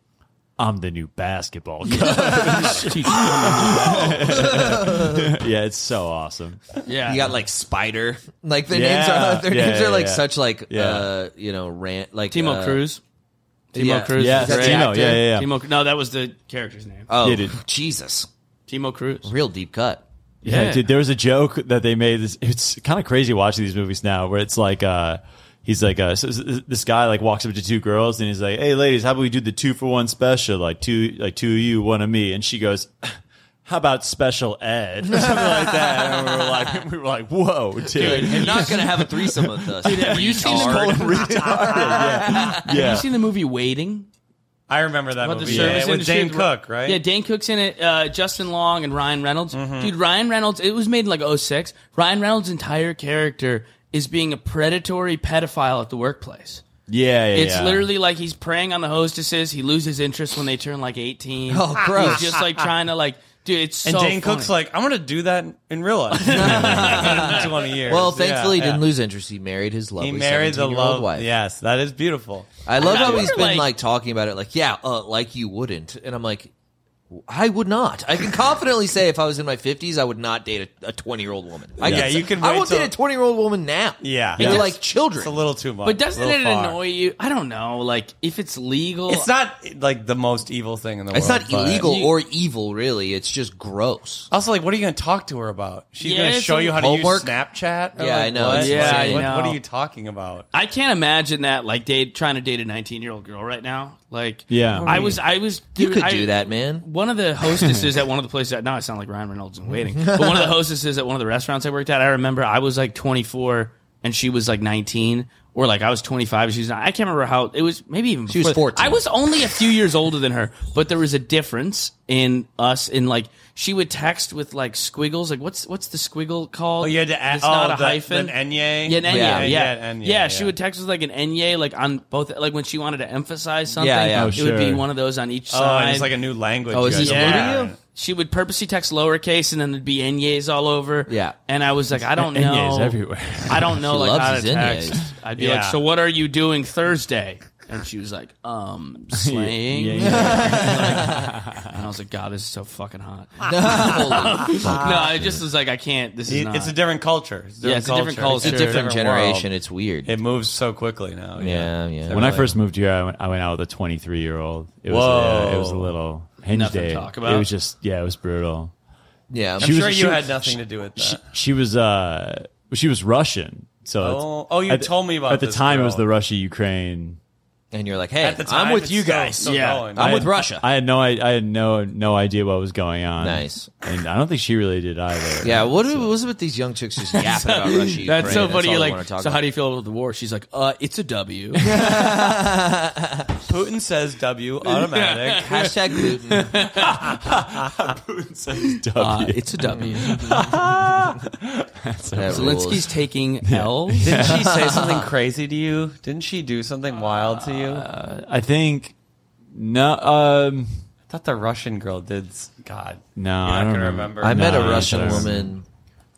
I'm the new basketball coach. yeah, it's so awesome.
yeah,
You got like Spider. Like their
Yeah.
names are their
Yeah,
names
yeah,
are like
yeah.
such like
Yeah.
uh you know rant like
Timo
uh,
Cruz. Timo
yeah.
Cruz.
Yeah,
was great
Timo,
actor.
yeah, yeah, yeah.
Timo. No, that was the character's name.
Oh
Yeah, dude.
Jesus,
Timo Cruz.
real deep cut.
Yeah.
Yeah.
dude. There was a joke that they made. This, it's kind of crazy watching these movies now, where it's like, uh, he's like, uh, so so this guy like walks up to two girls and he's like, "Hey, ladies, how about we do the two for one special? Like two, like two of you, one of me." And she goes, "How about special ed?" Or something like that. And we were like, we were like, "Whoa, dude,
Dude, you're not gonna have a threesome with us. Dude, have you seen the
Retard.
movie-
Retard, yeah.
Have
Yeah.
you seen the movie Waiting?
I remember that
About the
movie
service
yeah, with
industry
Dane
with-
Cook, right?
Yeah, Dane Cook's in it. Uh, Justin Long and Ryan Reynolds. Dude, Ryan Reynolds. It was made in like 06. Ryan Reynolds' entire character is being a predatory pedophile at the workplace.
Yeah, yeah,
It's
yeah.
literally like he's preying on the hostesses. He loses interest when they turn like 18.
Oh, gross.
He's just like trying to like, dude, it's
and
so
Dane
funny.
Cook's like, I'm gonna do that in real life. in 20 years.
Well,
Yeah,
thankfully, he
yeah.
didn't lose interest. He married his lovely
He married the
17-year-old
love.
wife.
Yes, that is beautiful.
I love
I
how
wonder,
he's been
like-
like, talking about it, like yeah, uh, like you wouldn't, and I'm like, I would not. I can confidently say if I was in my 50s, I would not date a 20 year old woman. I
Yeah,
can,
you can
I
wait
won't
till-
date a 20 year old woman now.
Yeah.
they're
Yeah.
like children.
It's a little too much.
But doesn't
a little
it
far.
annoy you? I don't know. Like if it's legal,
It's not like the most evil thing in the
it's
world.
not
but-
illegal
You-
or evil, really. It's just gross.
Also, like, what are you going to talk to her about? She's
Yeah,
going to
it's
show
a-
you how to
Homework?
use Snapchat. Or,
Yeah,
like,
I know.
What?
It's Yeah,
Like,
I
what,
know.
what are you talking about?
I can't imagine that. Like they trying to date a 19 year old girl right now. Like
Yeah.
I was I was
You
dude,
could
I-
do that, man.
One of the hostesses at one of the places that now I sound like Ryan Reynolds in waiting. But one of the hostesses at one of the restaurants I worked at, I remember I was like 24 and she was like 19, or like I was 25 and she was not. I can't remember how it was. Maybe even
She was
before-
14.
I was only a few years older than her, but there was a difference in us. In like she would text with like squiggles. Like what's what's the squiggle called?
Oh, you had to add
It's not
oh,
a
the,
hyphen.
the Enye?
Yeah, E an enye. Yeah, yeah, yeah,
Enye,
She would text us like an enye, like on both, like when she wanted to emphasize something.
Yeah, yeah. Oh,
it would be
sure.
one of those on each
Oh,
side.
and it's like a new language.
Oh, is
you
this
had to
alluding
learn.
you?
she would purposely text lowercase, and then there'd be enyes all over.
Yeah.
and I was like, I don't know.
Enye's everywhere.
I don't know
She
like
loves
how to
his
text.
enyes.
I'd be like,
Yeah.
so what are you doing Thursday? And she was like, um, slaying.
Yeah, yeah.
And I was like, God, this is so fucking hot.
Holy
no,
fuck.
I just was like, I can't. This is
It-
not.
It's a different culture. It's a
Yeah, it's a different
It's a
culture.
different
world.
generation. It's weird.
It moves so quickly now.
yeah, yeah.
When I first moved here, I went, I went out with a 23 year old. It was
Whoa.
yeah, it was a little hinge
Nothing to
day.
talk about.
It was just yeah, it was brutal.
yeah,
I'm
She was-
sure
she
you
was-
had nothing to do with that.
She, she was uh she was Russian. So it's-
Oh, oh, you
at the-
told me about
At the
this
time, it was
girl.
the Russia Ukraine.
and you're like, hey,
At the time,
I'm with
it's
you
still-
guys.
still
Yeah.
going.
I'm
I
with
had-
Russia.
I had no I, I had no no idea what was going on.
Nice.
and I don't think she really did either.
Yeah, what was it with these young chicks just yapping about Russia? Ukraine?
That's so funny.
all
You're
they
like,
wanna
so
talk
how
about.
do you feel about the war? She's like, uh, it's a W.
Putin says W automatic.
Hashtag gluten.
Uh, it's a W. Zelensky's taking L.
Didn't she say something crazy to you? Didn't she do something wild to you? I
I think no um
thought the Russian girl did. s- God,
no
You're
I
not
don't
gonna
remember.
remember.
I met
No,
a
don't
Russian
remember.
woman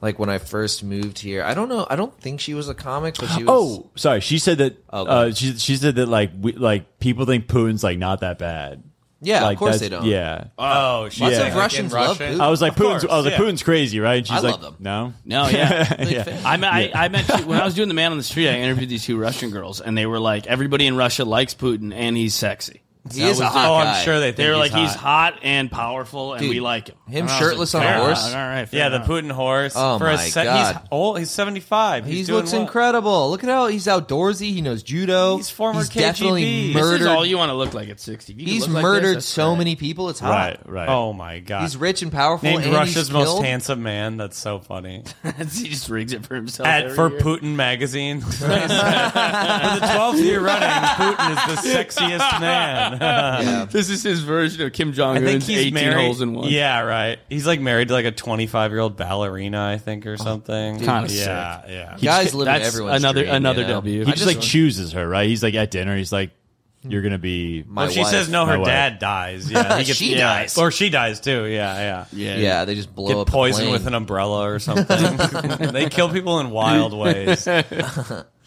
like when I first moved here. I don't know. I don't think she was a comic, but she was.
Oh, sorry. She said that.
Oh, go
uh,
ahead.
she she said that like we, like people think Putin's like not that bad.
yeah,
like,
of course
that's-
they don't.
Yeah.
Oh, she
lots
Yeah. Oh,
of Russians love
Russia?
Putin.
I was like Putin's. I was like
yeah.
Putin's crazy, right? And she's
I
like,
love them.
no.
No, yeah.
yeah.
I, met, I, I met two, when I was doing the man on the street. I interviewed these two Russian girls, and they were like, "Everybody in Russia likes Putin, and he's sexy."
he is a hot
Oh,
guy.
I'm sure they think
They were like, "He's
hot.
hot and powerful, and
Dude,
we like him."
him
And I was
shirtless
like,
on a
fair
horse?
enough. All right, fair
Yeah, the
enough.
Putin horse.
Oh
for a
my
se-
God.
He's old. He's 75.
He
He's
looks
doing well.
incredible. Look at how he's outdoorsy. He knows judo.
He's former
He's definitely
KGB.
This is
murdered.
all you want to look like at sixty. If you can
he's
look like this,
murdered
that's
so
great.
many people. It's hot.
Right. Right.
Oh my god.
He's rich and powerful.
Named
and
Russia's
he's
most
killed.
handsome man. That's so funny.
he just rigs it for himself.
At
every
for
year.
Putin magazine, for the twelfth year running, Putin is the sexiest man.
Yeah.
This is his version of Kim Jong
I think
Un's
he's
eighteen
married.
holes in one.
Yeah, right. He's like married to like a 25 year old ballerina, I think, or something.
Kinda sick.
yeah, yeah.
Guys live
That's
everyone's
another
dream,
another
you know?
W.
He just like chooses her, right? He's like at dinner. He's like, you're gonna be.
My
Well, she
wife.
says no,
My
her
wife.
dad dies. Yeah, he
She
yeah.
dies.
or she dies too. Yeah, yeah.
yeah.
Yeah, they just blow
Get
up the
poisoned
plane.
with an umbrella or something. they kill people in wild ways.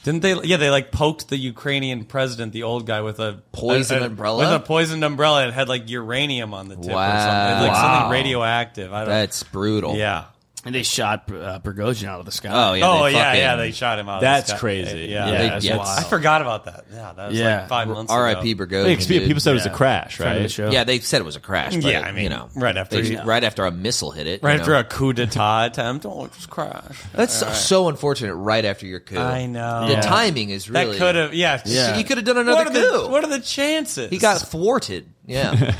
Didn't they? Yeah, they like poked the Ukrainian president, the old guy, with a
Poison
a- a-
umbrella?
With a poisoned umbrella, it had like uranium on the tip or
Wow.
something, like
Wow.
something radioactive. I don't.
That's brutal.
yeah.
And they shot uh, Prigozhin out of the sky.
Oh, yeah,
Oh, they yeah, fucking- yeah, they shot him out of the
That's
sky.
crazy.
Yeah,
Yeah,
they-
that's
yeah.
wild.
I forgot about that. Yeah, that was
Yeah.
like five months ago.
R.I.P. Bergoglio.
Like, people people said it was a
Yeah.
crash,
Friend of the
right?
show.
Yeah, they said it was a crash. But
Yeah,
it-
I mean,
you know,
right after
they-
you know.
right after a missile hit it.
Right
you
after
know.
a coup d'état attempt, oh, it was crash.
That's so, so unfortunate. Right after your coup,
I know.
the
Yeah.
timing is
That
really
could have, yeah.
Yeah.
He could have done another
What are, the,
coup.
what are the chances?
he got thwarted. Yeah,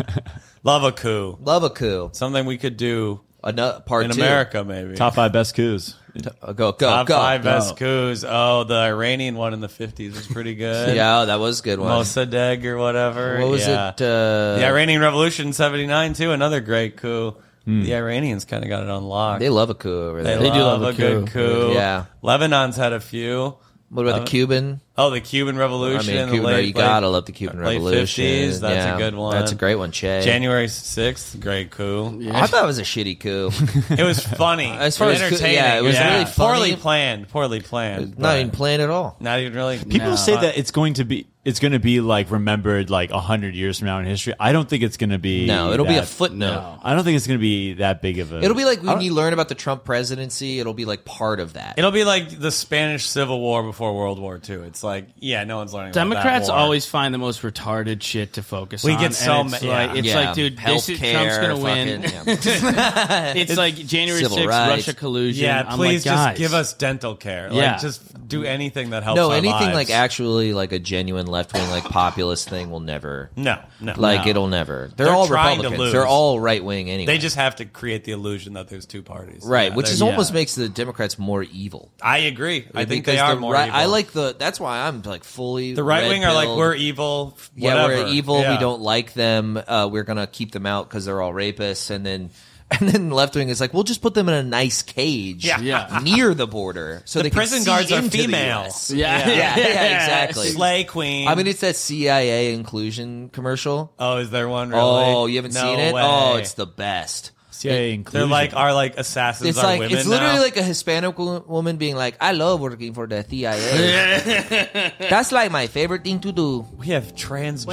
love a coup.
love a coup.
Something we could do
Another part
in
two.
America, maybe.
Top five best coups.
Uh, Go go
Top
go.
five
go.
best coups. Oh, the Iranian one in the 50s was pretty good.
Yeah, that was a good one.
Mossadegh or whatever.
what was
yeah.
it? Uh,
The Iranian Revolution in 79, too. Another great coup. The Iranians kind of got it unlocked.
Hmm. They love a coup over
They
there.
do
love,
love
a
a
good coup.
Yeah.
Lebanon's had a few.
what about the Cuban?
Oh, the Cuban
I
Revolution.
mean,
in
Cuban,
the late,
you
late-
gotta love the Cuban
late
Revolution.
50s, that's
Yeah,
a good one.
That's a great one, Che.
January 6th, great coup.
I thought it was a shitty coup.
It was funny.
As far
it was
as coup-
entertaining.
yeah, it was really
poorly
funny.
planned. Poorly planned.
Not
but
even planned at all.
not even really.
People
No.
say that it's going to be it's going to be like remembered like hundred years from now in history. I don't think it's going to be.
No, it'll be a
that-
footnote.
I don't think it's going to be that big of a.
It'll be like when you learn about the Trump presidency. It'll be like part of that.
It'll be like the Spanish Civil War before World War II. It's like, yeah, no one's learning. about that
Democrats
war.
always find the most retarded shit to focus
We
on.
get
and
so
it's
ma-
like,
yeah.
it's like, dude, this is, Trump's
healthcare,
gonna win.
fucking- yeah.
It's, like January
civil
6th,
rights.
Russia collusion.
Yeah,
I'm
please
like,
just
guys,
give us dental care. Like,
Yeah.
just do anything that helps.
no,
our
anything
lives.
like actually like a genuine left wing like populist thing will never.
No, no.
Like
no.
it'll never. They're,
They're
all
trying to
Republicans.
lose.
They're all right wing anyway.
They just have to create the illusion that there's two parties.
right,
Yeah,
which
they're-
is almost makes the Democrats more evil.
I agree. I think they
Because
are
the
more.
right-
evil.
I like the. That's why I'm like fully.
the right wing are like
red-pilled.
we're evil.
Yeah,
whatever."
we're evil.
Yeah.
We don't like them. Uh, we're gonna keep them out because they're all rapists. And then, and then left wing is like, we'll just put them in a nice cage,
Yeah.
Yeah.
near the border, so
The
they can
prison
see
guards are
into the
female.
US.
Yeah.
yeah, yeah, exactly.
Slay queen.
I mean, it's that CIA inclusion commercial.
oh, is there one? Really?
Oh, you haven't
No
seen it?
way.
Oh, it's the best.
CIA
They're
inclusion.
like are like assassins.
It's
are
like
women
it's literally
now?
like a Hispanic wo- woman being like, "I love working for the CIA. That's like my favorite thing to do."
we have
When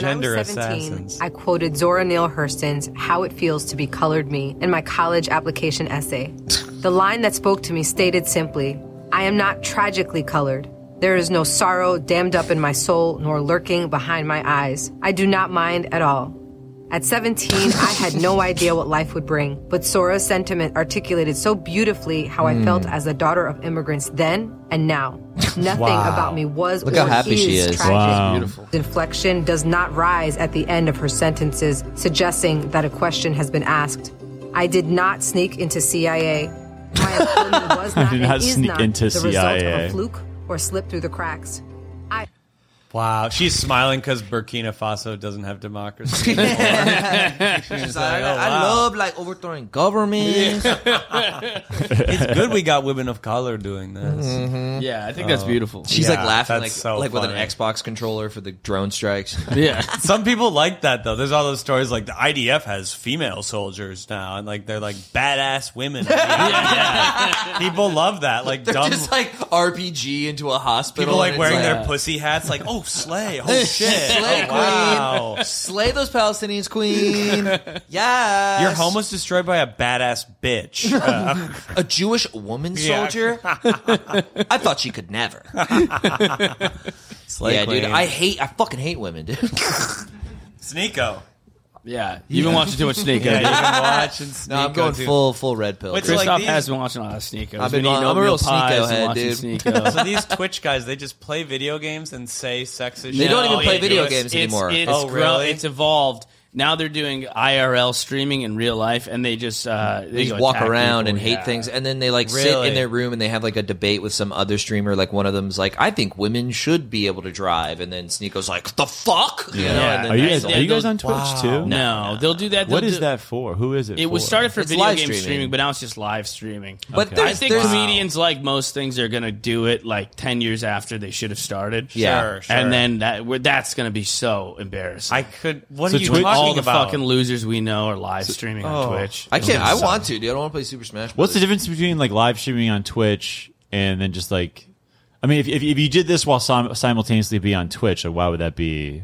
I
transgender
was 17,
assassins.
I quoted Zora Neale Hurston's How It Feels to Be Colored Me in my college application essay. the line that spoke to me stated simply I am not tragically colored. There is no sorrow dammed up in my soul nor lurking behind my eyes. I do not mind at all. At 17, I had no idea what life would bring, but Sora's sentiment articulated so beautifully how I felt
Hmm.
as a daughter of immigrants then and now. Nothing about me was
Look
or
how happy
is
she is.
tragic.
Wow.
Inflection does not rise at the end of her sentences, suggesting that a question has been asked. I did not sneak into CIA. My employment was not,
did
and
not
is
sneak
not
into
the result of
CIA.
a fluke or slip through the cracks.
wow, she's smiling because Burkina Faso doesn't have democracy. anymore. She's like,
I,
oh,
I
wow.
love like overthrowing governments.
It's good we got women of color doing this.
Mm-hmm.
Yeah, I think that's beautiful.
She's
Yeah,
like laughing,
that's
like
so
like with an
funny.
Xbox controller for the drone strikes.
Yeah.
Some people like that though. There's all those stories like the IDF has female soldiers now, and like they're like badass women. Yeah. People love that. Like
They're
dumb
just like RPG into a hospital.
people like
and it's
wearing their pussy hats. Like oh slay, oh shit,
Slay,
oh, wow.
slay those Palestinians, Queen. yeah,
Your home was destroyed by a badass bitch.
a Jewish woman
Yeah.
soldier. I thought she could never.
Slay
yeah,
queen.
dude, I hate, I fucking hate women, dude.
Sneeko.
Yeah. You've been watching too much Sneak.
Yeah,
Yeah,
you've been watching Sneeko.
no, I'm going
too.
full, full red pill.
What's
dude.
like-
Christoph
these-
has been watching a lot of Sneeko. He's
I've been on-
eating
I'm a real
oatmeal pies and
Sneeko head,
watching
dude.
Sneeko.
So these Twitch guys, they just play video games and say sexist.
They
shit.
don't
No,
even play
it-
video
it's-
games
it's-
anymore.
It's,
Oh,
grow-
really?
It's evolved. Now they're doing IRL streaming in real life, and they just uh, they
They just
go
walk
attack
around
people.
and hate
Yeah.
things, and then they like sit
Really?
in their room and they have like a debate with some other streamer. Like one of them's like, "I think women should be able to drive," and then Sneako's like, "The fuck?" You know, and then
are you
that's
guys
it.
are you guys on Twitch too?
No, they'll do that.
What
they'll
is
do-
that for? Who is it?
It was
for?
started for
It's
video
live
game streaming.
streaming,
but now it's just live streaming.
But Okay. there's-
I think
there's-
comedians, like most things, are going to do it like ten years after they should have started.
Yeah.
Sure, sure.
and then that we're, that's going to be so embarrassing.
I could. What
So
are you
Twitch-
talking
All the
about?
fucking losers we know are live streaming on Twitch.
Oh, I can't. I want to, dude. I want to play Super Smash.
What's the
Brothers.
difference between like live streaming on Twitch and then just like, I mean, if if, if you did this while sim- simultaneously be on Twitch, like, why would that be?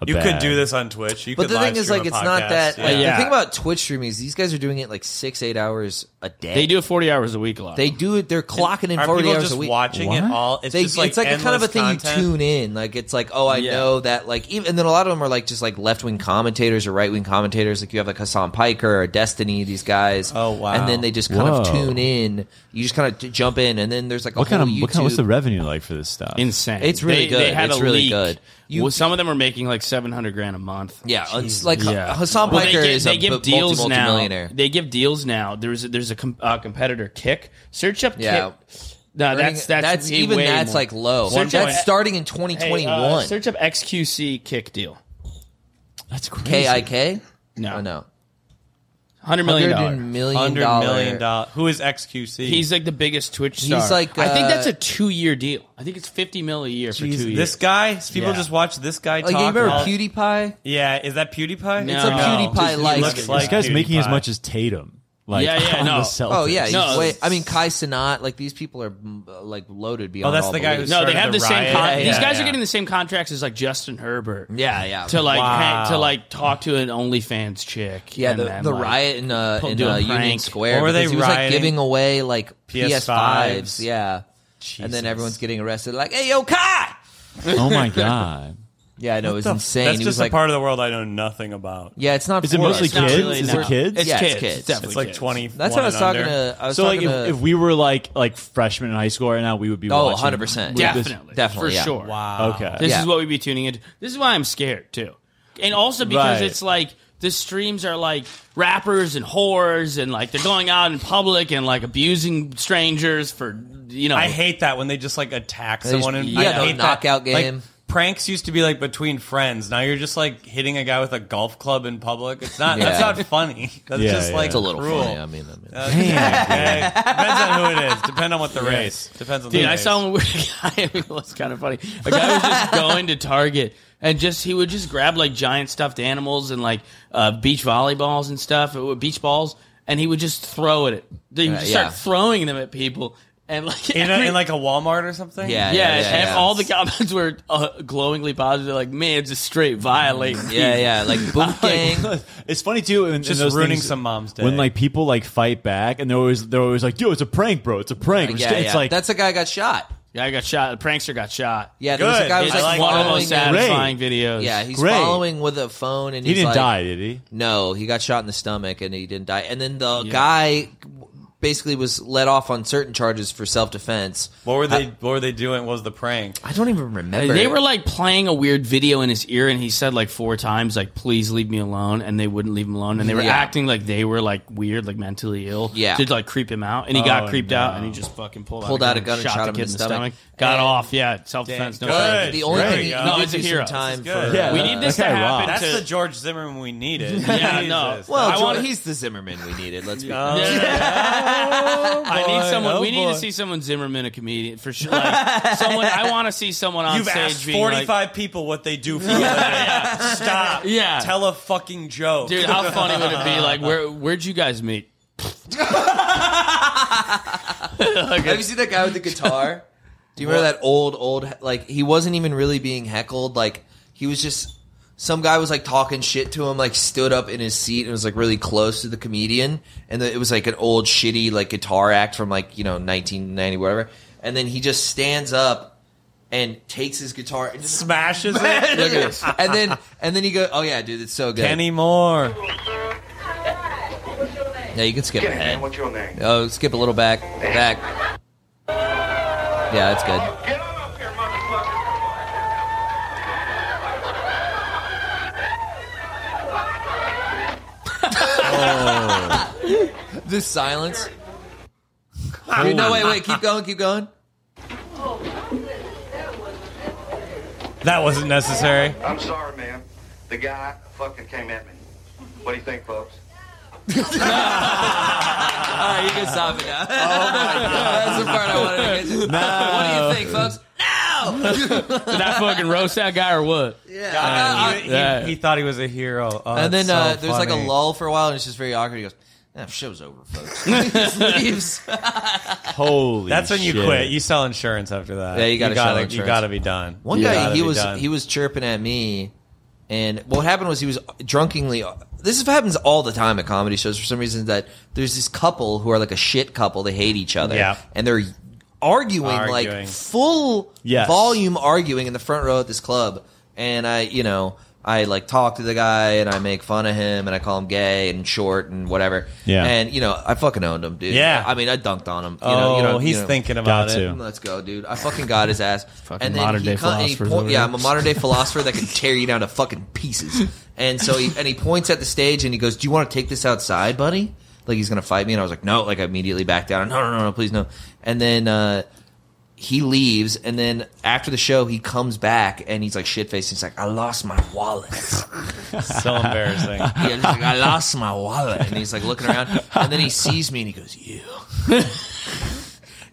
a
You could
bag.
do this on Twitch. You
but
could
the
live
thing is,
stream
like,
a
it's not
podcast.
that. Like,
Yeah.
The thing about Twitch streaming is these guys are doing it like six, eight hours a day.
They do
it forty hours a week. A lot.
They do it. They're clocking in
Are
forty
people
hours
just
a week.
watching it What? all? It's just, like,
it's like a kind of a
endless
thing
content?
you tune in. Like it's like, oh, I
Yeah.
know that. Like even and then, a lot of them are like just like left wing commentators or right wing commentators. Like you have like Hassan Piker or Destiny. These guys. Oh wow! And then they just kind of
Whoa.
tune in. You just kind of t- jump in, and then there's like a
What
whole
kind of
YouTube.
what kind, what's the revenue like for this stuff?
Insane.
It's really
They-
good.
They had
It's
a
really
leak.
good. You-
well, some of them are making like seven hundred grand a month.
Yeah, it's like uh, Hassan
Well, they
Piker
gi-
is
they
a
give
b-
deals
multi-
now.
multimillionaire.
They give deals now. There's a, there's a com- uh, competitor Kick. Search up
Yeah.
Kick. No,
Earning-
that's that's,
that's-
way-
even
way
that's,
more.
like, low.
Search
That's
up-
starting in
Hey, uh,
2021.
search up XQC Kick deal.
That's
K I K? Oh,
No,
no.
Hundred million dollars.
$100 million dollar- Who is XQC?
He's like the biggest Twitch
He's
star.
like,
I think
uh,
that's a two-year deal. I think it's fifty mil a year for two
Jeez,
years.
this guy. People
Yeah.
just watch this
Oh,
guy
Oh,
Like,
talk.
you remember
all-
PewDiePie?
Yeah, is that PewDiePie?
It's a No. PewDiePie
He
like-
looks
This
like
this guy's making as
PewDiePie.
much as Tatum. Like
Yeah, yeah,
on
no.
the Celtics.
Oh yeah, he's
No.
way- I mean Kai Sinat, like these people are mm, like loaded beyond.
Oh, that's
all
the guy who
belief.
no, they have the, same. Con-
Yeah,
these
yeah,
guys
yeah.
are getting the same contracts as like Justin Herbert.
Yeah, yeah.
To like
Wow.
hang- to like talk to an OnlyFans chick.
Yeah,
and
the,
then,
the
like,
riot in, uh,
pull-
in
do a
uh, Union
prank.
Square.
Or
because he was like giving away like PS5s.
PS5s?
Yeah, and
Jesus.
then everyone's getting arrested. Like, hey, yo, Kai!
Oh my god.
Yeah, I know it was
the f-
insane.
That's
He was
just
like-
a part of the world I know nothing about.
Yeah, it's not. for us.
yeah,
yeah, It's kids.
It's like twenty.
That's what I was talking to. I was
so like
talking
if,
to.
if we were like like freshmen in high school right now, we would be
Oh,
watching
100%.
with this-
Definitely, for sure.
Okay.
this is what we'd be tuning into. This is why I'm scared too, and also because
Right.
it's like the streams are like rappers and whores, and like they're going out in public and like abusing strangers for you know.
I hate that when they just like attack
They just-
someone. and,
yeah,
I
the
hate
knockout
that. Like,
game.
pranks used to be like between friends. Now you're just like hitting a guy with a golf club in public. It's not. That's
Yeah.
not funny. That's
Yeah,
just
yeah.
like
It's a little
cruel.
funny, I mean, I mean.
Uh,
Damn,
okay. Depends on who it is. Depends on what the
Yeah.
race. Depends on
Dude,
the
I
race.
saw one weird guy. it was kind of funny. A guy was just going to Target and just he would just grab like giant stuffed animals and like uh, beach volleyballs and stuff, uh, beach balls, and he would just throw it. at He would
Yeah,
just
yeah.
start throwing them at people. And like
in, a,
every-
in like a Walmart or something.
yeah, and all the comments were uh, glowingly positive. They're like, man, it's a straight violate.
Mm,
it's funny too. And, and
Just
those
ruining
things-
some mom's day.
When like people like fight back, and they're always they're always like, "Yo, it's a prank, bro. It's a prank." It's-
Yeah,
it's
yeah.
like
Uh, that's a guy got shot.
Guy got shot. The prankster got shot.
Yeah, there was a guy who was
It's
like,
one of the
following
most satisfying videos.
Yeah, he's following with a phone, and
He
he's
didn't
like-
die, did he?
No, he got shot in the stomach, and he didn't die. And then the guy basically was let off on certain charges for self defense.
What were they?
I,
what were they doing? What was the prank?
I don't even remember.
They were like playing a weird video in his ear, and he said like four times, like "Please leave me alone," and they wouldn't leave him alone, and they were
Yeah.
acting like they were like weird, like mentally ill,
Yeah.
to like creep him out, and he got
Oh,
creeped
no.
out, and he just fucking pulled,
Pulled out a gun and shot
the
him
kid
in the stomach.
got
And-
off, yeah, self defense, no
Good.
charge.
The only Great. thing he
no,
did
it's a
do some
hero.
time
This is good.
for, uh,
we need this to
Okay, wow.
happen.
That's
to,
the George Zimmerman we needed.
Yeah, no.
Jesus.
Well,
I
George-
wanna-
he's the Zimmerman we needed. Let's be
Yeah.
honest.
I need
boy,
someone.
oh
we need
boy.
to see someone Zimmerman, a comedian for sure. Like, someone. I want to see someone on
You've
stage
asked
being like,
forty-five people what they do for a living. Stop.
Yeah.
Tell a fucking joke,
Dude, how funny would it be? Like, where where'd you guys meet?
Have you seen that guy with the guitar? Do you remember that old, old, like, he wasn't even really being heckled. Like, he was just, some guy was like talking shit to him, like, stood up in his seat and was like really close to the comedian. And the, it was like an old, shitty, like, guitar act from like, you know, 1990, whatever. And then he just stands up and takes his guitar and just
smashes it.
Look at this. And then, and then he goes, oh yeah, dude, it's so good.
Kenny Moore.
Yeah, you can skip
Get it,
ahead.
man. What's your name?
Oh, skip a little back. Back. Yeah, that's good. this silence. Dude, no, wait, wait. Keep going. Keep going.
That wasn't necessary.
I'm sorry, man. The guy fucking came at me. What do you think, folks?
All right, Ah, you can stop it now. Oh That's the part I wanted to get to. What do you think, folks?
Did I fucking roast that guy or what?
Yeah.
God, he, he-
Yeah.
he thought he was a hero. Oh,
and then
that's so
uh, there's like a
funny.
lull for a while, and it's just very awkward. He goes, "Eh, "Show's over, folks." He just leaves.
Holy
That's when you
shit.
quit. You sell insurance after that.
Yeah, you gotta
gotta
sell
you
insurance.
gotta be done.
One
You
guy,
gotta
he
be
was
done.
he was chirping at me And what happened was he was drunkenly. This happens all the time at comedy shows for some reason. That there's this couple who are like a shit couple. They hate each other.
Yeah.
And they're arguing,
Arguing.
like full
Yes.
volume arguing in the front row at this club. And I, you know, I like talk to the guy and I make fun of him and I call him gay and short and whatever.
Yeah.
And you know, I fucking owned him, dude.
Yeah.
I mean, I dunked on him. You know,
Oh,
you know,
he's
you know.
thinking about
Got
it.
to. Let's go, dude. I fucking got his ass.
Fucking modern-day
co- and
philosophers
point-
over
yeah,
there.
I'm a modern day philosopher that can tear you down to fucking pieces. And so he and he points at the stage and he goes, "Do you want to take this outside, buddy?" Like he's gonna fight me, and I was like, "No!" Like I immediately backed down. No, no, no, no, please no. And then uh, he leaves, and then after the show, he comes back and he's like shit faced. He's like, "I lost my wallet." so
embarrassing.
Yeah, he's like, "I lost my wallet," and he's like looking around, and then he sees me and he goes, "You."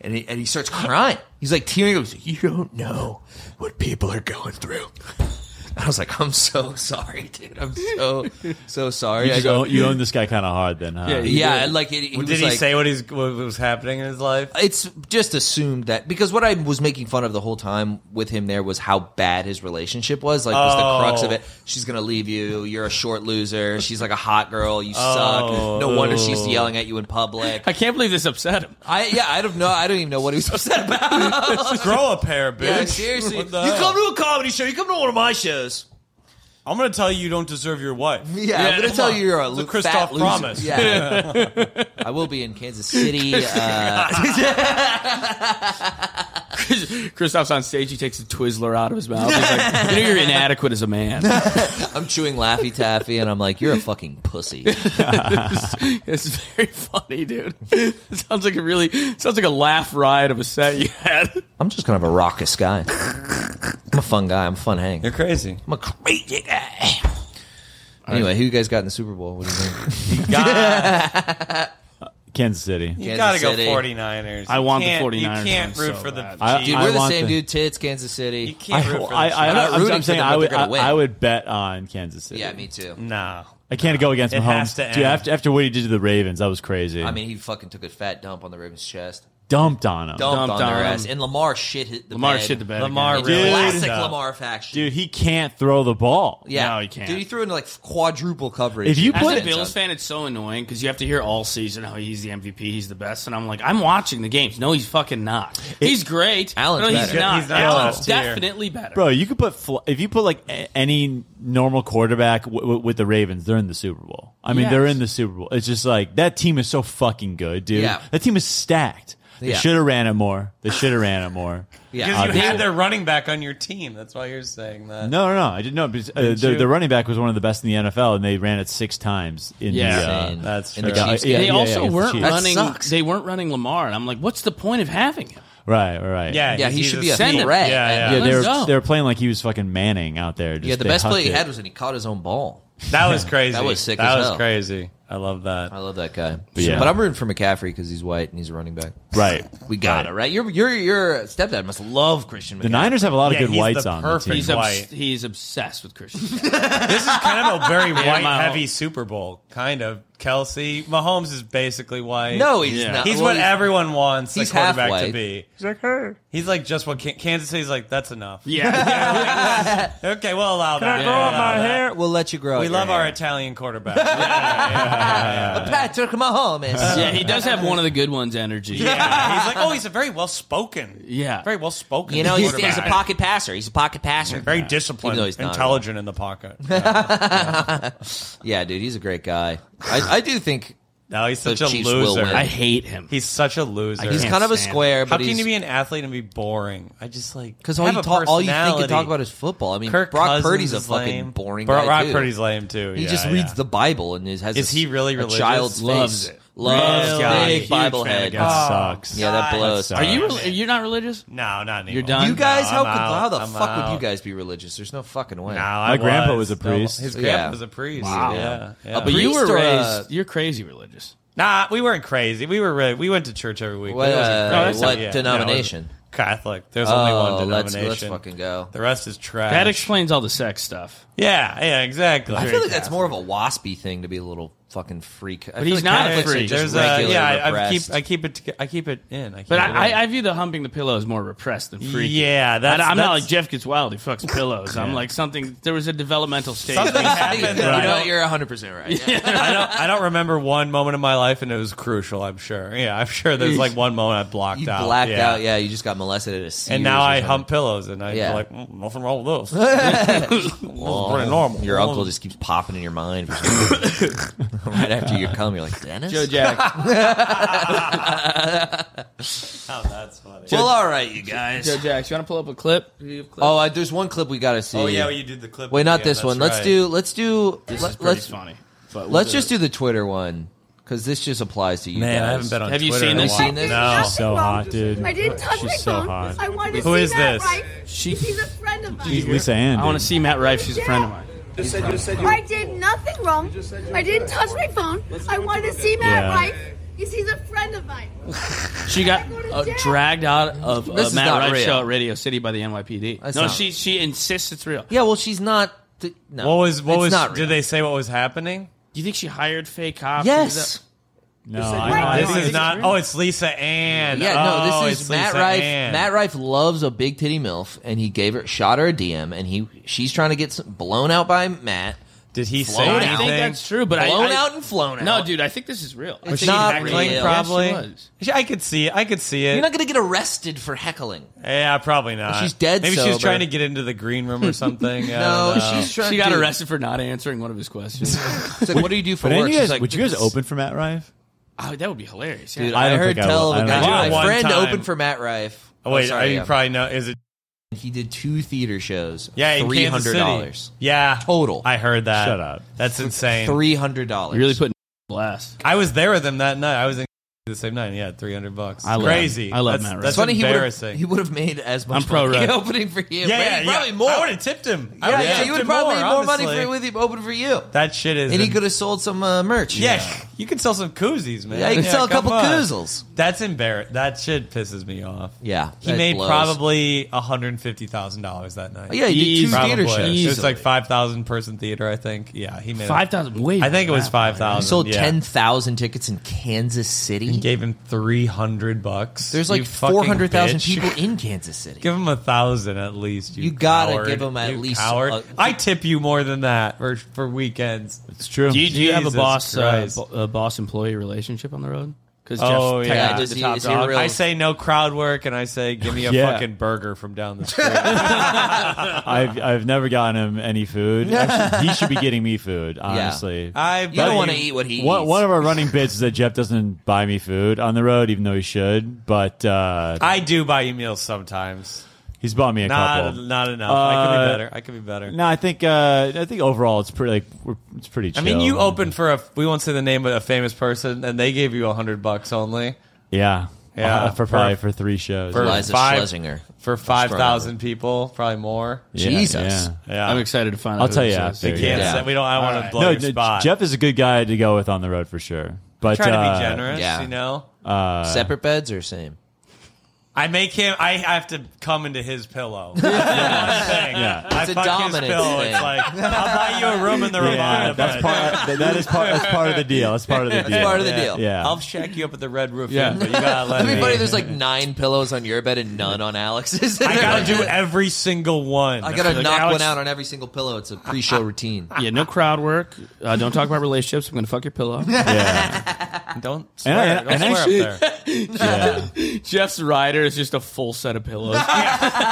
and he, and he starts crying. He's like tearing. He goes, "You don't know what people are going through." I was like, "I'm so sorry, dude. I'm so so sorry."
You,
I
just
go-
own, you own this guy kind of hard, then, huh?
yeah, yeah. and, Like, it,
Well,
was
did he
like-
say what, he's, what was happening in his life?
It's just assumed that because what I was making fun of the whole time with him there was how bad his relationship was. Like, was the
Oh.
crux of it. She's gonna leave you. You're a short loser. She's like a hot girl. You
Oh.
suck. No wonder she's yelling at you in public.
I can't believe this upset him.
I yeah, I don't know. I don't even know what he was upset about.
Grow a pair, bitch.
Yeah, seriously.
What the
You
hell?
come to a comedy show. You come to one of my shows.
I'm gonna tell you you don't deserve your wife.
Yeah, I'm gonna
come
tell
on.
you Oh, you're a
It's
lo-
Christoph
fat loser.
promise.
Yeah, I will be in Kansas City. uh,
Chris- Christoph's on stage. He takes a Twizzler out of his mouth. He's like, you know, you're inadequate as a man.
I'm chewing Laffy Taffy, and I'm like, you're a fucking pussy.
it's very funny, dude. It sounds like a really sounds like a laugh ride of a set you had.
I'm just kind of a raucous guy. I'm a fun guy. I'm a fun hang. You're
crazy.
I'm a crazy guy. Anyway, who you guys got in the Super Bowl? What do you think?
Kansas City.
You gotta go 49ers.
I
You
want the
can't-
49ers
You can't
so
root for
bad.
the
I-
Chiefs.
Dude,
I
we're the
want
same
the-
dude. Tits, Kansas City. You
can't root for
I, I,
am
I'm,
not
I'm
rooting for
saying
them,
I
but
would,
they're
I,
gonna win.
I would bet on Kansas City.
yeah, me too.
No.
I can't go against
It
Mahomes.
has to
Dude,
end.
after, after what he did to the Ravens, that was crazy.
I mean, he fucking took a fat dump on the Ravens' chest.
dumped on him.
Dumped, on, their ass. And Lamar shit hit the
Lamar
bed.
shit the bed
Lamar
again. Dude.
Classic
Yeah.
Lamar faction.
Dude, he can't throw the ball.
Yeah. Dude, he threw in like quadruple coverage.
If you
That's
put-
a
it-
Bills
Bills fan, it's so annoying because you have to hear all season how he's the MVP, he's the best, and I'm like, I'm watching the games. No, he's fucking not. he's great.
Alan's
no, he's
better.
not.
He's not
Alan's
top tier.
definitely better.
Bro, you could put Fl- if you put like a- any normal quarterback w- w- with the Ravens, they're in the Super Bowl. I mean, they're in the Super Bowl. It's just like that team is so fucking good, dude.
Yeah.
That team is stacked. They
Yeah.
should have ran it more. They should have ran it more.
Because you
Obviously.
had their running back on your team. That's why you're saying that.
No, no, no. I didn't know. Because, uh,
Didn't
the,
you?
the running back was one of the best in the NFL, and they ran it six times. In
Yeah.
the, uh,
Insane.
That's
in the guy- yeah,
they
yeah, yeah,
also
against the
weren't
Chiefs.
running. They weren't running Lamar, and I'm like, what's the point of having him?
Right, right.
Yeah, Yeah, he he's should be a a threat.
Yeah,
Yeah,
yeah.
yeah.
they
Let's
were
go.
they were playing like he was fucking Manning out there. Just,
Yeah, the
they
best play
hucked
he
it.
had was when he caught his own ball.
That was crazy.
That was sick.
That
as
was
hell.
crazy. I love that.
I love that guy.
But yeah.
but I'm rooting for McCaffrey because he's white and he's a running back.
Right.
we got it right. Your your your stepdad must love Christian. McCaffrey.
The Niners have a lot of good whites on. the team.
he's obs- he's obsessed with Christian.
this is kind of a very
Yeah,
white
my whole-
heavy Super Bowl, kind of. Kelsey Mahomes is basically white.
No, he's Yeah. not.
He's
Well,
what
he's-
everyone wants a
he's half
quarterback
white.
to be.
He's like her.
He's like just what Can- Kansas City's like. That's enough.
Yeah.
okay, we'll allow that.
grow
We'll
out
allow that.
We'll let you grow.
We
out
love
your
our
hair.
Italian quarterback. Yeah, yeah, yeah.
Patrick Mahomes.
yeah, he does have one of the good ones energy.
Yeah, he's like, oh, he's a very well spoken. Yeah, very well spoken.
You know, he's,
quarterback.
he's a pocket passer. He's a pocket passer.
Very disciplined,
Even though he's not.
intelligent in the pocket.
yeah, dude, he's a great guy. I, I do think.
No, he's
the
such a
Chiefs will
loser.
win.
hate him.
He's such a loser.
He's kind of a square,
How
but
can
he's-
you be an athlete and be boring? I just like
Because all
have
you
a
talk, all you think and talk
personality.
about is football. I mean,
Kirk
Brock
Cousins
Purdy's a
is
fucking
lame.
boring.
Brock
guy, too.
Purdy's lame too.
He
Yeah,
just
yeah.
reads the Bible and is has.
Is
a,
he really
a
religious?
Child's
Loves
face.
it.
Loves
Really?
it.
Huge
big
fan of
Bible head.
that. That sucks.
Yeah, that
God,
blows.
that sucks. Are you
Really? You're not religious?
No, not anymore.
You're done.
You guys,
No,
how
I'm
could,
out.
how the
I'm
fuck would you
out.
guys be religious? There's no fucking way.
No,
My
I
grandpa
was.
was a priest.
His grandpa was a priest.
Wow.
Yeah, yeah.
Uh, but you were
priest or
raised.
a-
you're crazy religious.
Nah, we weren't crazy. We were really, we went to church every week.
What,
It wasn't
uh,
crazy.
what
Yeah, no, it
denomination?
was Catholic. There's only
Oh,
one
let's- let's
denomination.
fucking go.
The rest is trash.
That explains all the sex stuff.
yeah, yeah, exactly.
I feel like that's more of a waspy thing to be a little
fucking freak. I
But
feel
he's
like
not a
Catholics are
freak.
just
There's a-
regular
yeah, I- I've
keep,
repressed.
uh, I keep it. I keep it in. I keep
But
it in.
I, I, I view the humping the pillow as more repressed than freaky.
Yeah, that's-
I, am not
that's-
like Jeff gets wild. He fucks pillows. I'm
Yeah.
like something. There was a developmental stage.
Something happened that I
know,
don't-
You're 100 percent right.
I don't. I don't remember one moment in my life, and it was crucial. I'm sure. Yeah, I'm sure. There's like one moment I blocked
You
out.
blacked
yeah.
out. Yeah, you just got molested at a. Sears
And now
or
I
something.
hump pillows, and I'm
Yeah. Oh,
like, mm, nothing wrong with those. This is pretty normal.
Your uncle just keeps popping in your mind for some reason. right after you come. You're like Dennis.
Joe Jack.
Oh,
that's funny.
Well, all right, you guys.
Joe Jacks, you want to pull up a clip? You have a clip?
Oh, I, there's one clip we gotta see.
Oh, yeah, well, you did the clip
Wait, not
again,
this
that's
one. Let's
right.
do. Let's do.
This
let,
is pretty
us
funny, but we'll
let's
do
just do the Twitter one because this just applies to you.
Man, I
guys.
haven't been on Have you Twitter seen in a this? while.
seen this?
No. She's so
hot, dude.
I didn't touch my
She's so
phone.
hot.
I wanted to
Who
see
is
Matt
this?
Rife.
She-
She's a friend of mine.
She's Lisa Ann.
I want to see Matt Rife. She's a
Yeah.
friend of mine.
I did nothing wrong. I didn't touch my phone. I wanted to see Matt
Yeah.
Rife. He's, he's a friend of mine.
She got uh, dragged out of
This
a
is
Matt
not
Rife
real.
show at Radio City by the NYPD.
That's
no,
not-
she she insists it's real.
Yeah, well, she's not. th- no,
What was? What
it's
was?
Not real.
Did they say what was happening?
Do you think she hired fake cops?
Yes.
No,
I-
this
I-
is not. Oh, it's Lisa Ann.
Yeah, no,
Oh,
this is
it's
Matt
Lisa
Rife.
Ann.
Matt Rife loves a big titty milf, and he gave her shot her a DM, and he she's trying to get some, blown out by Matt.
Did he
Say I think that's true, but I-
blown
I,
out and flown out.
No, dude, I think this is real. I
It's
think
not
hacked
real.
it.
Probably.
Yes, she was.
I could see. it. I could see it.
You're not gonna get arrested for heckling.
yeah, probably not.
She's dead
Maybe she's
sober.
trying to get into the green room or something. I
No,
don't know.
she's trying.
She got
dude,
arrested for not answering one of his questions.
It's like, what do you do
But
for
then
work?
you
She's
guys,
like,
would you guys
"This-
open for Matt Rife?
Oh, that would be hilarious.
Dude,
yeah.
I,
I don't
heard
think I
tell
would.
of a
I don't think I
guy.
would.
My
One
friend
time-
opened for Matt Rife.
Oh, wait,
I'm sorry,
you
I'm-
probably know. Is it?
He did two theater shows.
Yeah, in
three
Kansas
hundred
City.
dollars.
Yeah,
total.
I heard that.
Shut up.
That's insane.
Three hundred dollars.
You really
put blast.
I was there with him that night. I was in the same night. Yeah, three hundred bucks.
I love-
Crazy.
I love
that's,
Matt Rife.
That's
Funny he would've-
embarrassing.
He would have made as much
I'm pro
money
Rife.
opening for you.
Yeah, yeah,
maybe,
yeah.
probably more.
I would have tipped him. I
Yeah,
would've
yeah,
tipped
you would
him more,
probably make more money
honestly.
for, with him open for you.
That shit is.
And he could have sold some uh, merch.
Yeah, you can sell some koozies, man.
Yeah, you can sell a
come
couple
on.
koozles.
That's embarrassing. That shit pisses me off.
Yeah,
he
that
made
blows.
probably one hundred fifty thousand dollars that night.
Yeah, he did two
Probably.
theater shows.
It was like five thousand person theater, I think. Yeah, he made a-
5,000? Way
I think it
more
was
than that.
five thousand.
He sold
yeah.
ten thousand tickets in Kansas City.
He gave him three hundred bucks.
There's
You
like
fucking
four hundred thousand
bitch.
people in Kansas City.
Give him a thousand at least. You,
You gotta
coward.
give him at
You
least
Coward.
a-
I tip you more than that for for weekends. It's
true.
Do you, do you have a boss uh, bo- a boss employee relationship on the road? Because
oh
Jeff's
yeah,
technically the top dog.
I say no crowd work, and I say give me a
Yeah.
fucking burger from down the street.
I've I've never gotten him any food. Actually, he should be getting me food. Honestly,
I You don't bet wanna
you- eat what he
One,
eats.
one of our running bits is that Jeff doesn't buy me food on the road, even though he should. But uh,
I do buy you meals sometimes.
he's bought me a
Not
couple.
not enough. I could be
Uh,
better. I could be better.
No, I think uh, I think overall it's pretty like we're, it's pretty.
I
Chill.
mean, you opened for a we won't say the name, but a famous person, and they gave you a hundred bucks only.
yeah
Yeah,
Uh, for probably for three shows.
for
Eliza
five
Schlesinger.
for five thousand people, probably more.
Yeah, Jesus.
yeah.
I'm excited to find out.
I'll
who
tell
this
you after.
is.
We can't
yeah.
say- we don't- I don't wanna
Alright.
blow your spot.
Jeff is a good guy to go with on the road for sure. But
trying to be
uh,
generous, Yeah. you know?
Uh,
Separate beds or same?
I make him. I have to come into his pillow. That's what I'm saying.
Yeah.
I
It's a
fuck his
dominance
pillow.
thing.
It's like I'll buy you a room in the
Yeah,
Ramada. but-
that's part. that- that is part. That's part of the deal. That's part of the deal. Yeah. Yeah.
I'll shack you up at the Red Roof.
Yeah.
Inn, but you gotta let
That'd be
me.
funny. There's like nine pillows on your bed and none on Alex's.
I gotta do every single one.
I gotta
Like,
knock
Alex-
one out on every single pillow. It's a pre-show routine.
Yeah, no crowd work. Uh, don't talk about relationships. I'm gonna fuck your pillow.
Yeah. Don't swear. Don't swear up
there. Jeff's rider is just a full set of pillows.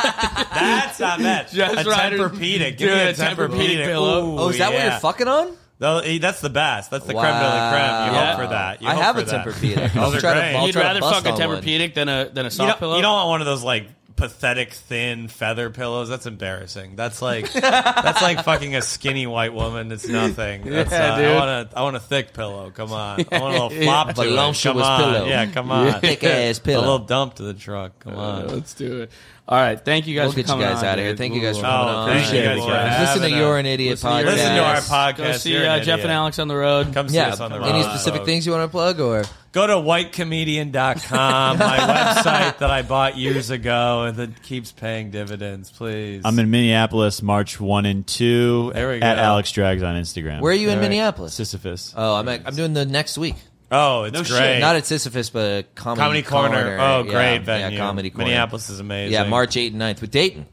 That's not bad.
Just
a
right.
Tempur-Pedic. Give
Dude,
me a
a Tempur-Pedic
Tempur-Pedic
pillow.
Ooh,
Oh, is that what
yeah.
you're fucking on?
Though, eh, That's the best. That's the creme de la creme. You
Wow.
hope for that. You
I
hope
have
for
a
that.
Tempur-Pedic. I'll
Those are
try to-
great.
I'll
You'd
try to
rather
bust
fuck a
on one.
Tempur-Pedic than a than a
you
soft
don't,
pillow.
you don't want one of those like pathetic thin feather pillows. That's embarrassing. That's like that's like fucking a skinny white woman. It's nothing. That's,
Yeah,
uh,
dude.
I want a I want a thick pillow. Come on. I want a little flop to it.
Voluptuous
Come on.
pillow.
Yeah, come on.
Thick-ass pillow.
A little dump to the truck. Come on.
Let's do it. All right, thank you guys.
Uh, We'll
for
get you
coming
guys
on,
outta here.
dude.
Thank you guys for
Ooh.
coming
Oh,
on. Appreciate it, guys. Listen to
having
You're
us.
an Idiot
Listen to You're an
podcast.
Idiot.
Listen to our
Go
podcast,
see
You're an
uh, Jeff
Idiot.
and Alex on the road.
Come
Yeah. Any specific things you want to plug or?
Go to whitecomedian.com, my website that I bought years ago and that keeps paying dividends, please.
I'm in Minneapolis, March one and two.
There we go.
At Alex Drags on Instagram.
Where are you in
All right.
Minneapolis?
Sisyphus.
Oh, I'm at, I'm doing the next week.
Oh, it's
no
great.
Shit. Not at Sisyphus, but at Comedy,
Comedy Corner. Oh,
Yeah,
great
yeah,
venue.
Comedy Corner.
Minneapolis is amazing.
Yeah, March 8th and 9th with Dayton.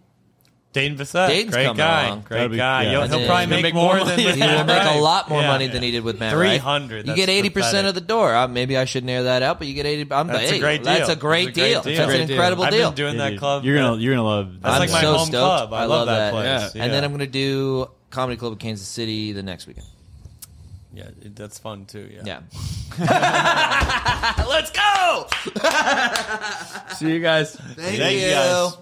Dayton Bissett,
Dayton's
great
coming
guy,
along.
great That'd be- guy. yeah. He'll- he'll probably
He's gonna
make more than-
money. he
Yeah,
will make
right.
a lot more
Yeah.
money than he did with Matt. Rife.
300,
You
that's
get eighty percent of the door. Uh, maybe I should air that out, but you get eighty. I'm
That's a
hey,
great
That's
deal.
a great
That's a great deal.
deal. That's an
Great deal.
incredible
I've been
deal.
doing that club
You're gonna you're gonna love.
That's
I'm
like my
so
home
stoked.
club. I love that place. Yeah.
And then I'm going to do Comedy Club of Kansas City the next weekend.
Yeah, it- that's fun too. Yeah.
Yeah.
Let's go.
See you guys.
Thank Thank you you. guys.